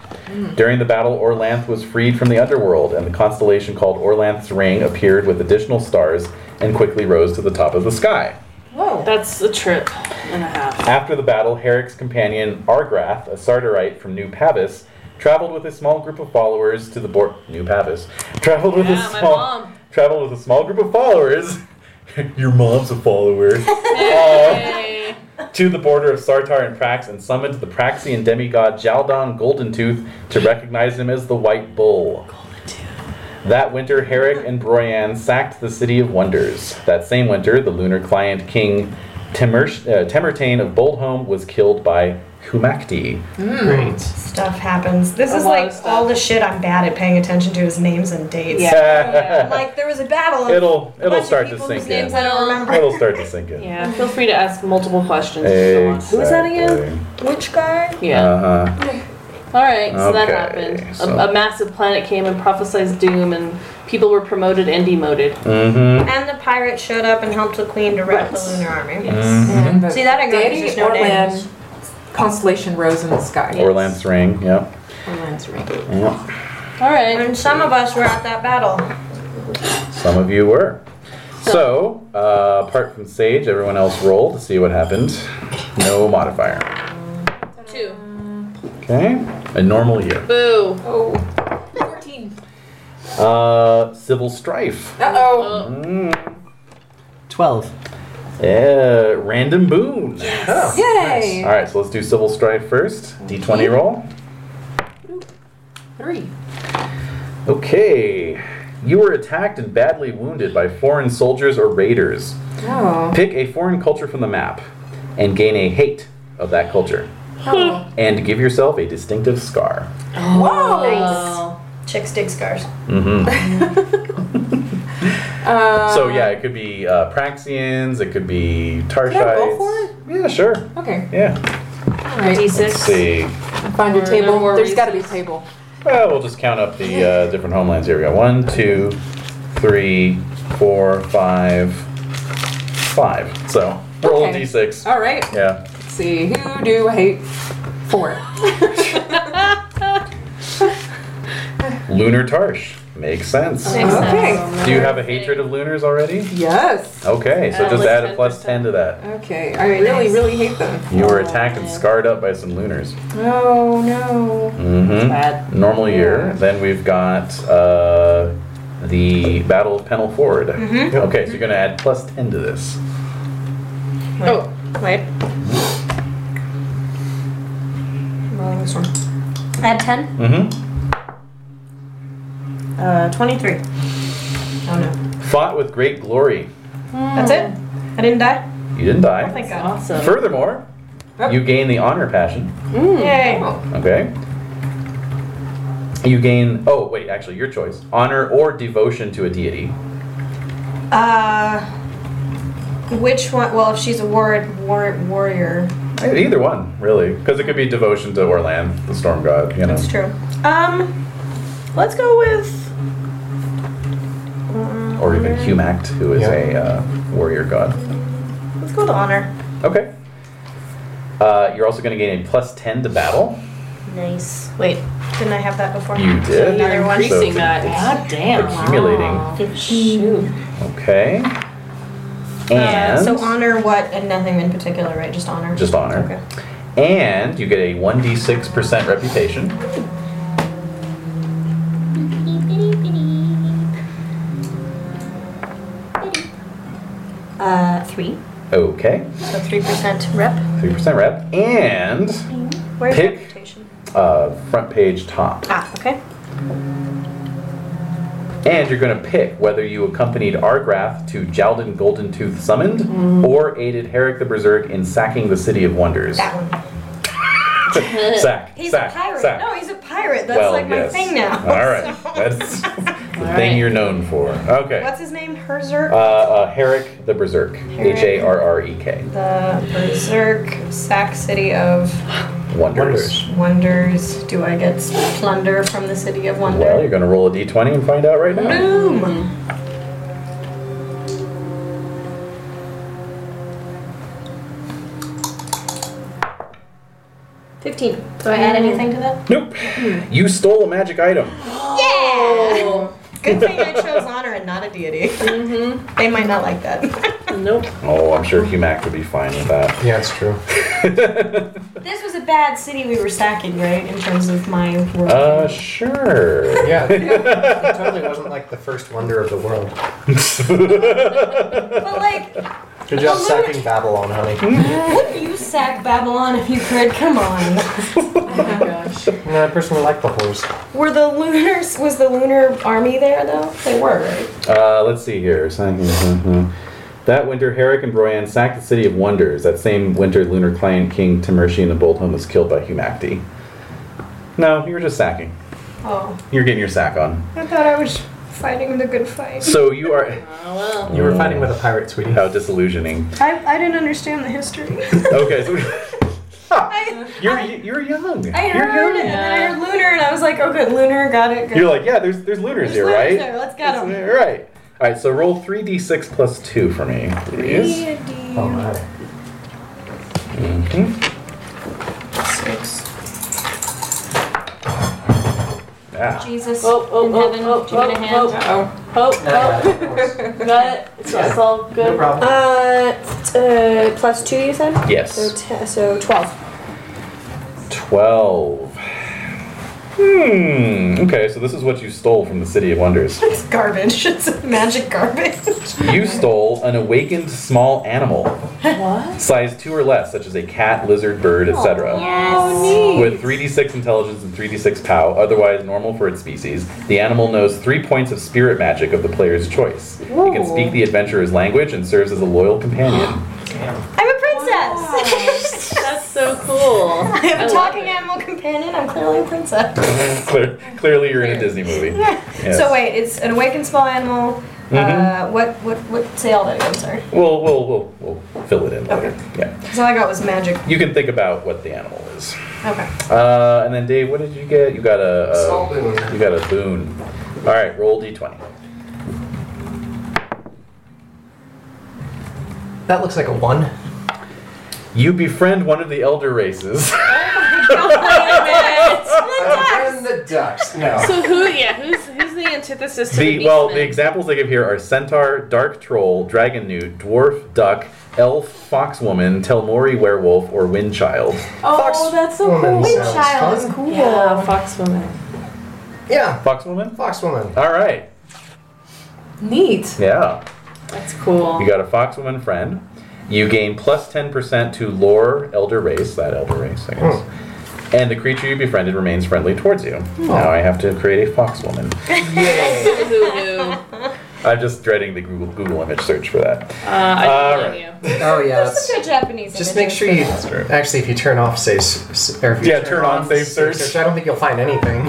Speaker 1: During the battle, Orlanth was freed from the underworld, and the constellation called Orlanth's Ring appeared with additional stars and quickly rose to the top of the sky.
Speaker 7: Whoa.
Speaker 2: That's a trip and a half.
Speaker 1: After the battle, Herrick's companion Argrath, a Sardarite from New Pavis, traveled with a small group of followers to the board. New Pavis traveled with
Speaker 2: Yeah,
Speaker 1: a
Speaker 2: my
Speaker 1: small
Speaker 2: mom.
Speaker 1: traveled with a small group of followers. (laughs) Your mom's a follower. Uh,
Speaker 2: Yay.
Speaker 1: to the border of Sartar and Prax and summoned the Praxian demigod Jaldon Goldentooth to recognize him as the White Bull. That winter, Herrick and Broyan sacked the City of Wonders. That same winter, the lunar client king Temer, uh, Temertane of Boldholm was killed by Humakti.
Speaker 5: Great.
Speaker 4: Stuff happens. This
Speaker 2: A
Speaker 4: is
Speaker 2: lot
Speaker 4: like
Speaker 2: of stuff.
Speaker 4: all the shit I'm bad at paying attention to is names and dates.
Speaker 2: Yeah.
Speaker 4: Like there was a battle.
Speaker 1: (laughs)
Speaker 4: Of
Speaker 1: it'll
Speaker 4: a bunch
Speaker 1: it'll
Speaker 4: of
Speaker 1: start to
Speaker 4: people
Speaker 1: sink
Speaker 4: whose names
Speaker 1: in.
Speaker 4: I don't remember.
Speaker 1: It'll start to sink in.
Speaker 2: Yeah, feel free to ask multiple questions.
Speaker 1: Exactly.
Speaker 2: Who was that again?
Speaker 4: Which guy?
Speaker 2: Yeah.
Speaker 1: Uh-huh.
Speaker 2: All right, so that
Speaker 1: Okay,
Speaker 2: happened. A-
Speaker 1: so-
Speaker 2: A, massive planet came and prophesized doom, and people were promoted and demoted.
Speaker 1: Mm-hmm.
Speaker 4: And the pirate showed up and helped the queen direct
Speaker 2: Right.
Speaker 4: the lunar army.
Speaker 1: Mm.
Speaker 7: And the
Speaker 4: See, that I got, 'cause
Speaker 7: deity
Speaker 4: there's no
Speaker 7: Orlan
Speaker 4: names.
Speaker 7: constellation rose in the sky.
Speaker 1: Orlan's ring. Yep.
Speaker 7: Orlan's ring.
Speaker 1: yep.
Speaker 2: All right.
Speaker 4: And some of us were at that battle.
Speaker 1: Some of you were. So, uh, apart from Sage, everyone else rolled to see what happened. No modifier.
Speaker 2: Two.
Speaker 1: Okay. A normal year.
Speaker 2: Boo.
Speaker 7: Oh. 14.
Speaker 1: Uh, civil strife.
Speaker 7: Uh oh.
Speaker 2: Oh,
Speaker 1: Mm.
Speaker 5: Twelve.
Speaker 1: Yeah, Uh, random boon.
Speaker 5: Oh,
Speaker 7: Yay.
Speaker 1: All right, so let's do civil strife first. D20 roll.
Speaker 7: Three.
Speaker 1: Okay. You were attacked and badly wounded by foreign soldiers or raiders.
Speaker 7: Oh.
Speaker 1: Pick a foreign culture from the map and gain a hate of that culture.
Speaker 7: oh.
Speaker 1: And give yourself a distinctive scar.
Speaker 7: Whoa.
Speaker 4: Chicks dig scars.
Speaker 1: Mm-hmm.
Speaker 7: Uh,
Speaker 1: So yeah, it could be uh, Praxians, it could be Tarshites.
Speaker 7: Can I roll for
Speaker 1: Yeah, sure.
Speaker 7: Okay.
Speaker 1: Yeah.
Speaker 7: All right.
Speaker 2: D6.
Speaker 1: Let's see.
Speaker 7: Find your
Speaker 2: Or
Speaker 7: table.
Speaker 2: no more
Speaker 7: There's got to be a
Speaker 2: reasons.
Speaker 7: table.
Speaker 1: Well, we'll just count up the uh, different homelands here. We got one, two, three, four, five, five. So roll
Speaker 7: Okay.
Speaker 1: a d6.
Speaker 7: All right.
Speaker 1: Yeah.
Speaker 7: Let's see. Who do I hate? Four.
Speaker 1: Lunar Tarsh. Makes sense.
Speaker 2: Makes sense.
Speaker 7: Okay.
Speaker 1: Do you have a hatred of lunars already?
Speaker 7: Yes.
Speaker 1: Okay,
Speaker 7: Uh,
Speaker 1: so
Speaker 2: At
Speaker 1: just
Speaker 2: least
Speaker 1: add a plus 10
Speaker 2: 10%.
Speaker 1: to that.
Speaker 7: Okay. I really, really hate them.
Speaker 1: You were
Speaker 2: Oh,
Speaker 1: attacked and
Speaker 2: man.
Speaker 1: scarred up by some lunars.
Speaker 7: Oh no.
Speaker 1: Mm-hmm.
Speaker 2: Bad.
Speaker 1: normal year. Then we've got uh, the Battle of Pennell Ford.
Speaker 4: Mm-hmm.
Speaker 1: Okay, so you're going to add plus 10 to this.
Speaker 2: Oh,
Speaker 4: Wait. Roll this one. Add 10?
Speaker 1: Mm-hmm.
Speaker 4: Uh, 23. Oh no.
Speaker 1: Fought with great glory.
Speaker 4: That's it? I didn't die?
Speaker 1: You didn't
Speaker 4: Oh,
Speaker 1: die.
Speaker 4: thank God.
Speaker 2: awesome.
Speaker 1: Furthermore, you gain the honor passion.
Speaker 4: Yay.
Speaker 1: Okay. You gain. Oh, wait, actually, your choice. Honor or devotion to a deity.
Speaker 4: Uh, which one? Well, if she's a ward, war, warrior,
Speaker 1: Eh, Either one, really. Because it could be devotion to Orlan, the storm god, you know.
Speaker 4: that's true. Um, let's go with. Mm,
Speaker 1: Or even Humact, who is
Speaker 5: Yeah.
Speaker 1: a uh, warrior god.
Speaker 4: Let's go with honor.
Speaker 1: Okay. Uh, you're also going to gain a plus 10 to battle.
Speaker 4: Nice. Wait, didn't I have that before?
Speaker 1: You did.
Speaker 4: Another one.
Speaker 1: So
Speaker 2: increasing
Speaker 1: it's-
Speaker 2: that. Oh, God damn.
Speaker 1: Accumulating.
Speaker 2: Shoot.
Speaker 1: Okay.
Speaker 4: Uh,
Speaker 1: And
Speaker 4: so honor what and nothing in particular, right? Just honor.
Speaker 1: just honor.
Speaker 4: Okay.
Speaker 1: And you get a 1d6% reputation.
Speaker 4: Uh, three.
Speaker 1: Okay.
Speaker 4: So 3% rep.
Speaker 1: 3% rep. And
Speaker 4: Where's
Speaker 1: Pick.
Speaker 4: reputation?
Speaker 1: uh, front page top.
Speaker 4: Ah, okay.
Speaker 1: And you're going to pick whether you accompanied Argrath to Jaldan Golden Tooth Summoned
Speaker 4: Mm.
Speaker 1: or aided Herrick the Berserk in sacking the City of Wonders. (laughs)
Speaker 4: That one.
Speaker 1: Sack.
Speaker 4: He's
Speaker 1: sack,
Speaker 4: a pirate.
Speaker 1: Sack.
Speaker 4: No, he's a pirate. That's
Speaker 1: well,
Speaker 4: like my
Speaker 1: yes.
Speaker 4: thing now.
Speaker 1: All
Speaker 4: (laughs)
Speaker 1: right. That's the thing you're known for. Okay.
Speaker 4: What's his name? Herzer?
Speaker 1: Uh, uh, Herrick the Berserk. H A R R E K.
Speaker 4: the Berserk Sack City of
Speaker 1: Wonders.
Speaker 4: Wonders. Do I get plunder from the City of Wonder?
Speaker 1: Well, you're going to roll a d20 and find out right now.
Speaker 4: Boom! Fifteen. Do I add anything to that?
Speaker 1: Nope.
Speaker 4: Hmm.
Speaker 1: You stole a magic item.
Speaker 4: Yeah. (laughs) Good thing I chose honor and not a deity. They might not like that. (laughs)
Speaker 2: Nope.
Speaker 1: Oh, I'm sure Humac would be fine with that.
Speaker 5: Hmm. Yeah, it's true.
Speaker 4: this was a bad city we were sacking, right? In terms of my world.
Speaker 1: Uh, sure. (laughs)
Speaker 4: (laughs)
Speaker 5: Yeah, it totally wasn't like the first wonder of the world.
Speaker 4: but like,
Speaker 5: Good job
Speaker 4: Alert.
Speaker 5: sacking Babylon, honey.
Speaker 4: wouldn't you sack Babylon if you could? Come on.
Speaker 7: Oh gosh.
Speaker 5: No, I personally like the horse.
Speaker 4: Were the lunars? Was the lunar army there though? They were, right?
Speaker 1: Uh, let's see here. Hmm, That winter, Herrick and Broyan sacked the city of wonders. That same winter, Lunar Client King Timurshi the Bold Home was killed by Humacti. No, you were just sacking.
Speaker 4: Oh,
Speaker 1: You're getting your sack on.
Speaker 4: I thought I was fighting the good fight.
Speaker 1: So you are. (laughs)
Speaker 2: Oh well.
Speaker 5: You were fighting with a pirate, sweetie.
Speaker 1: How disillusioning.
Speaker 4: I, I didn't understand the history. (laughs)
Speaker 1: Okay, so (laughs)
Speaker 4: I,
Speaker 1: you're you're young.
Speaker 4: I
Speaker 1: you're
Speaker 4: heard it, and then I heard lunar, and I was like, oh, good, lunar, got it, good.
Speaker 1: You're like, yeah. There's there's lunars
Speaker 4: There's
Speaker 1: here,
Speaker 4: lunars
Speaker 1: right?
Speaker 4: there, let's get 'em.
Speaker 1: All right. All right. So roll three d6 plus two for me, please.
Speaker 5: Oh, my.
Speaker 1: Mhm.
Speaker 4: Six.
Speaker 1: Yeah.
Speaker 4: Jesus
Speaker 2: Oh, oh,
Speaker 4: in
Speaker 2: oh,
Speaker 4: heaven,
Speaker 2: oh,
Speaker 4: do you need a
Speaker 2: oh,
Speaker 4: hand?
Speaker 2: oh. Oh, oh. Got it. It's, it's all
Speaker 5: No
Speaker 2: good.
Speaker 5: problem.
Speaker 6: Uh, t- uh, plus two, you said? So,
Speaker 1: Yes.
Speaker 6: t- so 12.
Speaker 1: 12. Hmm. Okay, so this is what you stole from the City of Wonders.
Speaker 4: It's garbage. (laughs) It's magic garbage.
Speaker 1: You stole an awakened small animal. Size 2 or less, such as a cat, lizard, bird, etc.
Speaker 4: Oh,
Speaker 1: With 3d6 intelligence and 3d6 POW, otherwise normal for its species, the animal knows 3 points of spirit magic of the player's choice. It can speak the adventurer's language and serves as a loyal companion.
Speaker 4: I'm a (laughs) princess.
Speaker 2: That's so cool.
Speaker 4: I have
Speaker 2: I
Speaker 4: a
Speaker 2: love
Speaker 4: talking
Speaker 2: it.
Speaker 4: animal companion. I'm clearly a
Speaker 1: (laughs)
Speaker 4: princess.
Speaker 1: Clear, clearly, you're in a Disney
Speaker 4: (laughs)
Speaker 1: movie. Yes.
Speaker 4: So wait, it's an awakened small animal. Uh,
Speaker 5: Mm-hmm.
Speaker 1: Mhm.
Speaker 4: what what what? Say all that again. Sorry.
Speaker 1: We'll, we'll, we'll, we'll fill it in later.
Speaker 4: Okay.
Speaker 1: Yeah.
Speaker 4: Because all I got was magic.
Speaker 1: You can think about what the animal is.
Speaker 4: Okay.
Speaker 1: Uh, and then Dave, what did you get? You got a, a
Speaker 5: Small boon.
Speaker 1: You got a boon. All right, roll d20.
Speaker 5: That looks like a one.
Speaker 1: You befriend one of the elder
Speaker 4: (laughs)
Speaker 1: races.
Speaker 5: And the ducks. No.
Speaker 2: So who? Yeah, who's who's the antithesis to the,
Speaker 1: the well, the
Speaker 2: beastmen?
Speaker 1: examples they give here are centaur, dark troll, dragon newt, dwarf, duck, elf, foxwoman, telmori werewolf, or wind child.
Speaker 7: Oh,
Speaker 5: Fox
Speaker 7: that's so
Speaker 5: woman
Speaker 7: cool.
Speaker 5: sounds
Speaker 4: child
Speaker 5: fun.
Speaker 4: is cool.
Speaker 2: yeah, fox woman.
Speaker 5: Yeah,
Speaker 1: Foxwoman.
Speaker 5: foxwoman.
Speaker 1: All right.
Speaker 7: Neat.
Speaker 1: Yeah.
Speaker 2: That's cool.
Speaker 1: You got a foxwoman friend. You gain plus 10% to lore elder race, that elder race, I guess.
Speaker 5: Hmm.
Speaker 1: And the creature you befriended remains friendly towards you. Now I have to create a foxwoman.
Speaker 5: Yay.
Speaker 2: Hulu. Uh,
Speaker 1: I'm just dreading the Google Google image search for that.
Speaker 2: I
Speaker 1: All
Speaker 2: don't blame
Speaker 1: right.
Speaker 2: you.
Speaker 5: Oh yeah.
Speaker 4: There's
Speaker 5: that's-
Speaker 4: some good Japanese.
Speaker 5: Just make
Speaker 4: images.
Speaker 5: sure you
Speaker 1: true.
Speaker 5: actually if you turn off safe. s- Or if you
Speaker 1: Yeah, turn on safe search.
Speaker 5: I don't think you'll find anything.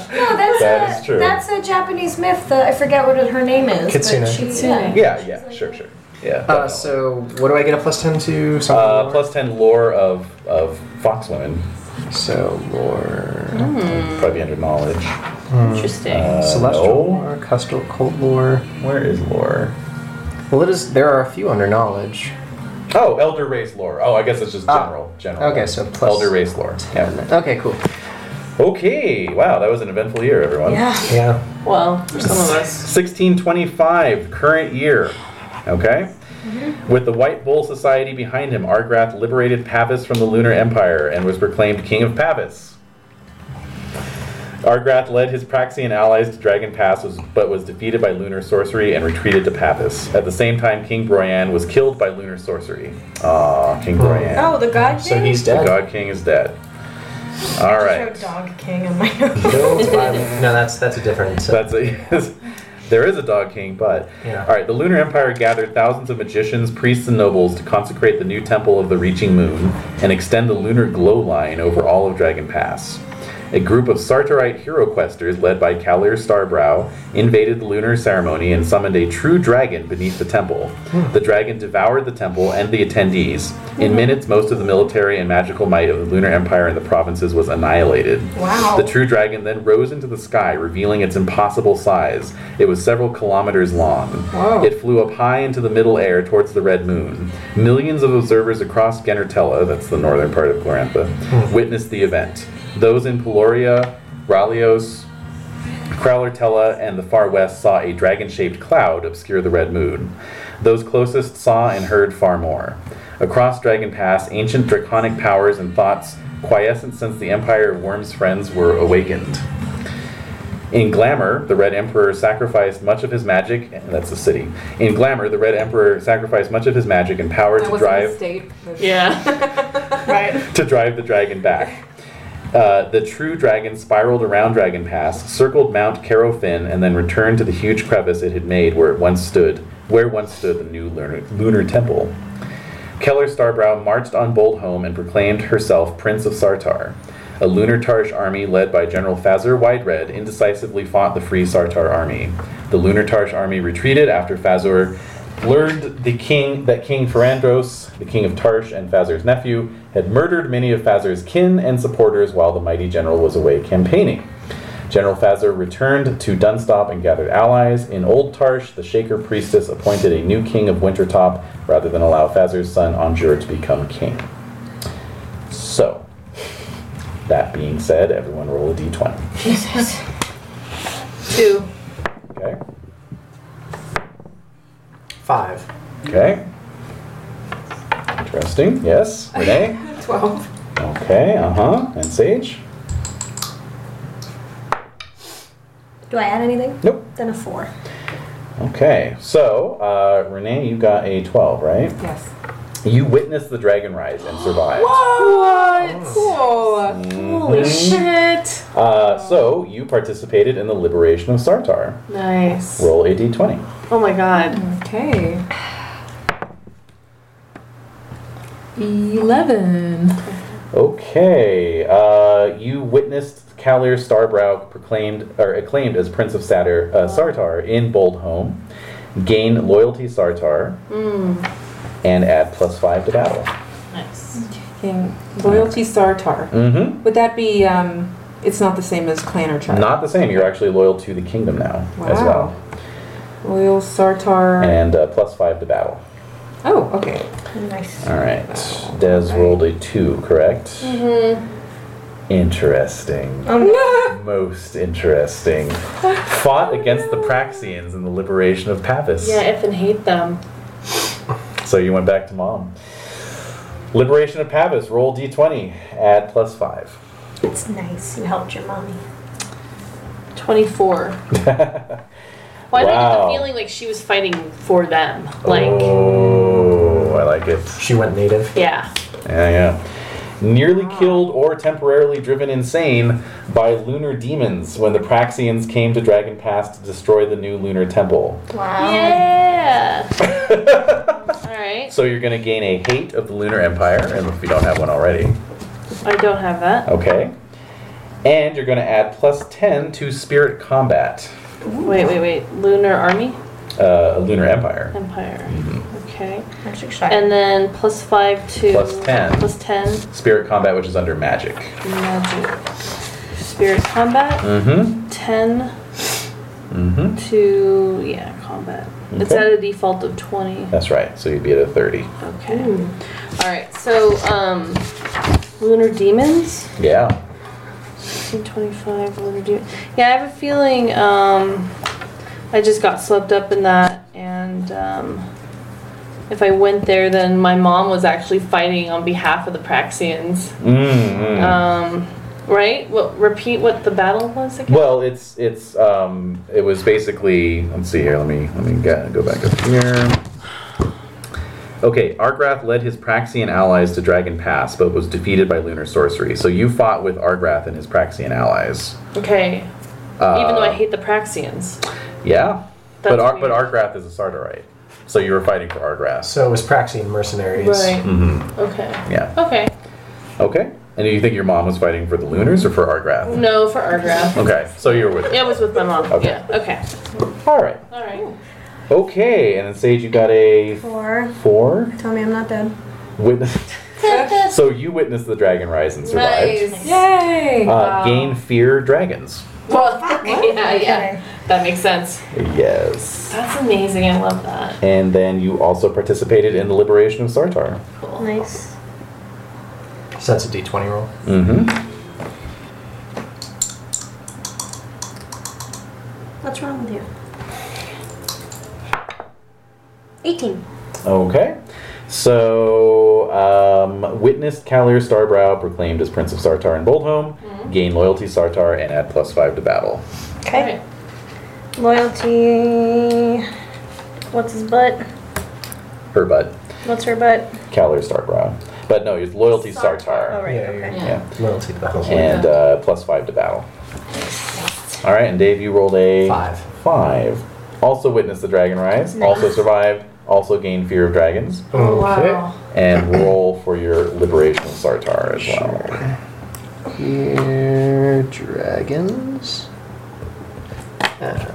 Speaker 4: No, that's
Speaker 1: That
Speaker 4: a,
Speaker 1: is true.
Speaker 4: That's a Japanese myth. That I forget what her name is.
Speaker 5: Kitsune.
Speaker 4: But she,
Speaker 2: Kitsune.
Speaker 4: Yeah.
Speaker 1: Yeah, yeah, sure, sure. Yeah.
Speaker 5: Uh,
Speaker 1: definitely.
Speaker 5: so what do I get a plus ten to? Something
Speaker 1: uh,
Speaker 5: more?
Speaker 1: plus ten lore of of foxwomen,
Speaker 5: So lore.
Speaker 4: Oh.
Speaker 1: probably under knowledge.
Speaker 2: Interesting.
Speaker 1: Uh,
Speaker 5: Celestial
Speaker 1: no.
Speaker 5: lore, custom cold lore.
Speaker 1: Where is lore?
Speaker 5: Well, it is. There are a few under knowledge.
Speaker 1: Oh, elder race lore. Oh, I guess it's just
Speaker 5: Ah.
Speaker 1: general. General.
Speaker 5: Okay, so plus-
Speaker 1: elder race lore. Yeah.
Speaker 5: Okay, cool.
Speaker 1: Okay. Wow, that was an eventful year, everyone.
Speaker 5: Yeah.
Speaker 2: well, for some of us.
Speaker 1: 1625, current year. Okay? With the White Bull Society behind him, Argrath liberated Pavis from the Lunar Empire and was proclaimed King of Pavis. Argrath led his Praxian allies to Dragon Pass, was, but was defeated by lunar sorcery and retreated to Pappus. At the same time, King Broyan was killed by lunar sorcery. Ah, King Broyan.
Speaker 4: Oh, the god
Speaker 5: So
Speaker 4: king?
Speaker 5: he's
Speaker 1: The
Speaker 5: dead.
Speaker 1: God King is dead. All
Speaker 4: I
Speaker 1: right.
Speaker 4: wrote dog king on my (laughs) notes.
Speaker 5: No,
Speaker 4: (laughs)
Speaker 5: um, no, that's that's a different.
Speaker 1: So That's a, (laughs) there is a dog king, but
Speaker 5: Yeah.
Speaker 1: all right. The Lunar Empire gathered thousands of magicians, priests, and nobles to consecrate the new temple of the Reaching Moon and extend the lunar glow line over all of Dragon Pass. A group of Sartarite hero questers led by Kalir Starbrow invaded the lunar ceremony and summoned a true dragon beneath the temple. The dragon devoured the temple and the attendees. In minutes, most of the military and magical might of the Lunar Empire and the provinces was annihilated.
Speaker 4: Wow.
Speaker 1: The true dragon then rose into the sky, revealing its impossible size. It was several kilometers long. It flew up high into the middle air towards the red moon. Millions of observers across Genertella, that's the northern part of Glorantha, witnessed the event. Those in Peloria, Ralios, Crowlertella and the far west saw a dragon shaped cloud obscure the red moon. Those closest saw and heard far more. Across Dragon Pass, ancient draconic powers and thoughts, quiescent since the Empire of Worm's friends, were awakened. In Glamour, the Red Emperor sacrificed much of his magic, and that's the city. In Glamour, the Red Emperor sacrificed much of his magic and power
Speaker 7: That
Speaker 1: to
Speaker 7: was a
Speaker 1: drive
Speaker 7: mistake. but- (laughs)
Speaker 2: Yeah.
Speaker 1: to drive the dragon back. Uh, the true dragon spiraled around Dragon Pass, circled Mount Carofin, and then returned to the huge crevice it had made where it once stood, where once stood the new lunar, lunar temple. Keller Starbrow marched on Boldholm and proclaimed herself Prince of Sartar. A lunar Tarsh army led by General Fazar Wide-Red indecisively fought the Free Sartar army. The lunar Tarsh army retreated after Fazar learned the king that King Ferandros, the king of Tarsh and Fazar's nephew, had murdered many of Fazar's kin and supporters while the mighty general was away campaigning. General Fazar returned to Dunstop and gathered allies. In Old Tarsh, the Shaker priestess appointed a new king of Wintertop rather than allow Fazar's son Anjur to become king. So, that being said, everyone roll a d20.
Speaker 2: Two.
Speaker 1: Okay?
Speaker 5: Five.
Speaker 1: Okay. Interesting. Yes. Renee?
Speaker 7: 12.
Speaker 1: Okay, uh huh. And Sage?
Speaker 4: Do I add anything?
Speaker 1: Nope.
Speaker 4: Then a four.
Speaker 1: Okay, so, uh, Renee, you got a 12, right?
Speaker 7: Yes.
Speaker 1: You witnessed the dragon rise and survived. Hmm?
Speaker 7: What? Cool.
Speaker 2: Holy (laughs) shit.
Speaker 1: Uh, so you participated in the liberation of Sartar.
Speaker 2: Nice.
Speaker 1: Roll a d20.
Speaker 2: Oh my god.
Speaker 7: Okay. 11.
Speaker 1: Okay. Uh, you witnessed Kalir Starbrow proclaimed or acclaimed as Prince of Satar, uh, Sartar in Boldholm, gain loyalty Sartar,
Speaker 2: Hmm.
Speaker 1: and add plus five to battle.
Speaker 2: Nice.
Speaker 7: King. Loyalty Sartar.
Speaker 1: Mm-hmm.
Speaker 7: Would that be, um, it's not the same as clan or tribe?
Speaker 1: Not the same. You're actually loyal to the kingdom now as
Speaker 7: Wow.
Speaker 1: well,
Speaker 7: Loyal Sartar.
Speaker 1: and uh, plus five to battle.
Speaker 7: Oh, okay.
Speaker 4: Nice.
Speaker 1: All right. Des rolled a two, correct? Mm-hmm. Interesting. (laughs) Most interesting. Fought against the Praxians in the liberation of Pavis.
Speaker 2: Yeah, I effing hate them.
Speaker 1: So you went back to mom. Liberation of Pavis. Roll d20. Add plus five. (laughs)
Speaker 4: It's nice. You helped your mommy.
Speaker 2: 24. Why do I get
Speaker 1: Wow.
Speaker 2: the feeling like she was fighting for them? Like,
Speaker 1: Oh, I like it.
Speaker 5: She went native.
Speaker 1: (laughs)
Speaker 2: yeah.
Speaker 1: Yeah, yeah. Nearly killed or temporarily driven insane by lunar demons when the Praxians came to Dragon Pass to destroy the new lunar temple.
Speaker 4: Wow.
Speaker 2: Yeah. All right.
Speaker 1: So you're going to gain a hate of the Lunar Empire, and if you don't have one already,
Speaker 2: I don't have that.
Speaker 1: okay. And you're going to add plus 10 to Spirit Combat,
Speaker 2: Wait, wait, wait. Lunar Army?
Speaker 1: uh, Lunar Empire.
Speaker 2: Empire. Okay.
Speaker 4: Magic shot.
Speaker 2: And then plus 5 to.
Speaker 1: Plus 10.
Speaker 2: Plus 10.
Speaker 1: Spirit Combat, which is under magic.
Speaker 2: Magic. Spirit Combat.
Speaker 1: Mm
Speaker 2: 10
Speaker 1: hmm. Mm hmm.
Speaker 2: to. Yeah, combat. It's
Speaker 1: Okay.
Speaker 2: at a default of 20.
Speaker 1: That's right. So you'd be at a 30.
Speaker 2: Okay. All right. So, um, lunar demons.
Speaker 1: Yeah.
Speaker 2: 25 lunar demons. Yeah, I have a feeling. Um, I just got swept up in that, and um, if I went there, then my mom was actually fighting on behalf of the Praxians.
Speaker 1: Mm hmm.
Speaker 2: Um, right? What repeat what the battle was again?
Speaker 1: Well, it's it's um it was basically let's see here let me let me get, go back up here. Okay, Argrath led his Praxian allies to Dragon Pass, but was defeated by lunar sorcery. So you fought with Argrath and his Praxian allies.
Speaker 2: Okay.
Speaker 1: Uh,
Speaker 2: Even though I hate the Praxians.
Speaker 1: Yeah,
Speaker 2: That's
Speaker 1: but Ar-
Speaker 2: weird.
Speaker 1: but Argrath is a Sardarite, so you were fighting for Argrath.
Speaker 5: So it was Praxian mercenaries.
Speaker 2: Right.
Speaker 1: hmm
Speaker 2: Okay.
Speaker 1: Yeah.
Speaker 2: Okay.
Speaker 1: Okay. And do you think your mom was fighting for the Lunars or for Argrath?
Speaker 2: No for Argrath.
Speaker 1: Okay, so you were with.
Speaker 2: Yeah, it was with my mom.
Speaker 1: Okay.
Speaker 2: Yeah. Okay.
Speaker 1: All right.
Speaker 2: All right.
Speaker 1: Okay, and then Sage, you got a
Speaker 4: Four.
Speaker 1: four.
Speaker 4: Tell me I'm not dead.
Speaker 1: Witness. so you witnessed the dragon rise and survived.
Speaker 2: Nice.
Speaker 7: Yay!
Speaker 1: Uh, Gain fear dragons.
Speaker 2: Well, (laughs) yeah, yeah.
Speaker 4: Okay.
Speaker 2: That makes sense.
Speaker 1: Yes.
Speaker 2: That's amazing. I love that.
Speaker 1: And then you also participated in the liberation of Sartar.
Speaker 2: Cool.
Speaker 4: Nice.
Speaker 5: So that's a d20 roll.
Speaker 1: Mm-hmm.
Speaker 4: What's wrong with you? 18.
Speaker 1: Okay. So, um, witnessed Kalir Starbrow proclaimed as Prince of Sartar and Boldholm,
Speaker 4: Mm-hmm.
Speaker 1: gain loyalty Sartar, and add plus five to battle.
Speaker 2: All
Speaker 4: Okay.
Speaker 2: right.
Speaker 4: Loyalty. What's his butt?
Speaker 1: Her bud,
Speaker 4: What's her butt?
Speaker 1: Kalir Starbrow. But no, it's loyalty Sartar.
Speaker 4: All right.
Speaker 5: Yeah,
Speaker 4: okay.
Speaker 5: yeah.
Speaker 1: Yeah.
Speaker 5: Loyalty to the whole
Speaker 1: and uh, plus five to battle. All right, and Dave, you rolled a
Speaker 5: Five.
Speaker 1: Five. Also witnessed the dragon rise. Also survived. Also gained fear of dragons.
Speaker 5: Okay.
Speaker 2: (clears throat)
Speaker 1: And roll for your liberation of Sartar as well.
Speaker 5: Here, dragons. And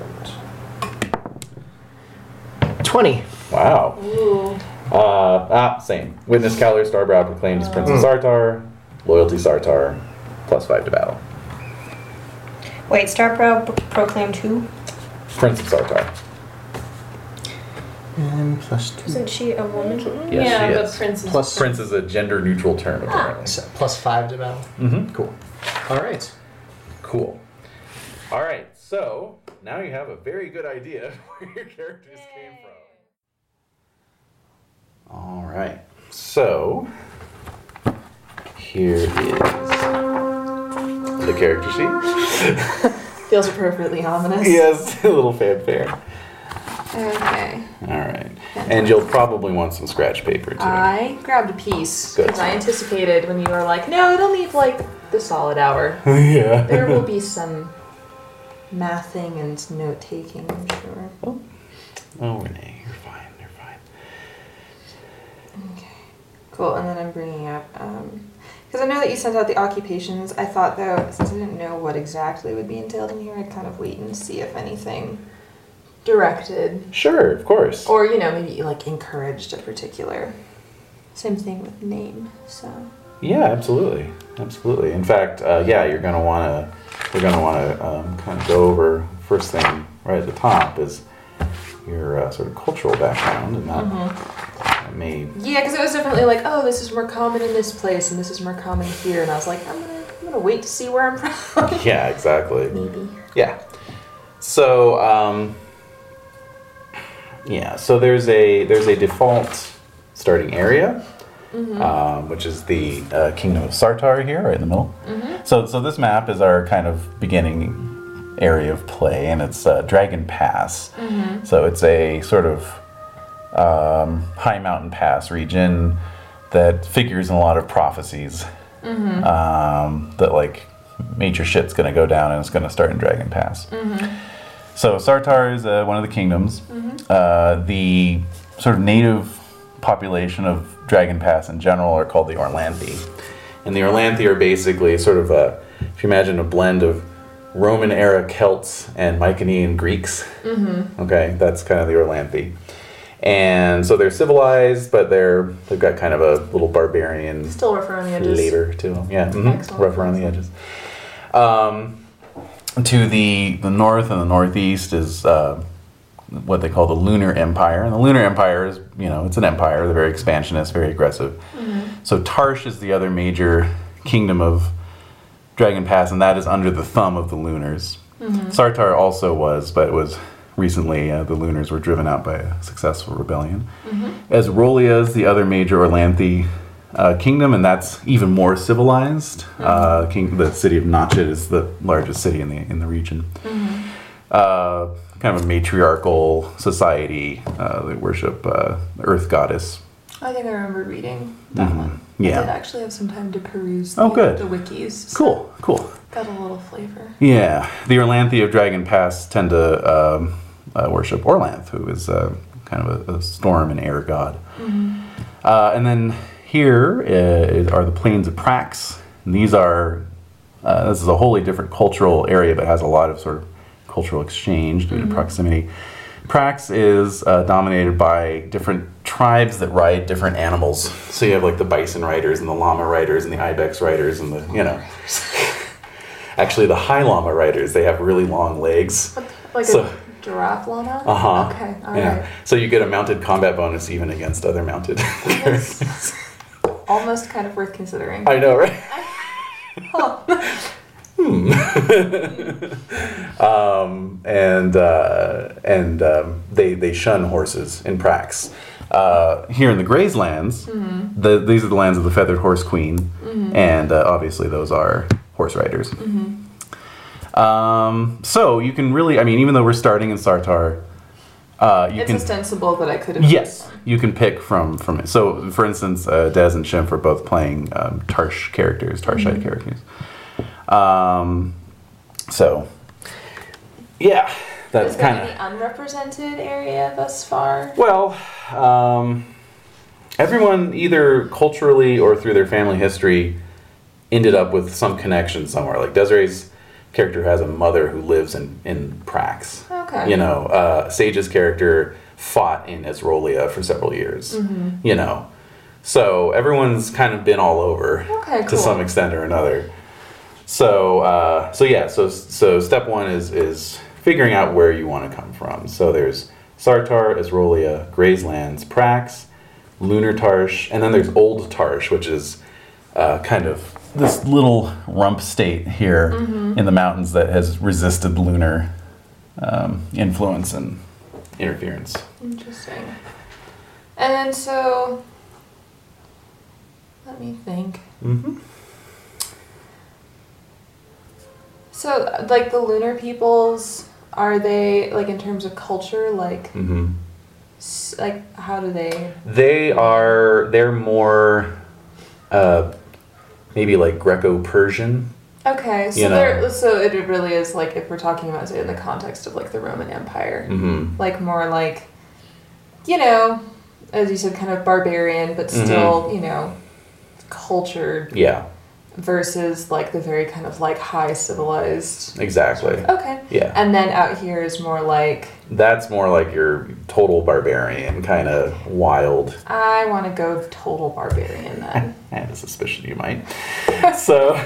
Speaker 5: 20.
Speaker 1: Wow.
Speaker 2: Ooh.
Speaker 1: Uh, ah, same. Witness Kalar Starbrow proclaimed as Prince of Sartar. Loyalty Sartar. Plus five to battle.
Speaker 4: Wait, Starbrow pro- proclaimed who?
Speaker 1: Prince of Sartar.
Speaker 5: And plus two.
Speaker 4: Isn't she a woman?
Speaker 1: Yes,
Speaker 2: yeah,
Speaker 1: she
Speaker 2: but
Speaker 1: is.
Speaker 2: Prince Ah. is
Speaker 5: Plus,
Speaker 1: Prince is a gender neutral term, apparently.
Speaker 5: so plus five to battle.
Speaker 1: Mm-hmm.
Speaker 5: Cool. All right.
Speaker 1: Cool. All right, so now you have a very good idea (laughs) of where your characters came from. All right, so here is the character sheet.
Speaker 7: (laughs) Feels appropriately ominous.
Speaker 1: (laughs) Yes, a little fanfare.
Speaker 7: Okay.
Speaker 1: All right, and you'll probably want some scratch paper too.
Speaker 7: I grabbed a piece
Speaker 1: Good.
Speaker 7: because I anticipated when you were like, no, it'll need like the solid hour.
Speaker 1: yeah.
Speaker 7: There will be some mathing and note taking, I'm sure.
Speaker 1: Oh, Renee, you're fine. You're fine.
Speaker 7: Okay. Cool. And then I'm bringing up because I know that you sent out the occupations. I thought though, since I didn't know what exactly would be entailed in here, I'd kind of wait and see if anything directed
Speaker 1: Sure, of course.
Speaker 7: or you know maybe like encouraged a particular. Same thing with name. So
Speaker 1: Yeah, absolutely, absolutely. In fact, uh, yeah, you're gonna wanna we're gonna wanna um, kind of go over first thing right at the top is your uh, sort of cultural background, and that, that may
Speaker 7: yeah, because it was definitely like, oh, this is more common in this place, and this is more common here, and I was like, I'm gonna, I'm gonna wait to see where I'm from.
Speaker 1: (laughs) yeah, exactly.
Speaker 7: maybe.
Speaker 1: Yeah. So um, yeah, so there's a there's a default starting area, um, which is the uh, Kingdom of Sartar here, right in the middle. So so this map is our kind of beginning area of play, and it's uh, Dragon Pass. So it's a sort of um, high mountain pass region that figures in a lot of prophecies um, that like major shit's gonna go down and it's gonna start in Dragon Pass. So Sartar is uh, one of the kingdoms. Uh, the sort of native population of Dragon Pass in general are called the Orlanthi, and the Orlanthi are basically sort of a, if you imagine, a blend of Roman era Celts and Mycenaean Greeks. Okay, that's kind of the Orlanthi. And so they're civilized, but they're they've got kind of a little barbarian
Speaker 7: Still rough around the edges.
Speaker 1: Later to them. Yeah, mhm.
Speaker 7: Excellent.
Speaker 1: rough around the edges. Um, to the the north and the northeast is uh, what they call the Lunar Empire, and the Lunar Empire is you know it's an empire. They're very expansionist, very aggressive. So Tarsh is the other major kingdom of Dragon Pass, and that is under the thumb of the Lunars. Sartar also was, but it was recently uh, the Lunars were driven out by a successful rebellion. As Rolia is the other major Orlanthi uh, kingdom, and that's even more civilized. Uh, king, the city of Notchet is the largest city in the in the region. Uh, kind of a matriarchal society. Uh, they worship uh, the Earth goddess.
Speaker 7: (laughs) I think I remember reading that
Speaker 1: Mhm.
Speaker 7: one.
Speaker 1: Yeah.
Speaker 7: I did actually have some time to peruse
Speaker 1: Oh,
Speaker 7: the,
Speaker 1: good.
Speaker 7: the wikis. so
Speaker 1: Cool, cool.
Speaker 7: Got a little flavor.
Speaker 1: Yeah, the Orlanthi of Dragon Pass tend to um, uh, worship Orlanth, who is uh, kind of a, a storm and air god. Uh, and then here uh, is- are the plains of Prax. And these are uh, this is a wholly different cultural area, but has a lot of sort of cultural exchange due
Speaker 7: Mm-hmm.
Speaker 1: to proximity. Prax is uh, dominated by different tribes that ride different animals. So you have like the bison riders and the llama riders and the ibex riders and the you know. (laughs) Actually, the high llama riders they have really long legs.
Speaker 7: Like
Speaker 1: So-
Speaker 7: a giraffe llama?
Speaker 1: Uh huh.
Speaker 7: Okay, all right.
Speaker 1: yeah. So you get a mounted combat bonus even against other mounted. (laughs)
Speaker 7: That's (laughs) almost kind of worth considering.
Speaker 1: I know, right? hmm. (laughs) um, and uh, and um, they they shun horses in Prax. Uh, here in the Grayslands, the, these are the lands of the Feathered Horse Queen, and uh, obviously those are horse riders. Um, so you can really, I mean, even though we're starting in Sartar, uh, you
Speaker 7: it's
Speaker 1: can
Speaker 7: ostensible that I could have.
Speaker 1: Yes, you can pick from from it. So, for instance, uh, Dez and Shemp are both playing um, Tarsh characters, Tarshite characters. Um, so, yeah, that's
Speaker 7: Is that
Speaker 1: kind of
Speaker 7: the unrepresented area thus far?
Speaker 1: well. Um, everyone, either culturally or through their family history, ended up with some connection somewhere. Like Desiree's character has a mother who lives in in Prax.
Speaker 7: Okay.
Speaker 1: You know, uh, Sage's character fought in Esrolia for several years. You know, so everyone's kind of been all over
Speaker 7: Okay,
Speaker 1: to
Speaker 7: cool.
Speaker 1: some extent or another. So, uh, so yeah, so so step one is is figuring out where you want to come from. So there's Sartar, Esrolia, Grayslands, Prax, Lunar Tarsh, and then there's Old Tarsh, which is uh, kind of this little rump state here
Speaker 7: Mm-hmm.
Speaker 1: in the mountains that has resisted lunar um, influence and interference.
Speaker 7: Interesting. And then so. Let me think.
Speaker 1: Mm-hmm.
Speaker 7: So, like the lunar peoples, are they like in terms of culture, like
Speaker 1: Mm-hmm.
Speaker 7: s- like how do they?
Speaker 1: They are they're more uh, maybe like Greco-Persian.
Speaker 7: Okay, so
Speaker 1: You know.
Speaker 7: they're so it really is like if we're talking about say in the context of like the Roman Empire,
Speaker 1: Mm-hmm.
Speaker 7: like more like, you know, as you said, kind of barbarian, but
Speaker 1: Mm-hmm.
Speaker 7: still you know, cultured
Speaker 1: Yeah,
Speaker 7: versus like the very kind of like high civilized.
Speaker 1: exactly.
Speaker 7: Okay.
Speaker 1: Yeah,
Speaker 7: And then out here is more like
Speaker 1: that's more like your total barbarian kind of wild.
Speaker 7: I want to go total barbarian (laughs) then.
Speaker 1: I have a suspicion you might. (laughs) so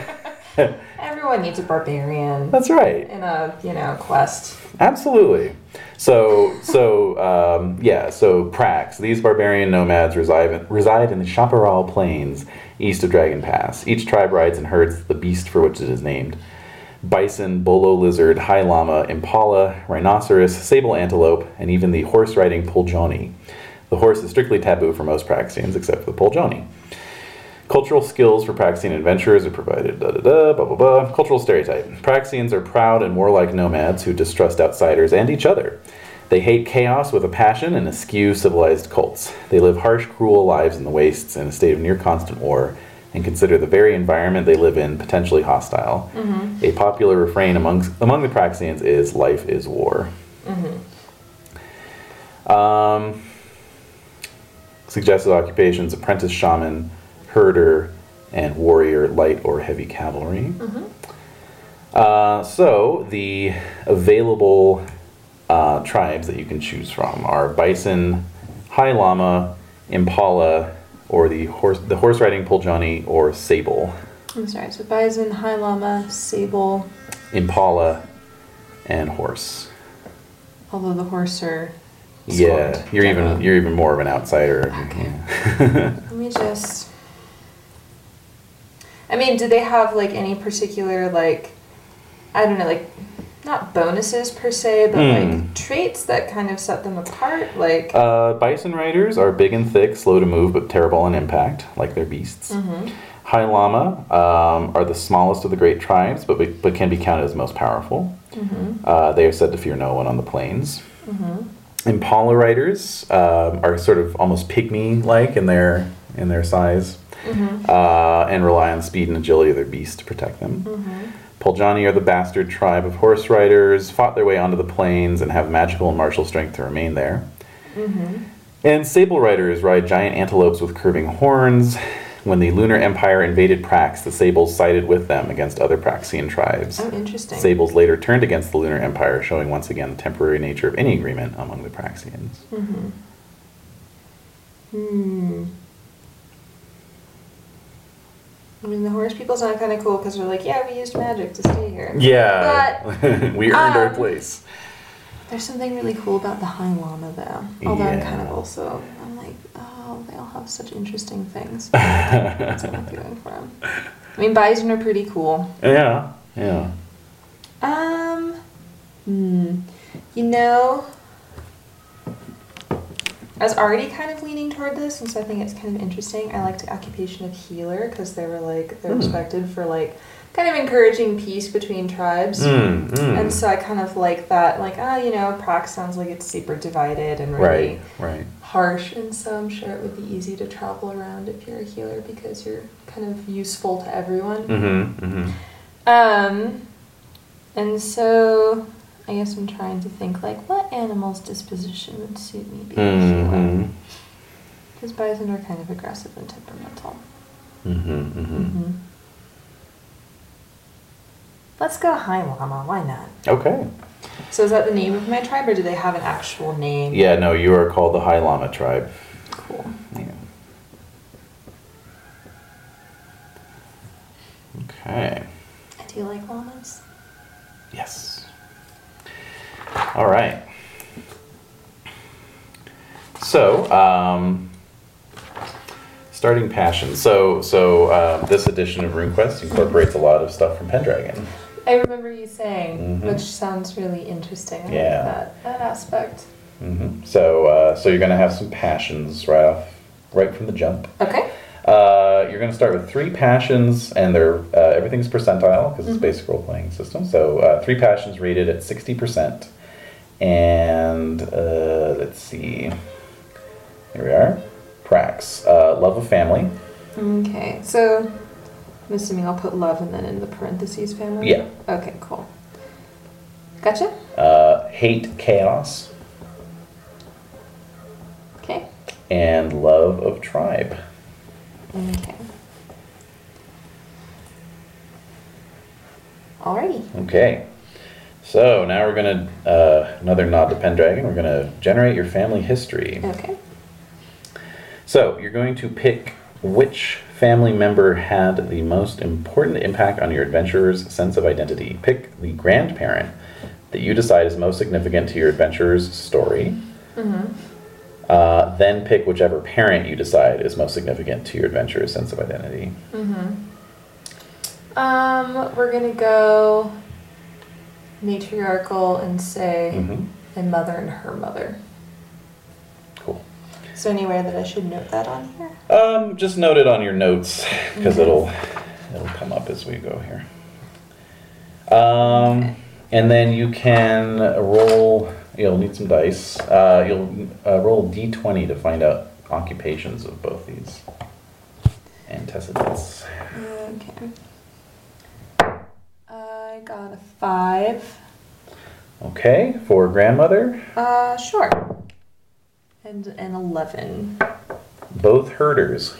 Speaker 7: Everyone needs a barbarian
Speaker 1: that's right.
Speaker 7: in a you know quest.
Speaker 1: Absolutely. So, so um, yeah. So Prax. These barbarian nomads reside reside in the Chaparral Plains, east of Dragon Pass. Each tribe rides and herds the beast for which it is named: bison, bolo lizard, high llama, impala, rhinoceros, sable antelope, and even the horse-riding poljoni. The horse is strictly taboo for most Praxians, except for the poljoni. Cultural skills for Praxian adventurers are provided. Da da da, blah blah blah. Cultural stereotype. Praxians are proud and warlike nomads who distrust outsiders and each other. They hate chaos with a passion and eschew civilized cults. They live harsh, cruel lives in the wastes in a state of near constant war and consider the very environment they live in potentially hostile. A popular refrain amongst, among the Praxians is life is war. Um, suggested occupations apprentice shaman, herder, and warrior, light or heavy cavalry. Uh, so the available uh, tribes that you can choose from are bison, high llama, impala, or the horse the horse riding poljani or sable,
Speaker 7: I'm sorry. So bison, high llama, sable.
Speaker 1: impala, and horse.
Speaker 7: Although the horse are.
Speaker 1: Yeah,
Speaker 7: scorned.
Speaker 1: you're even you're even more of an outsider. (laughs) Yeah.
Speaker 7: Let me just. I mean, do they have like any particular like, I don't know, like not bonuses per se, but
Speaker 1: Hmm.
Speaker 7: like traits that kind of set them apart. Like
Speaker 1: Uh, bison riders are big and thick, slow to move, but terrible on impact, like their beasts. High Lama um, are the smallest of the great tribes, but, be, but can be counted as most powerful. Uh, they are said to fear no one on the plains. Impala riders um, are sort of almost pygmy-like in their in their size, uh, and rely on speed and agility of their beasts to protect them. Poljani are the bastard tribe of horse riders, fought their way onto the plains, and have magical and martial strength to remain there. And sable riders ride giant antelopes with curving horns. When the Lunar Empire invaded Prax, the Sables sided with them against other Praxian tribes.
Speaker 7: oh, interesting.
Speaker 1: Sables later turned against the Lunar Empire, showing once again the temporary nature of any agreement among the Praxians.
Speaker 7: Hmm. I mean, the horse people sound kind of cool because they're like, yeah, we used magic to stay here.
Speaker 1: Yeah, (laughs) we earned our (laughs)
Speaker 7: um,
Speaker 1: place.
Speaker 7: There's something really cool about the High Llama, though. Although I'm
Speaker 1: Yeah.
Speaker 7: kind of also, I'm like, oh, they all have such interesting things. That's what I'm
Speaker 1: (laughs)
Speaker 7: feeling for 'em. I mean, bison are pretty cool.
Speaker 1: Yeah, yeah.
Speaker 7: Um, hmm, you know, I was already kind of leaning toward this, and so I think it's kind of interesting. I liked the occupation of healer because they were like they're
Speaker 1: Hmm.
Speaker 7: respected for like kind of encouraging peace between tribes.
Speaker 1: Mm, mm.
Speaker 7: And so I kind of like that, like, ah, you know, Prague sounds like it's super divided and really
Speaker 1: right, right.
Speaker 7: harsh, and so I'm sure it would be easy to travel around if you're a healer because you're kind of useful to everyone.
Speaker 1: Mm-hmm, mm-hmm.
Speaker 7: Um, and so I guess I'm trying to think, like, what animal's disposition would suit me being
Speaker 1: Mm-hmm,
Speaker 7: Because bison are kind of aggressive and temperamental.
Speaker 1: mm-hmm, mm-hmm.
Speaker 7: Let's go high llama, why not?
Speaker 1: Okay.
Speaker 7: So is that the name of my tribe, or do they have an actual name?
Speaker 1: Yeah, no, you are called the High Lama tribe.
Speaker 7: Cool.
Speaker 1: Yeah. Okay.
Speaker 7: I do like llamas.
Speaker 1: Yes. All right. So, um, starting passion. So, so uh, this edition of RuneQuest incorporates a lot of stuff from Pendragon.
Speaker 7: I remember you saying,
Speaker 1: Mhm.
Speaker 7: which sounds really interesting. I like
Speaker 1: Yeah.
Speaker 7: that, that aspect.
Speaker 1: hmm So, uh, so you're going to have some passions right off, right from the jump.
Speaker 7: Okay.
Speaker 1: Uh, you're going to start with three passions, and they're uh, everything's percentile because
Speaker 7: Mm-hmm.
Speaker 1: it's a basic role playing system. So uh, three passions rated at sixty percent, and uh, let's see, here we are. Prax, uh, love of family.
Speaker 7: Okay, so I'm assuming I'll put love and then in the parentheses family?
Speaker 1: Yeah.
Speaker 7: Okay, cool. Gotcha?
Speaker 1: Uh, hate chaos
Speaker 7: Okay.
Speaker 1: and love of tribe.
Speaker 7: Okay. Alrighty.
Speaker 1: Okay. So now we're gonna uh, another nod to Pendragon. We're gonna generate your family history.
Speaker 7: Okay.
Speaker 1: So you're going to pick which family member had the most important impact on your adventurer's sense of identity. Pick the grandparent that you decide is most significant to your adventurer's story. Uh, then pick whichever parent you decide is most significant to your adventurer's sense of identity.
Speaker 7: Um, we're gonna go matriarchal and say
Speaker 1: Mhm.
Speaker 7: my mother and her mother.
Speaker 1: Cool.
Speaker 7: Is there anywhere that I should note that on here?
Speaker 1: Um, just note it on your notes because it'll it'll come up as we go here. Um, and then you can roll. You'll need some dice. Uh, you'll uh, roll d20 to find out occupations of both these antecedents.
Speaker 7: Okay. I got a five.
Speaker 1: Okay, for grandmother,
Speaker 7: Uh, sure. And an 11.
Speaker 1: both herders.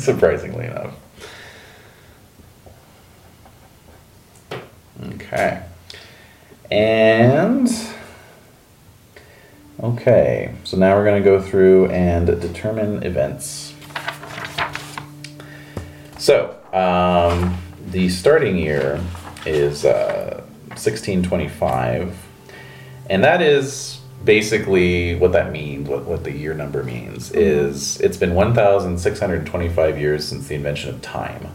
Speaker 1: (laughs) Surprisingly enough. Okay. And. Okay, so now we're going to go through and determine events. So, um, the starting year is uh, 1625, and that is basically what that means, what, what the year number means, is it's been 1,625 years since the invention of time.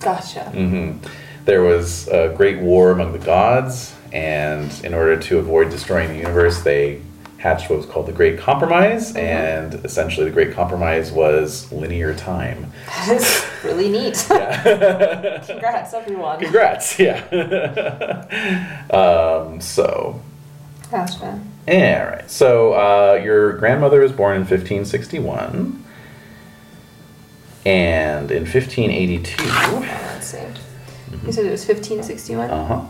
Speaker 7: Gotcha.
Speaker 1: hmm there was a great war among the gods, and in order to avoid destroying the universe, they hatched what was called the Great Compromise, and essentially the Great Compromise was linear time.
Speaker 7: (laughs) That is
Speaker 1: (laughs)
Speaker 7: really neat. (laughs) Congrats, everyone.
Speaker 1: Congrats, (laughs) yeah. um, so,
Speaker 7: Gotcha.
Speaker 1: yeah, all right. So, uh, your grandmother was born in 1561, and in 1582.
Speaker 7: Let's see. You said it was 1561?
Speaker 1: Mm-hmm. Uh huh.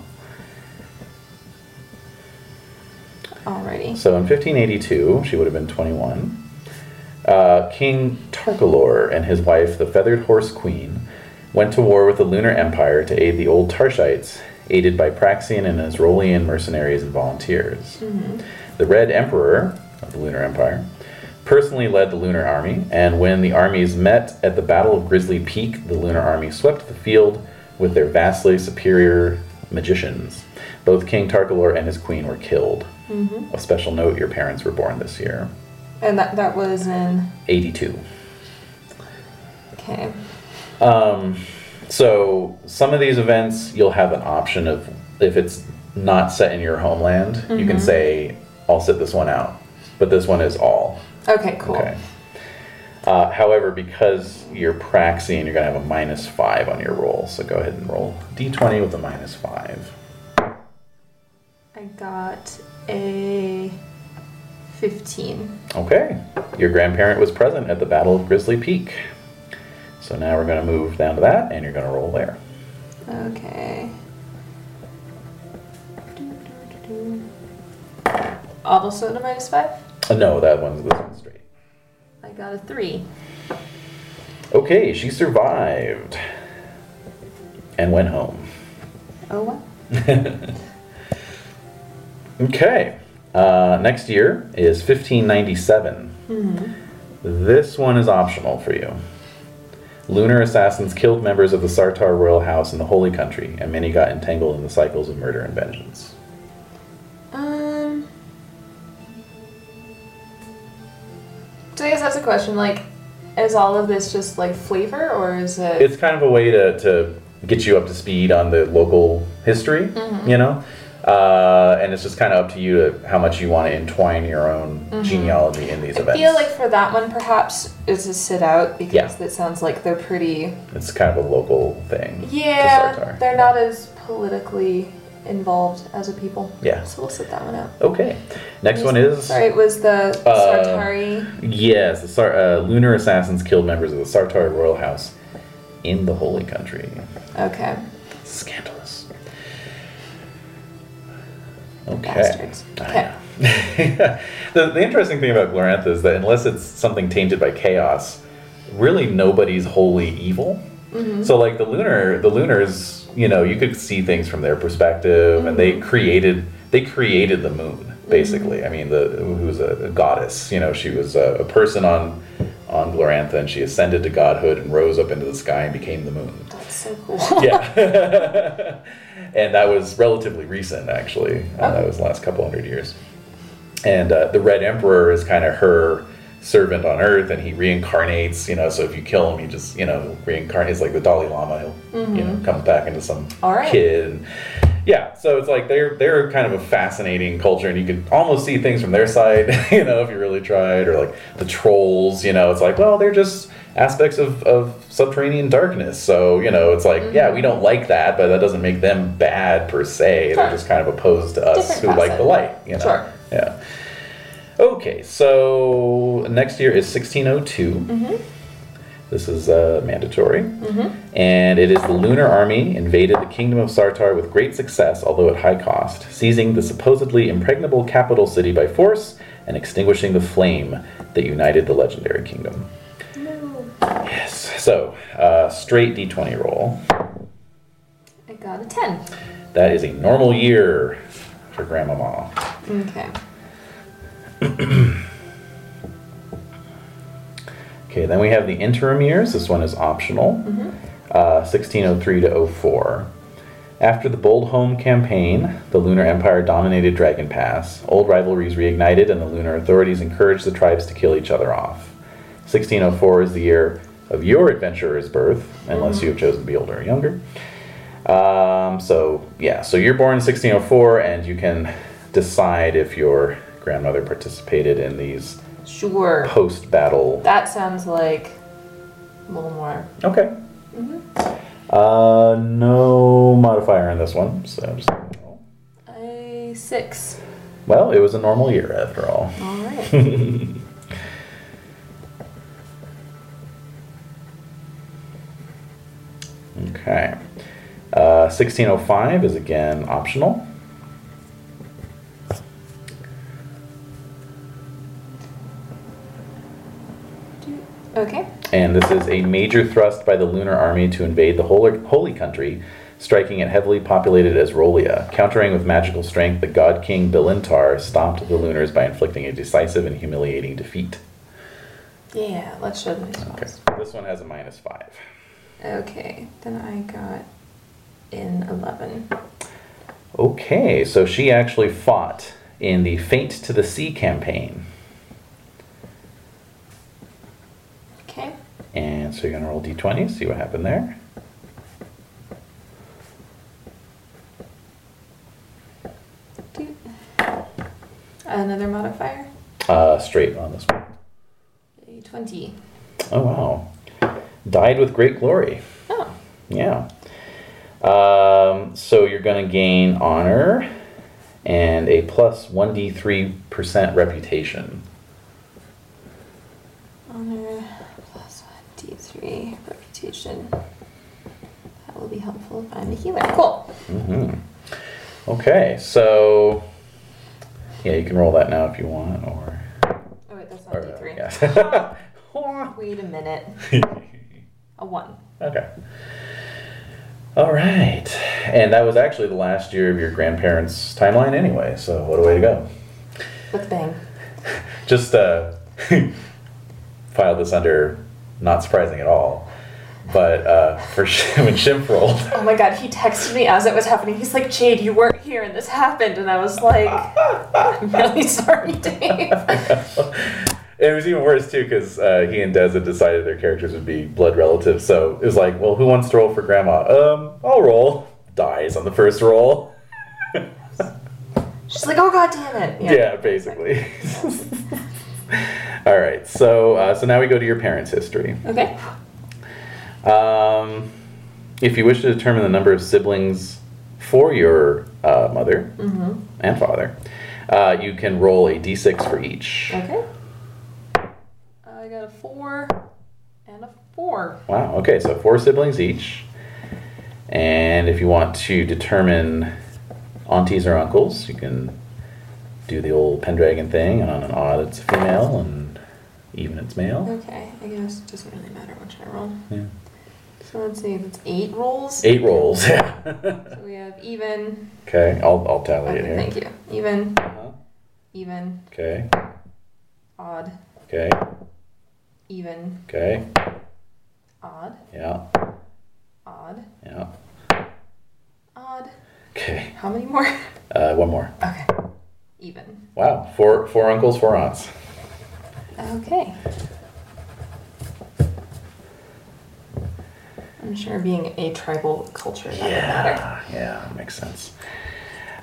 Speaker 7: Alrighty.
Speaker 1: So in 1582, she would have been 21. Uh, King Tarkalor and his wife, the Feathered Horse Queen, went to war with the Lunar Empire to aid the old Tarshites, aided by Praxian and Azrolian mercenaries and volunteers. The Red Emperor of the Lunar Empire personally led the Lunar Army, and when the armies met at the Battle of Grizzly Peak, the Lunar Army swept the field with their vastly superior magicians. Both King Tarkalor and his queen were killed. A special note your parents were born this year.
Speaker 7: And that, that was in.
Speaker 1: 82.
Speaker 7: Okay.
Speaker 1: So, some of these events, you'll have an option of if it's not set in your homeland, you can say, I'll sit this one out. But this one is all.
Speaker 7: Okay, cool.
Speaker 1: Okay. Um, Uh, however, because you're praxing, you're going to have a minus five on your roll. So, go ahead and roll d20 with a minus five.
Speaker 7: I got a 15.
Speaker 1: Okay. Your grandparent was present at the Battle of Grizzly Peak. So, now we're going to move down to that, and you're going to roll there.
Speaker 7: Okay. Also at a minus five?
Speaker 1: Uh, no, that one's this one's straight.
Speaker 7: I got a three.
Speaker 1: Okay, she survived and went home.
Speaker 7: Oh, wow.
Speaker 1: Okay, uh, next year is 1597.
Speaker 7: Mm-hmm.
Speaker 1: This one is optional for you. Lunar assassins killed members of the Sartar royal house in the Holy Country, and many got entangled in the cycles of murder and vengeance.
Speaker 7: Um. So I guess that's a question. Like, is all of this just like flavor, or is it?
Speaker 1: it's kind of a way to, to get you up to speed on the local history,
Speaker 7: Mm-hmm.
Speaker 1: you know? Uh, and it's just kind of up to you to how much you want to entwine your own genealogy in these
Speaker 7: Mm-hmm. I
Speaker 1: events.
Speaker 7: feel like for that one, perhaps is to sit out because
Speaker 1: Yeah.
Speaker 7: it sounds like they're pretty.
Speaker 1: it's kind of a local thing. to
Speaker 7: Yeah,
Speaker 1: Sartar.
Speaker 7: they're not as politically involved as a people.
Speaker 1: Yeah.
Speaker 7: So we'll sit that one out.
Speaker 1: Okay. Next one is
Speaker 7: Sorry, it was the
Speaker 1: Uh,
Speaker 7: Sartari.
Speaker 1: yes, the Sar- uh, lunar assassins killed members of the Sartar royal house in the Holy Country.
Speaker 7: Okay.
Speaker 1: Scandalous. Okay.
Speaker 7: Bastards.
Speaker 1: I
Speaker 7: Okay.
Speaker 1: know. the, (laughs) the interesting thing about Glorantha is that unless it's something tainted by chaos, really nobody's wholly evil. So like the lunar, the lunars, you know, you could see things from their perspective, and they created they created the moon basically. I mean, the who was a, a goddess. You know, she was a, a person on on Glorantha, and she ascended to godhood and rose up into the sky and became the moon
Speaker 7: That's so cool.
Speaker 1: yeah. (laughs) and that was relatively recent, actually. Uh, that was the last couple hundred years. And uh, the Red Emperor is kind of her servant on Earth, and he reincarnates. You know, so if you kill him, he just you know reincarnates like the Dalai Lama. He'll, You know, comes back into some
Speaker 7: Mm-hmm. All right.
Speaker 1: kid. And, yeah, so it's like they're they're kind of a fascinating culture, and you could almost see things from their side, (laughs) you know, if you really tried, or like the trolls, you know, it's like well, they're just aspects of, of subterranean darkness. So you know, it's like yeah,
Speaker 7: Mm-hmm.
Speaker 1: we don't like that, but that doesn't make them bad per se. They're
Speaker 7: Sure.
Speaker 1: just kind of opposed to us
Speaker 7: Different
Speaker 1: who like the
Speaker 7: facet.
Speaker 1: light, you know.
Speaker 7: Sure.
Speaker 1: Yeah. Okay, so next year is 1602. This is uh, mandatory. And it is the Lunar Army invaded the kingdom of Sartar with great success, although at high cost, seizing the supposedly impregnable capital city by force and extinguishing the flame that united the legendary kingdom. Yes. So, uh, straight d20 roll.
Speaker 7: I got a 10.
Speaker 1: That is a normal year for Grandmama.
Speaker 7: Okay.
Speaker 1: (clears throat) Okay, then we have the interim years. This one is optional. Uh, 1603 to 04. After the Bold Home campaign, the Lunar Empire dominated Dragon Pass. Old rivalries reignited, and the Lunar authorities encouraged the tribes to kill each other off. 1604 is the year of your adventurer's birth, unless you have chosen to be older or younger. Um, so yeah, so you're born in 1604, and you can decide if your grandmother participated in these
Speaker 7: Sure.
Speaker 1: post-battle.
Speaker 7: That sounds like a little more. Mm-hmm.
Speaker 1: Okay. Uh, no modifier in this one, so just,
Speaker 7: A six.
Speaker 1: well, it was a normal year after all.
Speaker 7: All
Speaker 1: (laughs)
Speaker 7: right. Mm.
Speaker 1: Okay. Uh, 1605 is again optional.
Speaker 7: okay.
Speaker 1: and this is a major thrust by the lunar army to invade the holy, holy country, striking it heavily populated as Rolia. Countering with magical strength, the god king Bilintar stopped the lunars by inflicting a decisive and humiliating defeat.
Speaker 7: Yeah, let's show them these
Speaker 1: Okay,
Speaker 7: ones.
Speaker 1: this one has a minus five.
Speaker 7: Okay. Then I got an eleven.
Speaker 1: Okay, so she actually fought in the Faint to the Sea campaign.
Speaker 7: Okay.
Speaker 1: And so you're going to roll d20, see what happened there.
Speaker 7: Doot. Another modifier.
Speaker 1: Uh, straight on this one.
Speaker 7: A twenty.
Speaker 1: Oh, wow. Died with great glory.
Speaker 7: Oh.
Speaker 1: Yeah. Um, so you're going to gain honor and a plus 1d3% reputation.
Speaker 7: Honor plus one D three reputation. That will be helpful if I'm a healer. Cool.
Speaker 1: Okay, so. Yeah, you can roll that now if you want, or.
Speaker 7: Oh wait, that's
Speaker 1: or
Speaker 7: not D three.
Speaker 1: yeah. (laughs)
Speaker 7: Wait a minute. a one.
Speaker 1: okay. All right. And that was actually the last year of your grandparents' timeline anyway, so what a way to go.
Speaker 7: With a bang.
Speaker 1: (laughs) just uh, (laughs) file this under not surprising at all. But uh, for (laughs) Shim when Shimp rolled,
Speaker 7: Oh my god, he texted me as it was happening. He's like, Jade, you weren't here and this happened. And I was like, I'm really (laughs) sorry, Dave.
Speaker 1: (laughs) it was even worse too because uh, he and Dez had decided their characters would be blood relatives. So it was like, well, who wants to roll for Grandma? Um, I'll roll. Dies on the first roll.
Speaker 7: She's like, oh god damn it.
Speaker 1: Yeah, basically. (laughs) all right. So uh, so now we go to your parents' history.
Speaker 7: Okay.
Speaker 1: Um, if you wish to determine the number of siblings for your uh, mother
Speaker 7: Mm-hmm.
Speaker 1: and father, uh, you can roll a d6 for each.
Speaker 7: Okay. I got a four and a four.
Speaker 1: Wow, okay, so four siblings each. And if you want to determine aunties or uncles, you can do the old Pendragon thing, and on an odd it's female, and even it's male.
Speaker 7: Okay, I guess it doesn't really matter which I roll.
Speaker 1: Yeah.
Speaker 7: So let's see, that's eight rolls.
Speaker 1: Eight rolls, yeah.
Speaker 7: So we have even.
Speaker 1: (laughs) okay, I'll, I'll tally
Speaker 7: Okay,
Speaker 1: it here.
Speaker 7: thank you. Even,
Speaker 1: Uh-huh.
Speaker 7: even,
Speaker 1: Okay,
Speaker 7: odd,
Speaker 1: okay,
Speaker 7: even,
Speaker 1: okay,
Speaker 7: odd,
Speaker 1: yeah,
Speaker 7: odd,
Speaker 1: yeah.
Speaker 7: odd.
Speaker 1: Okay,
Speaker 7: How many more? (laughs)
Speaker 1: uh, one more.
Speaker 7: Okay. Even.
Speaker 1: Wow, four four uncles, four aunts.
Speaker 7: Okay. I'm sure being a tribal culture that
Speaker 1: Yeah, yeah, makes sense.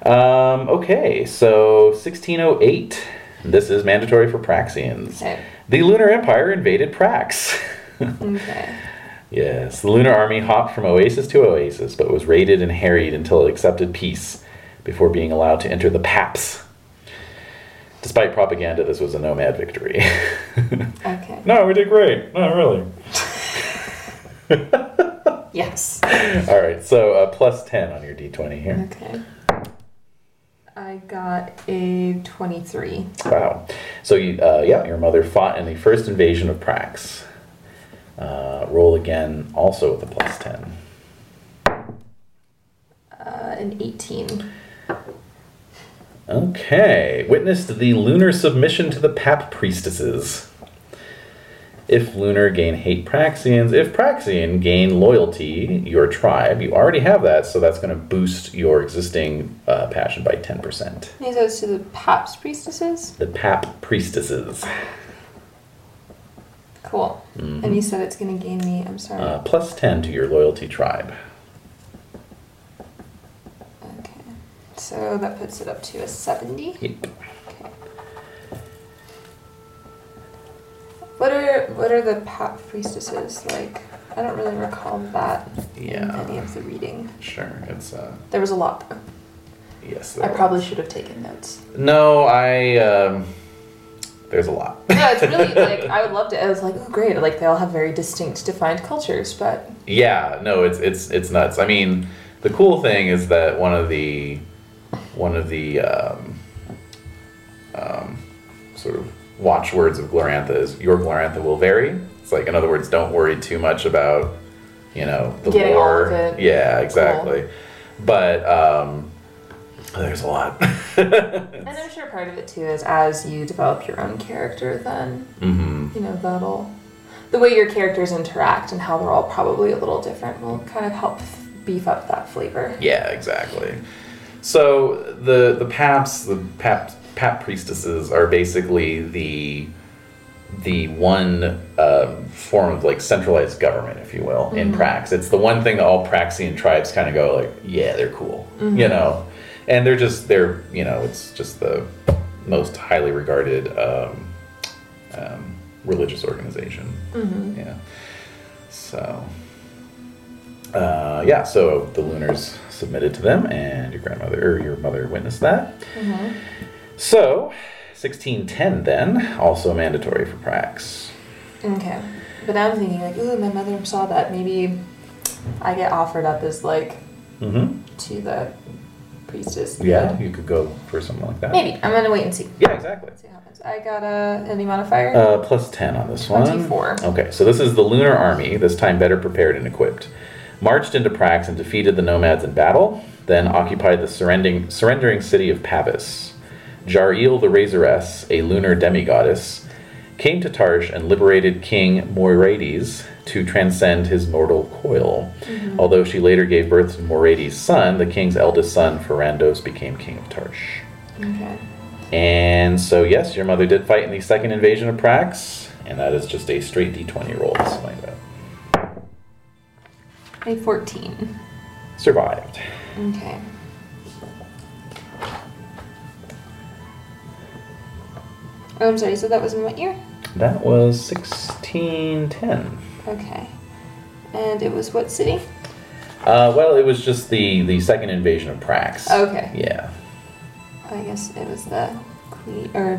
Speaker 1: Um, okay, so 1608. This is mandatory for Praxians.
Speaker 7: Okay.
Speaker 1: The Lunar Empire invaded Prax. (laughs)
Speaker 7: would matter. Okay.
Speaker 1: yes, the Lunar Army hopped from oasis to oasis, but was raided and harried until it accepted peace before being allowed to enter the Paps. Despite propaganda, this was a nomad victory. (laughs)
Speaker 7: Okay.
Speaker 1: no, we did great. No, really.
Speaker 7: Yes.
Speaker 1: All right, so uh, plus 10 on your d20 here.
Speaker 7: Okay. I got a 23.
Speaker 1: Wow. So, you, uh, yeah, your mother fought in the first invasion of Prax. Uh, roll again, also with a plus 10.
Speaker 7: Uh, an 18.
Speaker 1: Okay, witnessed the lunar submission to the Pap priestesses. If lunar gain hate Praxians, if Praxian gain loyalty, your tribe, you already have that, so that's going to boost your existing uh, passion by 10%.
Speaker 7: He goes to the Paps priestesses.
Speaker 1: The Pap priestesses. Mm-hmm.
Speaker 7: Cool. And you said it's going to gain me. I'm sorry.
Speaker 1: Uh, plus 10 to your loyalty tribe.
Speaker 7: So that puts it up to a 70.
Speaker 1: Yep.
Speaker 7: Okay. What are what are the pa- priestesses like? I don't really recall that in
Speaker 1: Yeah.
Speaker 7: any of the reading.
Speaker 1: Sure. It's uh.
Speaker 7: There was a lot. though.
Speaker 1: Yes.
Speaker 7: I
Speaker 1: there was.
Speaker 7: probably should have taken notes.
Speaker 1: No, I. Um, there's a lot. (laughs)
Speaker 7: No, it's really like I would love to. I was like, oh great, like they all have very distinct, defined cultures, but
Speaker 1: yeah no it's it's it's nuts i mean the cool thing is that one of the one of the um, um, sort of watchwords of glorantha is your glorantha will vary it's like in other words don't worry too much about you know the
Speaker 7: Getting all
Speaker 1: lore
Speaker 7: of it.
Speaker 1: yeah exactly but um, there's a lot
Speaker 7: and I'm sure part of it too is as you develop your own character, then
Speaker 1: hmm
Speaker 7: you know that'll the way your characters interact and how they're all probably a little different will kind of help beef up that flavor.
Speaker 1: Yeah, exactly. So the the paps, the pap pap priestesses are basically the the one um, form of like centralized government, if you will, in Prax. It's the one thing that all Praxian tribes kind of go like, yeah, they're cool, you know, and they're just they're you know it's just the most highly regarded um, um, religious organization. Yeah. So. Uh, yeah, so the Lunars submitted to them, and your grandmother or your mother witnessed that. So, 1610 then, also mandatory for Prax.
Speaker 7: Okay, but now I'm thinking like, ooh, my mother saw that. Maybe I get offered up as like
Speaker 1: Mm-hmm.
Speaker 7: to the priestess.
Speaker 1: Yeah, you could go for something like that.
Speaker 7: Maybe I'm gonna wait and see.
Speaker 1: Yeah, exactly.
Speaker 7: See what happens. I got a any modifier.
Speaker 1: Uh, plus 10 on this one.
Speaker 7: 24.
Speaker 1: Okay, so this is the Lunar Army, this time better prepared and equipped. Marched into Prax and defeated the nomads in battle, then occupied the surrendering, surrendering city of Pavis. Jaril the Razoress, a lunar demigoddess, came to Tarsh and liberated King Moirades to transcend his mortal coil. Although she later gave birth to Moirades' son, the king's eldest son, Ferrandos, became king of Tarsh.
Speaker 7: okay.
Speaker 1: And so, yes, your mother did fight in the second invasion of Prax, and that is just a straight d20 roll to find out.
Speaker 7: A 14.
Speaker 1: Survived.
Speaker 7: Okay. Oh, I'm sorry, so that was in what year?
Speaker 1: That was 1610.
Speaker 7: Okay. And it was what city?
Speaker 1: Uh, well, it was just the, the second invasion of Prax.
Speaker 7: Okay.
Speaker 1: Yeah.
Speaker 7: I guess it was the Cle- or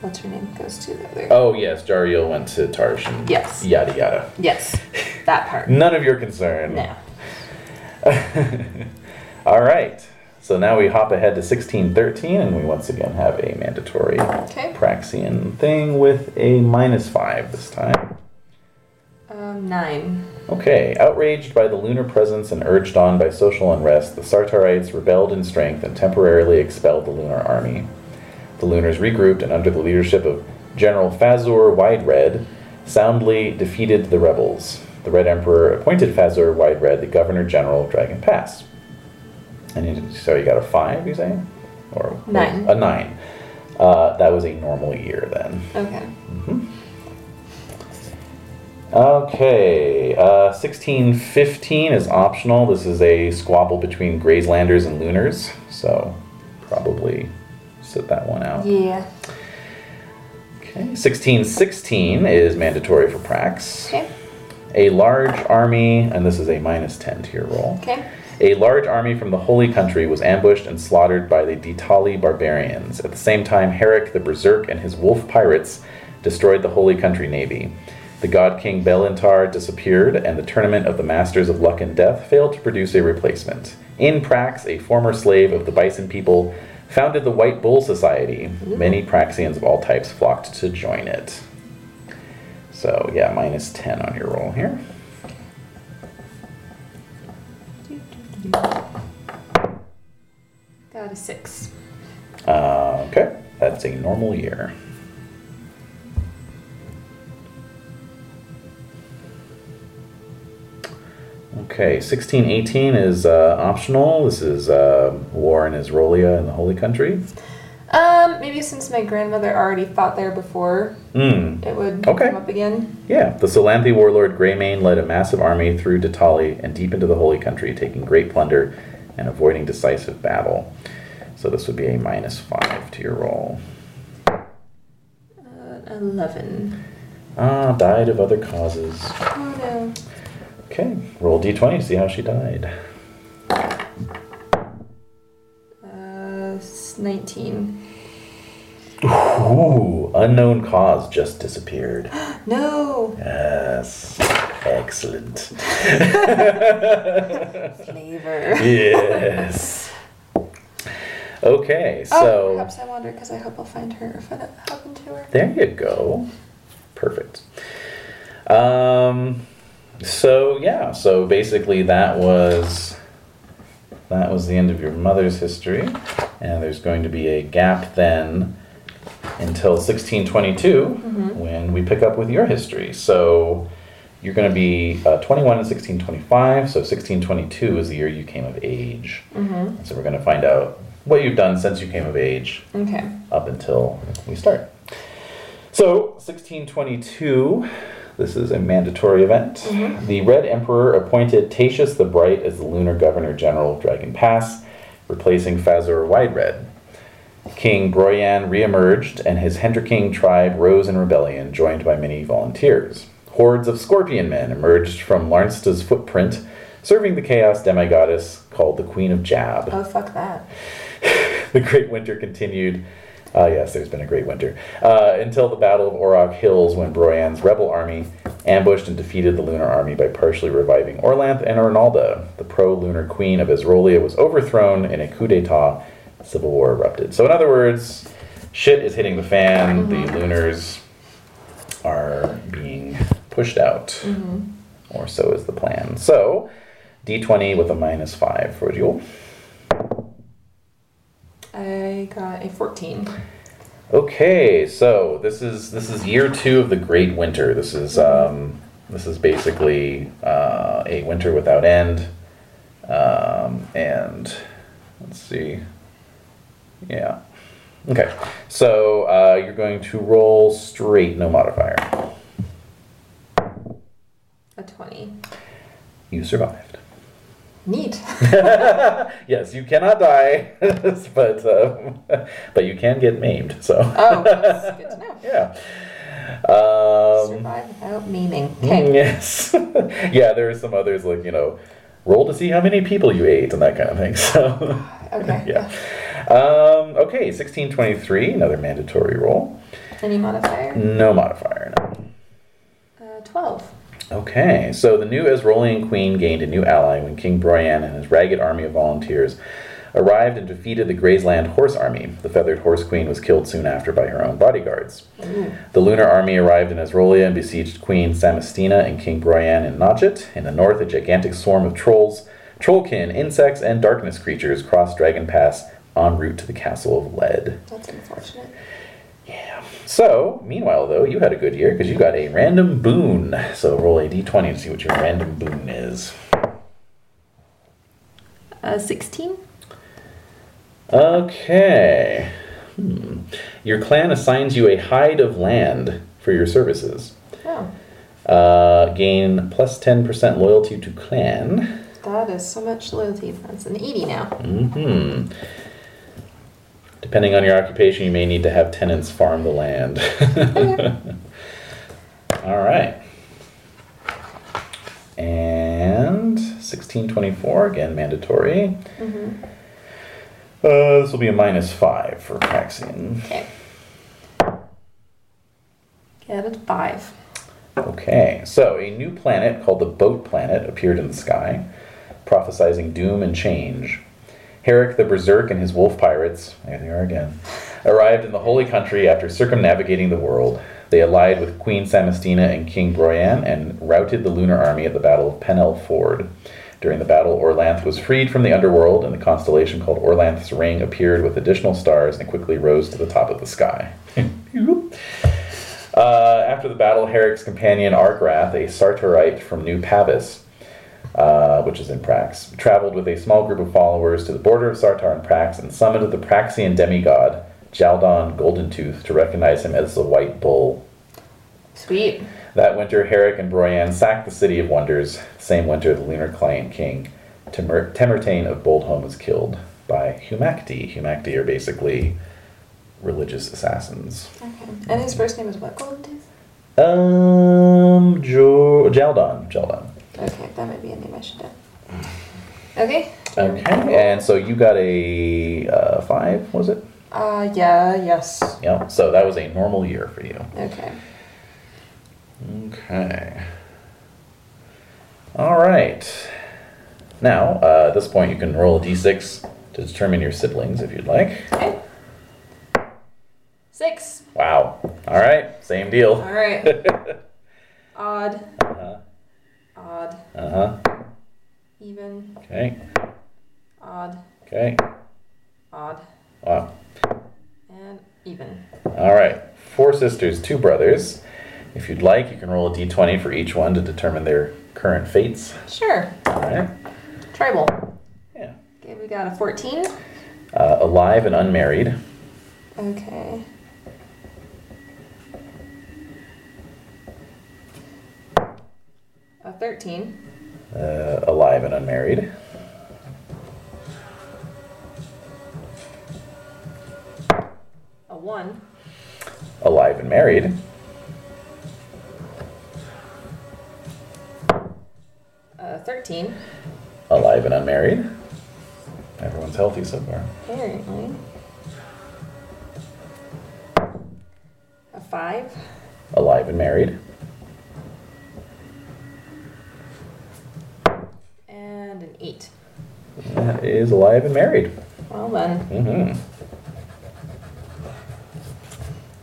Speaker 7: what's her name goes to the other.
Speaker 1: Oh, yes, Jariel went to Tarsh and
Speaker 7: Yes.
Speaker 1: yada yada.
Speaker 7: Yes,
Speaker 1: (laughs)
Speaker 7: that part.
Speaker 1: None of your concern.
Speaker 7: No.
Speaker 1: (laughs) All right. So now we hop ahead to 1613, and we once again have a mandatory
Speaker 7: Okay.
Speaker 1: Praxian thing with a minus five this time.
Speaker 7: Um, nine.
Speaker 1: Okay, outraged by the lunar presence and urged on by social unrest, the Sartarites rebelled in strength and temporarily expelled the lunar army. The lunars regrouped and, under the leadership of General Fazur Wide Red, soundly defeated the rebels. The Red Emperor appointed Fazur Wide Red the Governor General of Dragon Pass. And you, so you got a five, you say? Or
Speaker 7: Nine.
Speaker 1: A nine. Uh, that was a normal year then.
Speaker 7: Okay.
Speaker 1: Okay, uh, sixteen fifteen is optional. This is a squabble between Grayslanders and Lunars, so probably sit that one out.
Speaker 7: Yeah.
Speaker 1: Okay, sixteen sixteen is mandatory for Prax.
Speaker 7: Okay.
Speaker 1: A large army, and this is a minus ten to your roll.
Speaker 7: Okay.
Speaker 1: A large army from the Holy Country was ambushed and slaughtered by the Ditali barbarians. At the same time, Herrick the Berserk and his wolf pirates destroyed the Holy Country navy. The god king Belintar disappeared, and the tournament of the Masters of Luck and Death failed to produce a replacement. In Prax, a former slave of the Bison people founded the White Bull Society. Many Praxians of all types flocked to join it. So, yeah, minus 10 on your roll here.
Speaker 7: Got a six.
Speaker 1: Uh, okay, that's a normal year. Okay, 1618 is uh, optional. This is uh, war in Israelia and the Holy Country.
Speaker 7: Um, maybe since my grandmother already fought there before,
Speaker 1: Mm,
Speaker 7: it would
Speaker 1: Okay.
Speaker 7: come up again.
Speaker 1: yeah, the Salanthi warlord Greymane led a massive army through Datali and deep into the Holy Country, taking great plunder and avoiding decisive battle. So this would be a minus five to your roll.
Speaker 7: Uh, 11.
Speaker 1: Ah, died of other causes.
Speaker 7: Oh no.
Speaker 1: Okay, roll d20 to see how she died.
Speaker 7: Uh, s- 19.
Speaker 1: Ooh, unknown cause just disappeared.
Speaker 7: No!
Speaker 1: Yes. Excellent.
Speaker 7: (laughs) Flavor.
Speaker 1: Yes. Okay,
Speaker 7: oh,
Speaker 1: so.
Speaker 7: perhaps I wander because I hope I'll find her if that happened to her.
Speaker 1: There you go. Perfect. Um, so yeah, so basically that was that was the end of your mother's history, and there's going to be a gap then until 1622 when we pick up with your history. So you're going to be uh, 21 in 1625, so 1622 is the year you came of age. Mm-hmm. So we're going to find out what you've done since you came of age
Speaker 7: Okay.
Speaker 1: up until we start. So, 1622, this is a mandatory event. The Red Emperor appointed Tatius the Bright as the lunar governor general of Dragon Pass, replacing Fazor Wide Red. King Broyan reemerged, and his Hendriking tribe rose in rebellion, joined by many volunteers. Hordes of scorpion men emerged from Larnsta's footprint, serving the chaos demigoddess called the Queen of Jab
Speaker 7: Oh, fuck that.
Speaker 1: (laughs) the great winter continued. Ah, yes, there's been a great winter. Uh, until the Battle of Orok Hills, when Broyan's rebel army ambushed and defeated the Lunar Army by partially reviving Orlanth and Ornalda. The pro lunar queen of Isrolia was overthrown in a coup d'etat. Civil war erupted. So, in other words, shit is hitting the fan. The lunars are being pushed out, or so is the plan. So, d20 with a minus 5 for Jewel.
Speaker 7: I got a 14.
Speaker 1: Okay, so this is this is year two of the Great Winter. This is um, this is basically uh, a winter without end, um, and let's see, yeah, okay. So uh, you're going to roll straight, no modifier.
Speaker 7: A 20.
Speaker 1: You survived.
Speaker 7: Neat.
Speaker 1: Yes, you cannot die, (laughs) but um, (laughs) but you can get maimed. So
Speaker 7: Oh, that's (laughs) good to know.
Speaker 1: yeah. Um,
Speaker 7: Survive without meaning.
Speaker 1: Mm,
Speaker 7: Okay.
Speaker 1: Yes. (laughs) yeah, there are some others like, you know, roll to see how many people you ate and that kind of thing. (laughs) So,
Speaker 7: Okay.
Speaker 1: (laughs) yeah. Um, okay, 1623, another mandatory roll.
Speaker 7: Any modifier?
Speaker 1: No modifier, no.
Speaker 7: Uh, 12.
Speaker 1: Okay, so the new Israelian queen gained a new ally when King Broyan and his ragged army of volunteers arrived and defeated the Graysland Horse Army. The feathered horse queen was killed soon after by her own bodyguards. The lunar army arrived in Israelia and besieged Queen Samistina and King Broyan in Notchet. In the north, a gigantic swarm of trolls, trollkin, insects, and darkness creatures crossed Dragon Pass en route to the Castle of Lead.
Speaker 7: That's unfortunate.
Speaker 1: So, meanwhile, though, you had a good year because you got a random boon. So, roll a d20 to see what your random boon is.
Speaker 7: Uh, 16?
Speaker 1: Okay. Hmm. Your clan assigns you a hide of land for your services.
Speaker 7: Oh,
Speaker 1: Uh, gain plus 10% loyalty to clan.
Speaker 7: that is so much loyalty. That's an 80 now.
Speaker 1: hmm Depending on your occupation, you may need to have tenants farm the land. (laughs) All right. And 1624, again mandatory. Uh, this will be a minus five for Praxian.
Speaker 7: Okay. Get a 5.
Speaker 1: Okay, so a new planet called the Boat Planet appeared in the sky, prophesizing doom and change. Herrick the Berserk and his wolf pirates, there they are again, arrived in the Holy Country after circumnavigating the world. They allied with Queen Samistina and King Broyan and routed the Lunar Army at the Battle of Pennell Ford. During the battle, Orlanth was freed from the underworld, and the constellation called Orlanth's Ring appeared with additional stars and quickly rose to the top of the sky. (laughs) Uh, after the battle, Herrick's companion Argrath, a Sartorite from New Pavis, uh, which is in Prax, traveled with a small group of followers to the border of Sartar and Prax and summoned the Praxian demigod Jaldon Goldentooth to recognize him as the White Bull.
Speaker 7: Sweet.
Speaker 1: That winter, Herrick and Broyan sacked the City of Wonders. The same winter, the Lunar Client King Temer- Temertane of Boldholm was killed. by Humacti. Humacti are basically religious assassins.
Speaker 7: Okay. And his first name is what? Golden Tooth?
Speaker 1: Um, jo- Jaldon. Jaldon.
Speaker 7: Okay, that might be a name I should know. Okay.
Speaker 1: Okay, and so you got a uh, five, was it?
Speaker 7: Uh, yeah, yes.
Speaker 1: Yeah, so that was a normal year for you.
Speaker 7: Okay.
Speaker 1: Okay. All right. Now, uh, at this point, you can roll a d6 to determine your siblings if you'd like.
Speaker 7: Okay. Six.
Speaker 1: Wow. All right, same deal.
Speaker 7: All right.
Speaker 1: (laughs)
Speaker 7: Odd.
Speaker 1: Uh
Speaker 7: Odd.
Speaker 1: huh.
Speaker 7: Even.
Speaker 1: Okay.
Speaker 7: Odd.
Speaker 1: Okay.
Speaker 7: Odd.
Speaker 1: Wow.
Speaker 7: And even.
Speaker 1: All right. Four sisters, two brothers. If you'd like, you can roll a d20 for each one to determine their current fates.
Speaker 7: Sure.
Speaker 1: All right.
Speaker 7: Tribal.
Speaker 1: Yeah.
Speaker 7: Okay, we got a 14.
Speaker 1: Uh, alive and unmarried.
Speaker 7: Okay. A 13.
Speaker 1: Uh, alive and unmarried.
Speaker 7: A 1.
Speaker 1: Alive and married.
Speaker 7: A 13.
Speaker 1: Alive and unmarried. Everyone's healthy so far.
Speaker 7: Apparently. A 5.
Speaker 1: Alive and married.
Speaker 7: And an 8.
Speaker 1: That is alive and married.
Speaker 7: Well then.
Speaker 1: hmm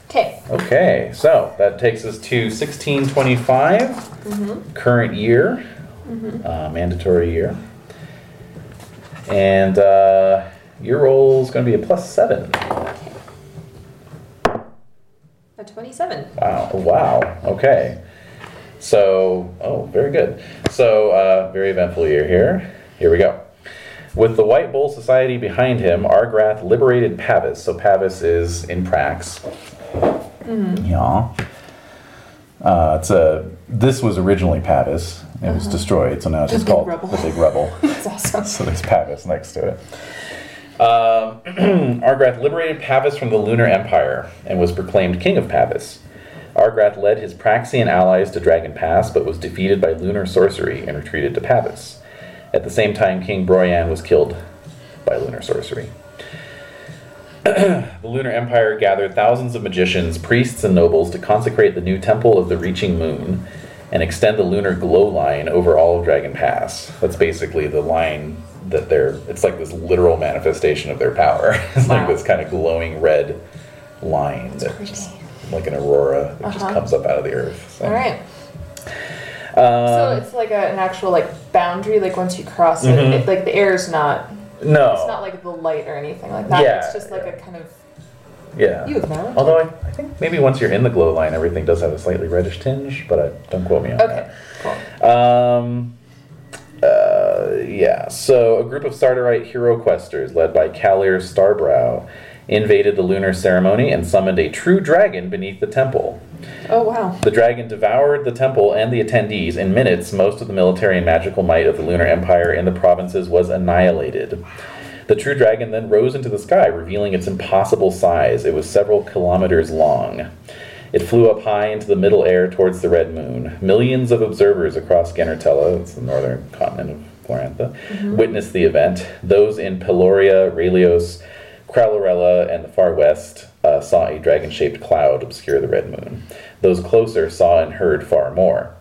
Speaker 7: Okay.
Speaker 1: Okay, so that takes us to 1625,
Speaker 7: Mm-hmm.
Speaker 1: current year, uh, mandatory year. And uh, your roll is going to be a plus seven.
Speaker 7: A 27.
Speaker 1: Wow. Uh, Wow. Okay. So, oh, very good. So, uh, very eventful year here. Here we go. With the White Bull Society behind him, Argrath liberated Pavis. So, Pavis is in Prax.
Speaker 7: Mm-hmm.
Speaker 1: Yeah. Uh, it's a. This was originally Pavis. It was destroyed, so now it's just
Speaker 7: Uh-huh.
Speaker 1: called
Speaker 7: big rubble.
Speaker 1: the Big Rebel.
Speaker 7: (laughs) That's awesome.
Speaker 1: (laughs) so there's Pavis next to it. Um, Argrath liberated Pavis from the Lunar Empire and was proclaimed King of Pavis. Argrath led his Praxian allies to Dragon Pass, but was defeated by lunar sorcery and retreated to Pavis. At the same time, King Broyan was killed by lunar sorcery. the Lunar Empire gathered thousands of magicians, priests, and nobles to consecrate the new Temple of the Reaching Moon and extend the lunar glow line over all of Dragon Pass. That's basically the line that they're. It's like this literal manifestation of their power. (laughs) It's like
Speaker 7: Wow.
Speaker 1: this kind of glowing red line that just, like an aurora that just
Speaker 7: Uh-huh.
Speaker 1: comes up out of the earth. So. um,
Speaker 7: All right. so it's like a, an actual like boundary. Like once you cross
Speaker 1: Mm-hmm.
Speaker 7: it, it, like the air is not.
Speaker 1: No.
Speaker 7: It's not like the light or anything like that.
Speaker 1: Oh. Yeah,
Speaker 7: it's just like a kind of.
Speaker 1: yeah.
Speaker 7: You know.
Speaker 1: Although I, I think maybe once you're in the glow line, everything does have a slightly reddish tinge, but I, don't quote me on
Speaker 7: Okay. Cool.
Speaker 1: that. Um, uh, yeah, so a group of Sardarite hero questers led by Kalir Starbrow invaded the lunar ceremony and summoned a true dragon beneath the temple.
Speaker 7: Oh wow.
Speaker 1: The dragon devoured the temple and the attendees. In minutes, most of the military and magical might of the Lunar Empire in the provinces was annihilated. The true dragon then rose into the sky, revealing its impossible size. It was several kilometers long. It flew up high into the middle air towards the red moon. Millions of observers across Genertella, it's the northern continent of Glorantha, witnessed the event. Those in Peloria, Relios, Cralorella and the far west uh, saw a dragon shaped cloud obscure the red moon. Those closer saw and heard far more.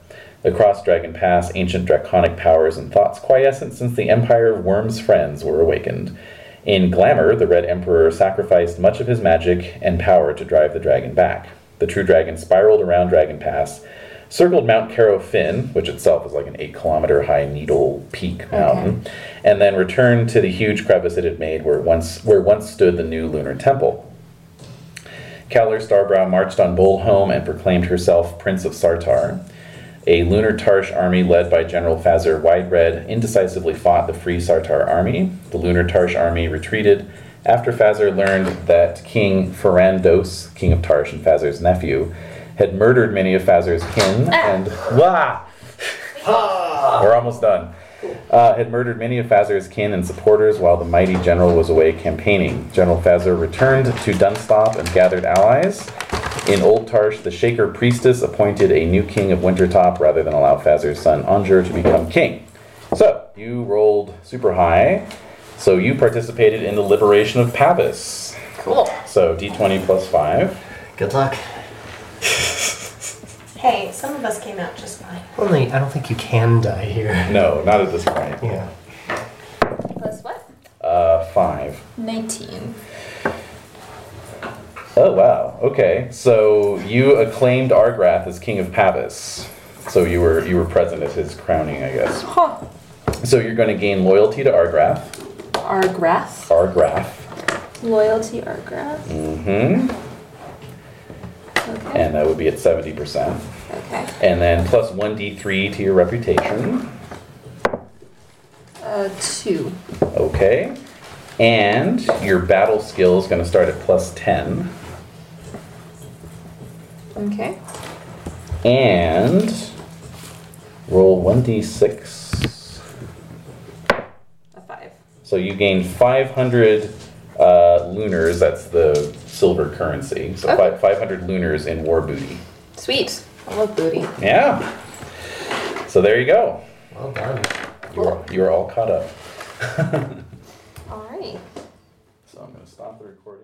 Speaker 1: Across Dragon Pass, ancient draconic powers and thoughts quiescent since the Empire of Worm's friends were awakened. In Glamour, the Red Emperor sacrificed much of his magic and power to drive the dragon back. The true dragon spiraled around Dragon Pass, circled Mount Caro Fin, which itself is like an eight kilometer high needle peak mountain, and then returned to the huge crevice it had made where once where once stood the new lunar temple. Kalar Starbrow marched on Bolholm and proclaimed herself Prince of Sartar. A lunar Tarsh army led by General Fazar Wide Red indecisively fought the Free Sartar army. The lunar Tarsh army retreated after Fazar learned that King Ferrandos, King of Tarsh and Fazar's nephew, had murdered many of Fazar's kin and. Wah! We're almost done. uh, had murdered many of Fazer's kin and supporters while the mighty general was away campaigning. General Fazer returned to Dunstop and gathered allies. In Old Tarsh, the Shaker priestess appointed a new king of Wintertop rather than allow Fazer's son Anjur to become king. So, you rolled super high, so you participated in the liberation of Pavis.
Speaker 2: Cool.
Speaker 1: So, d20 plus 5.
Speaker 5: Good luck.
Speaker 4: Hey, some of us came out just fine.
Speaker 5: Only, I don't think you can die here.
Speaker 1: No, not at this point.
Speaker 5: Yeah.
Speaker 6: Plus what?
Speaker 1: Uh, 5.
Speaker 7: 19.
Speaker 1: Oh wow. Okay. So you acclaimed Argrath as king of Pavis. So you were you were present at his crowning, I guess.
Speaker 7: Huh.
Speaker 1: So you're going to gain loyalty to Argrath.
Speaker 7: Our grass.
Speaker 1: Argrath.
Speaker 6: Loyalty or grass?
Speaker 1: Mm-hmm.
Speaker 6: Okay.
Speaker 1: And that would be at seventy percent.
Speaker 7: Okay.
Speaker 1: And then plus one d three to your reputation.
Speaker 7: Uh, two.
Speaker 1: Okay. And your battle skill is going to start at plus ten.
Speaker 7: Okay.
Speaker 1: And roll one d six.
Speaker 7: A five.
Speaker 1: So you gain 500 uh, lunars, that's the silver currency. So
Speaker 7: Okay.
Speaker 1: fi- 500 lunars in war booty.
Speaker 7: Sweet. I love booty.
Speaker 1: Yeah. So there you go.
Speaker 5: Well done.
Speaker 1: You're, you're all caught up.
Speaker 7: All right.
Speaker 1: so I'm going to stop the recording.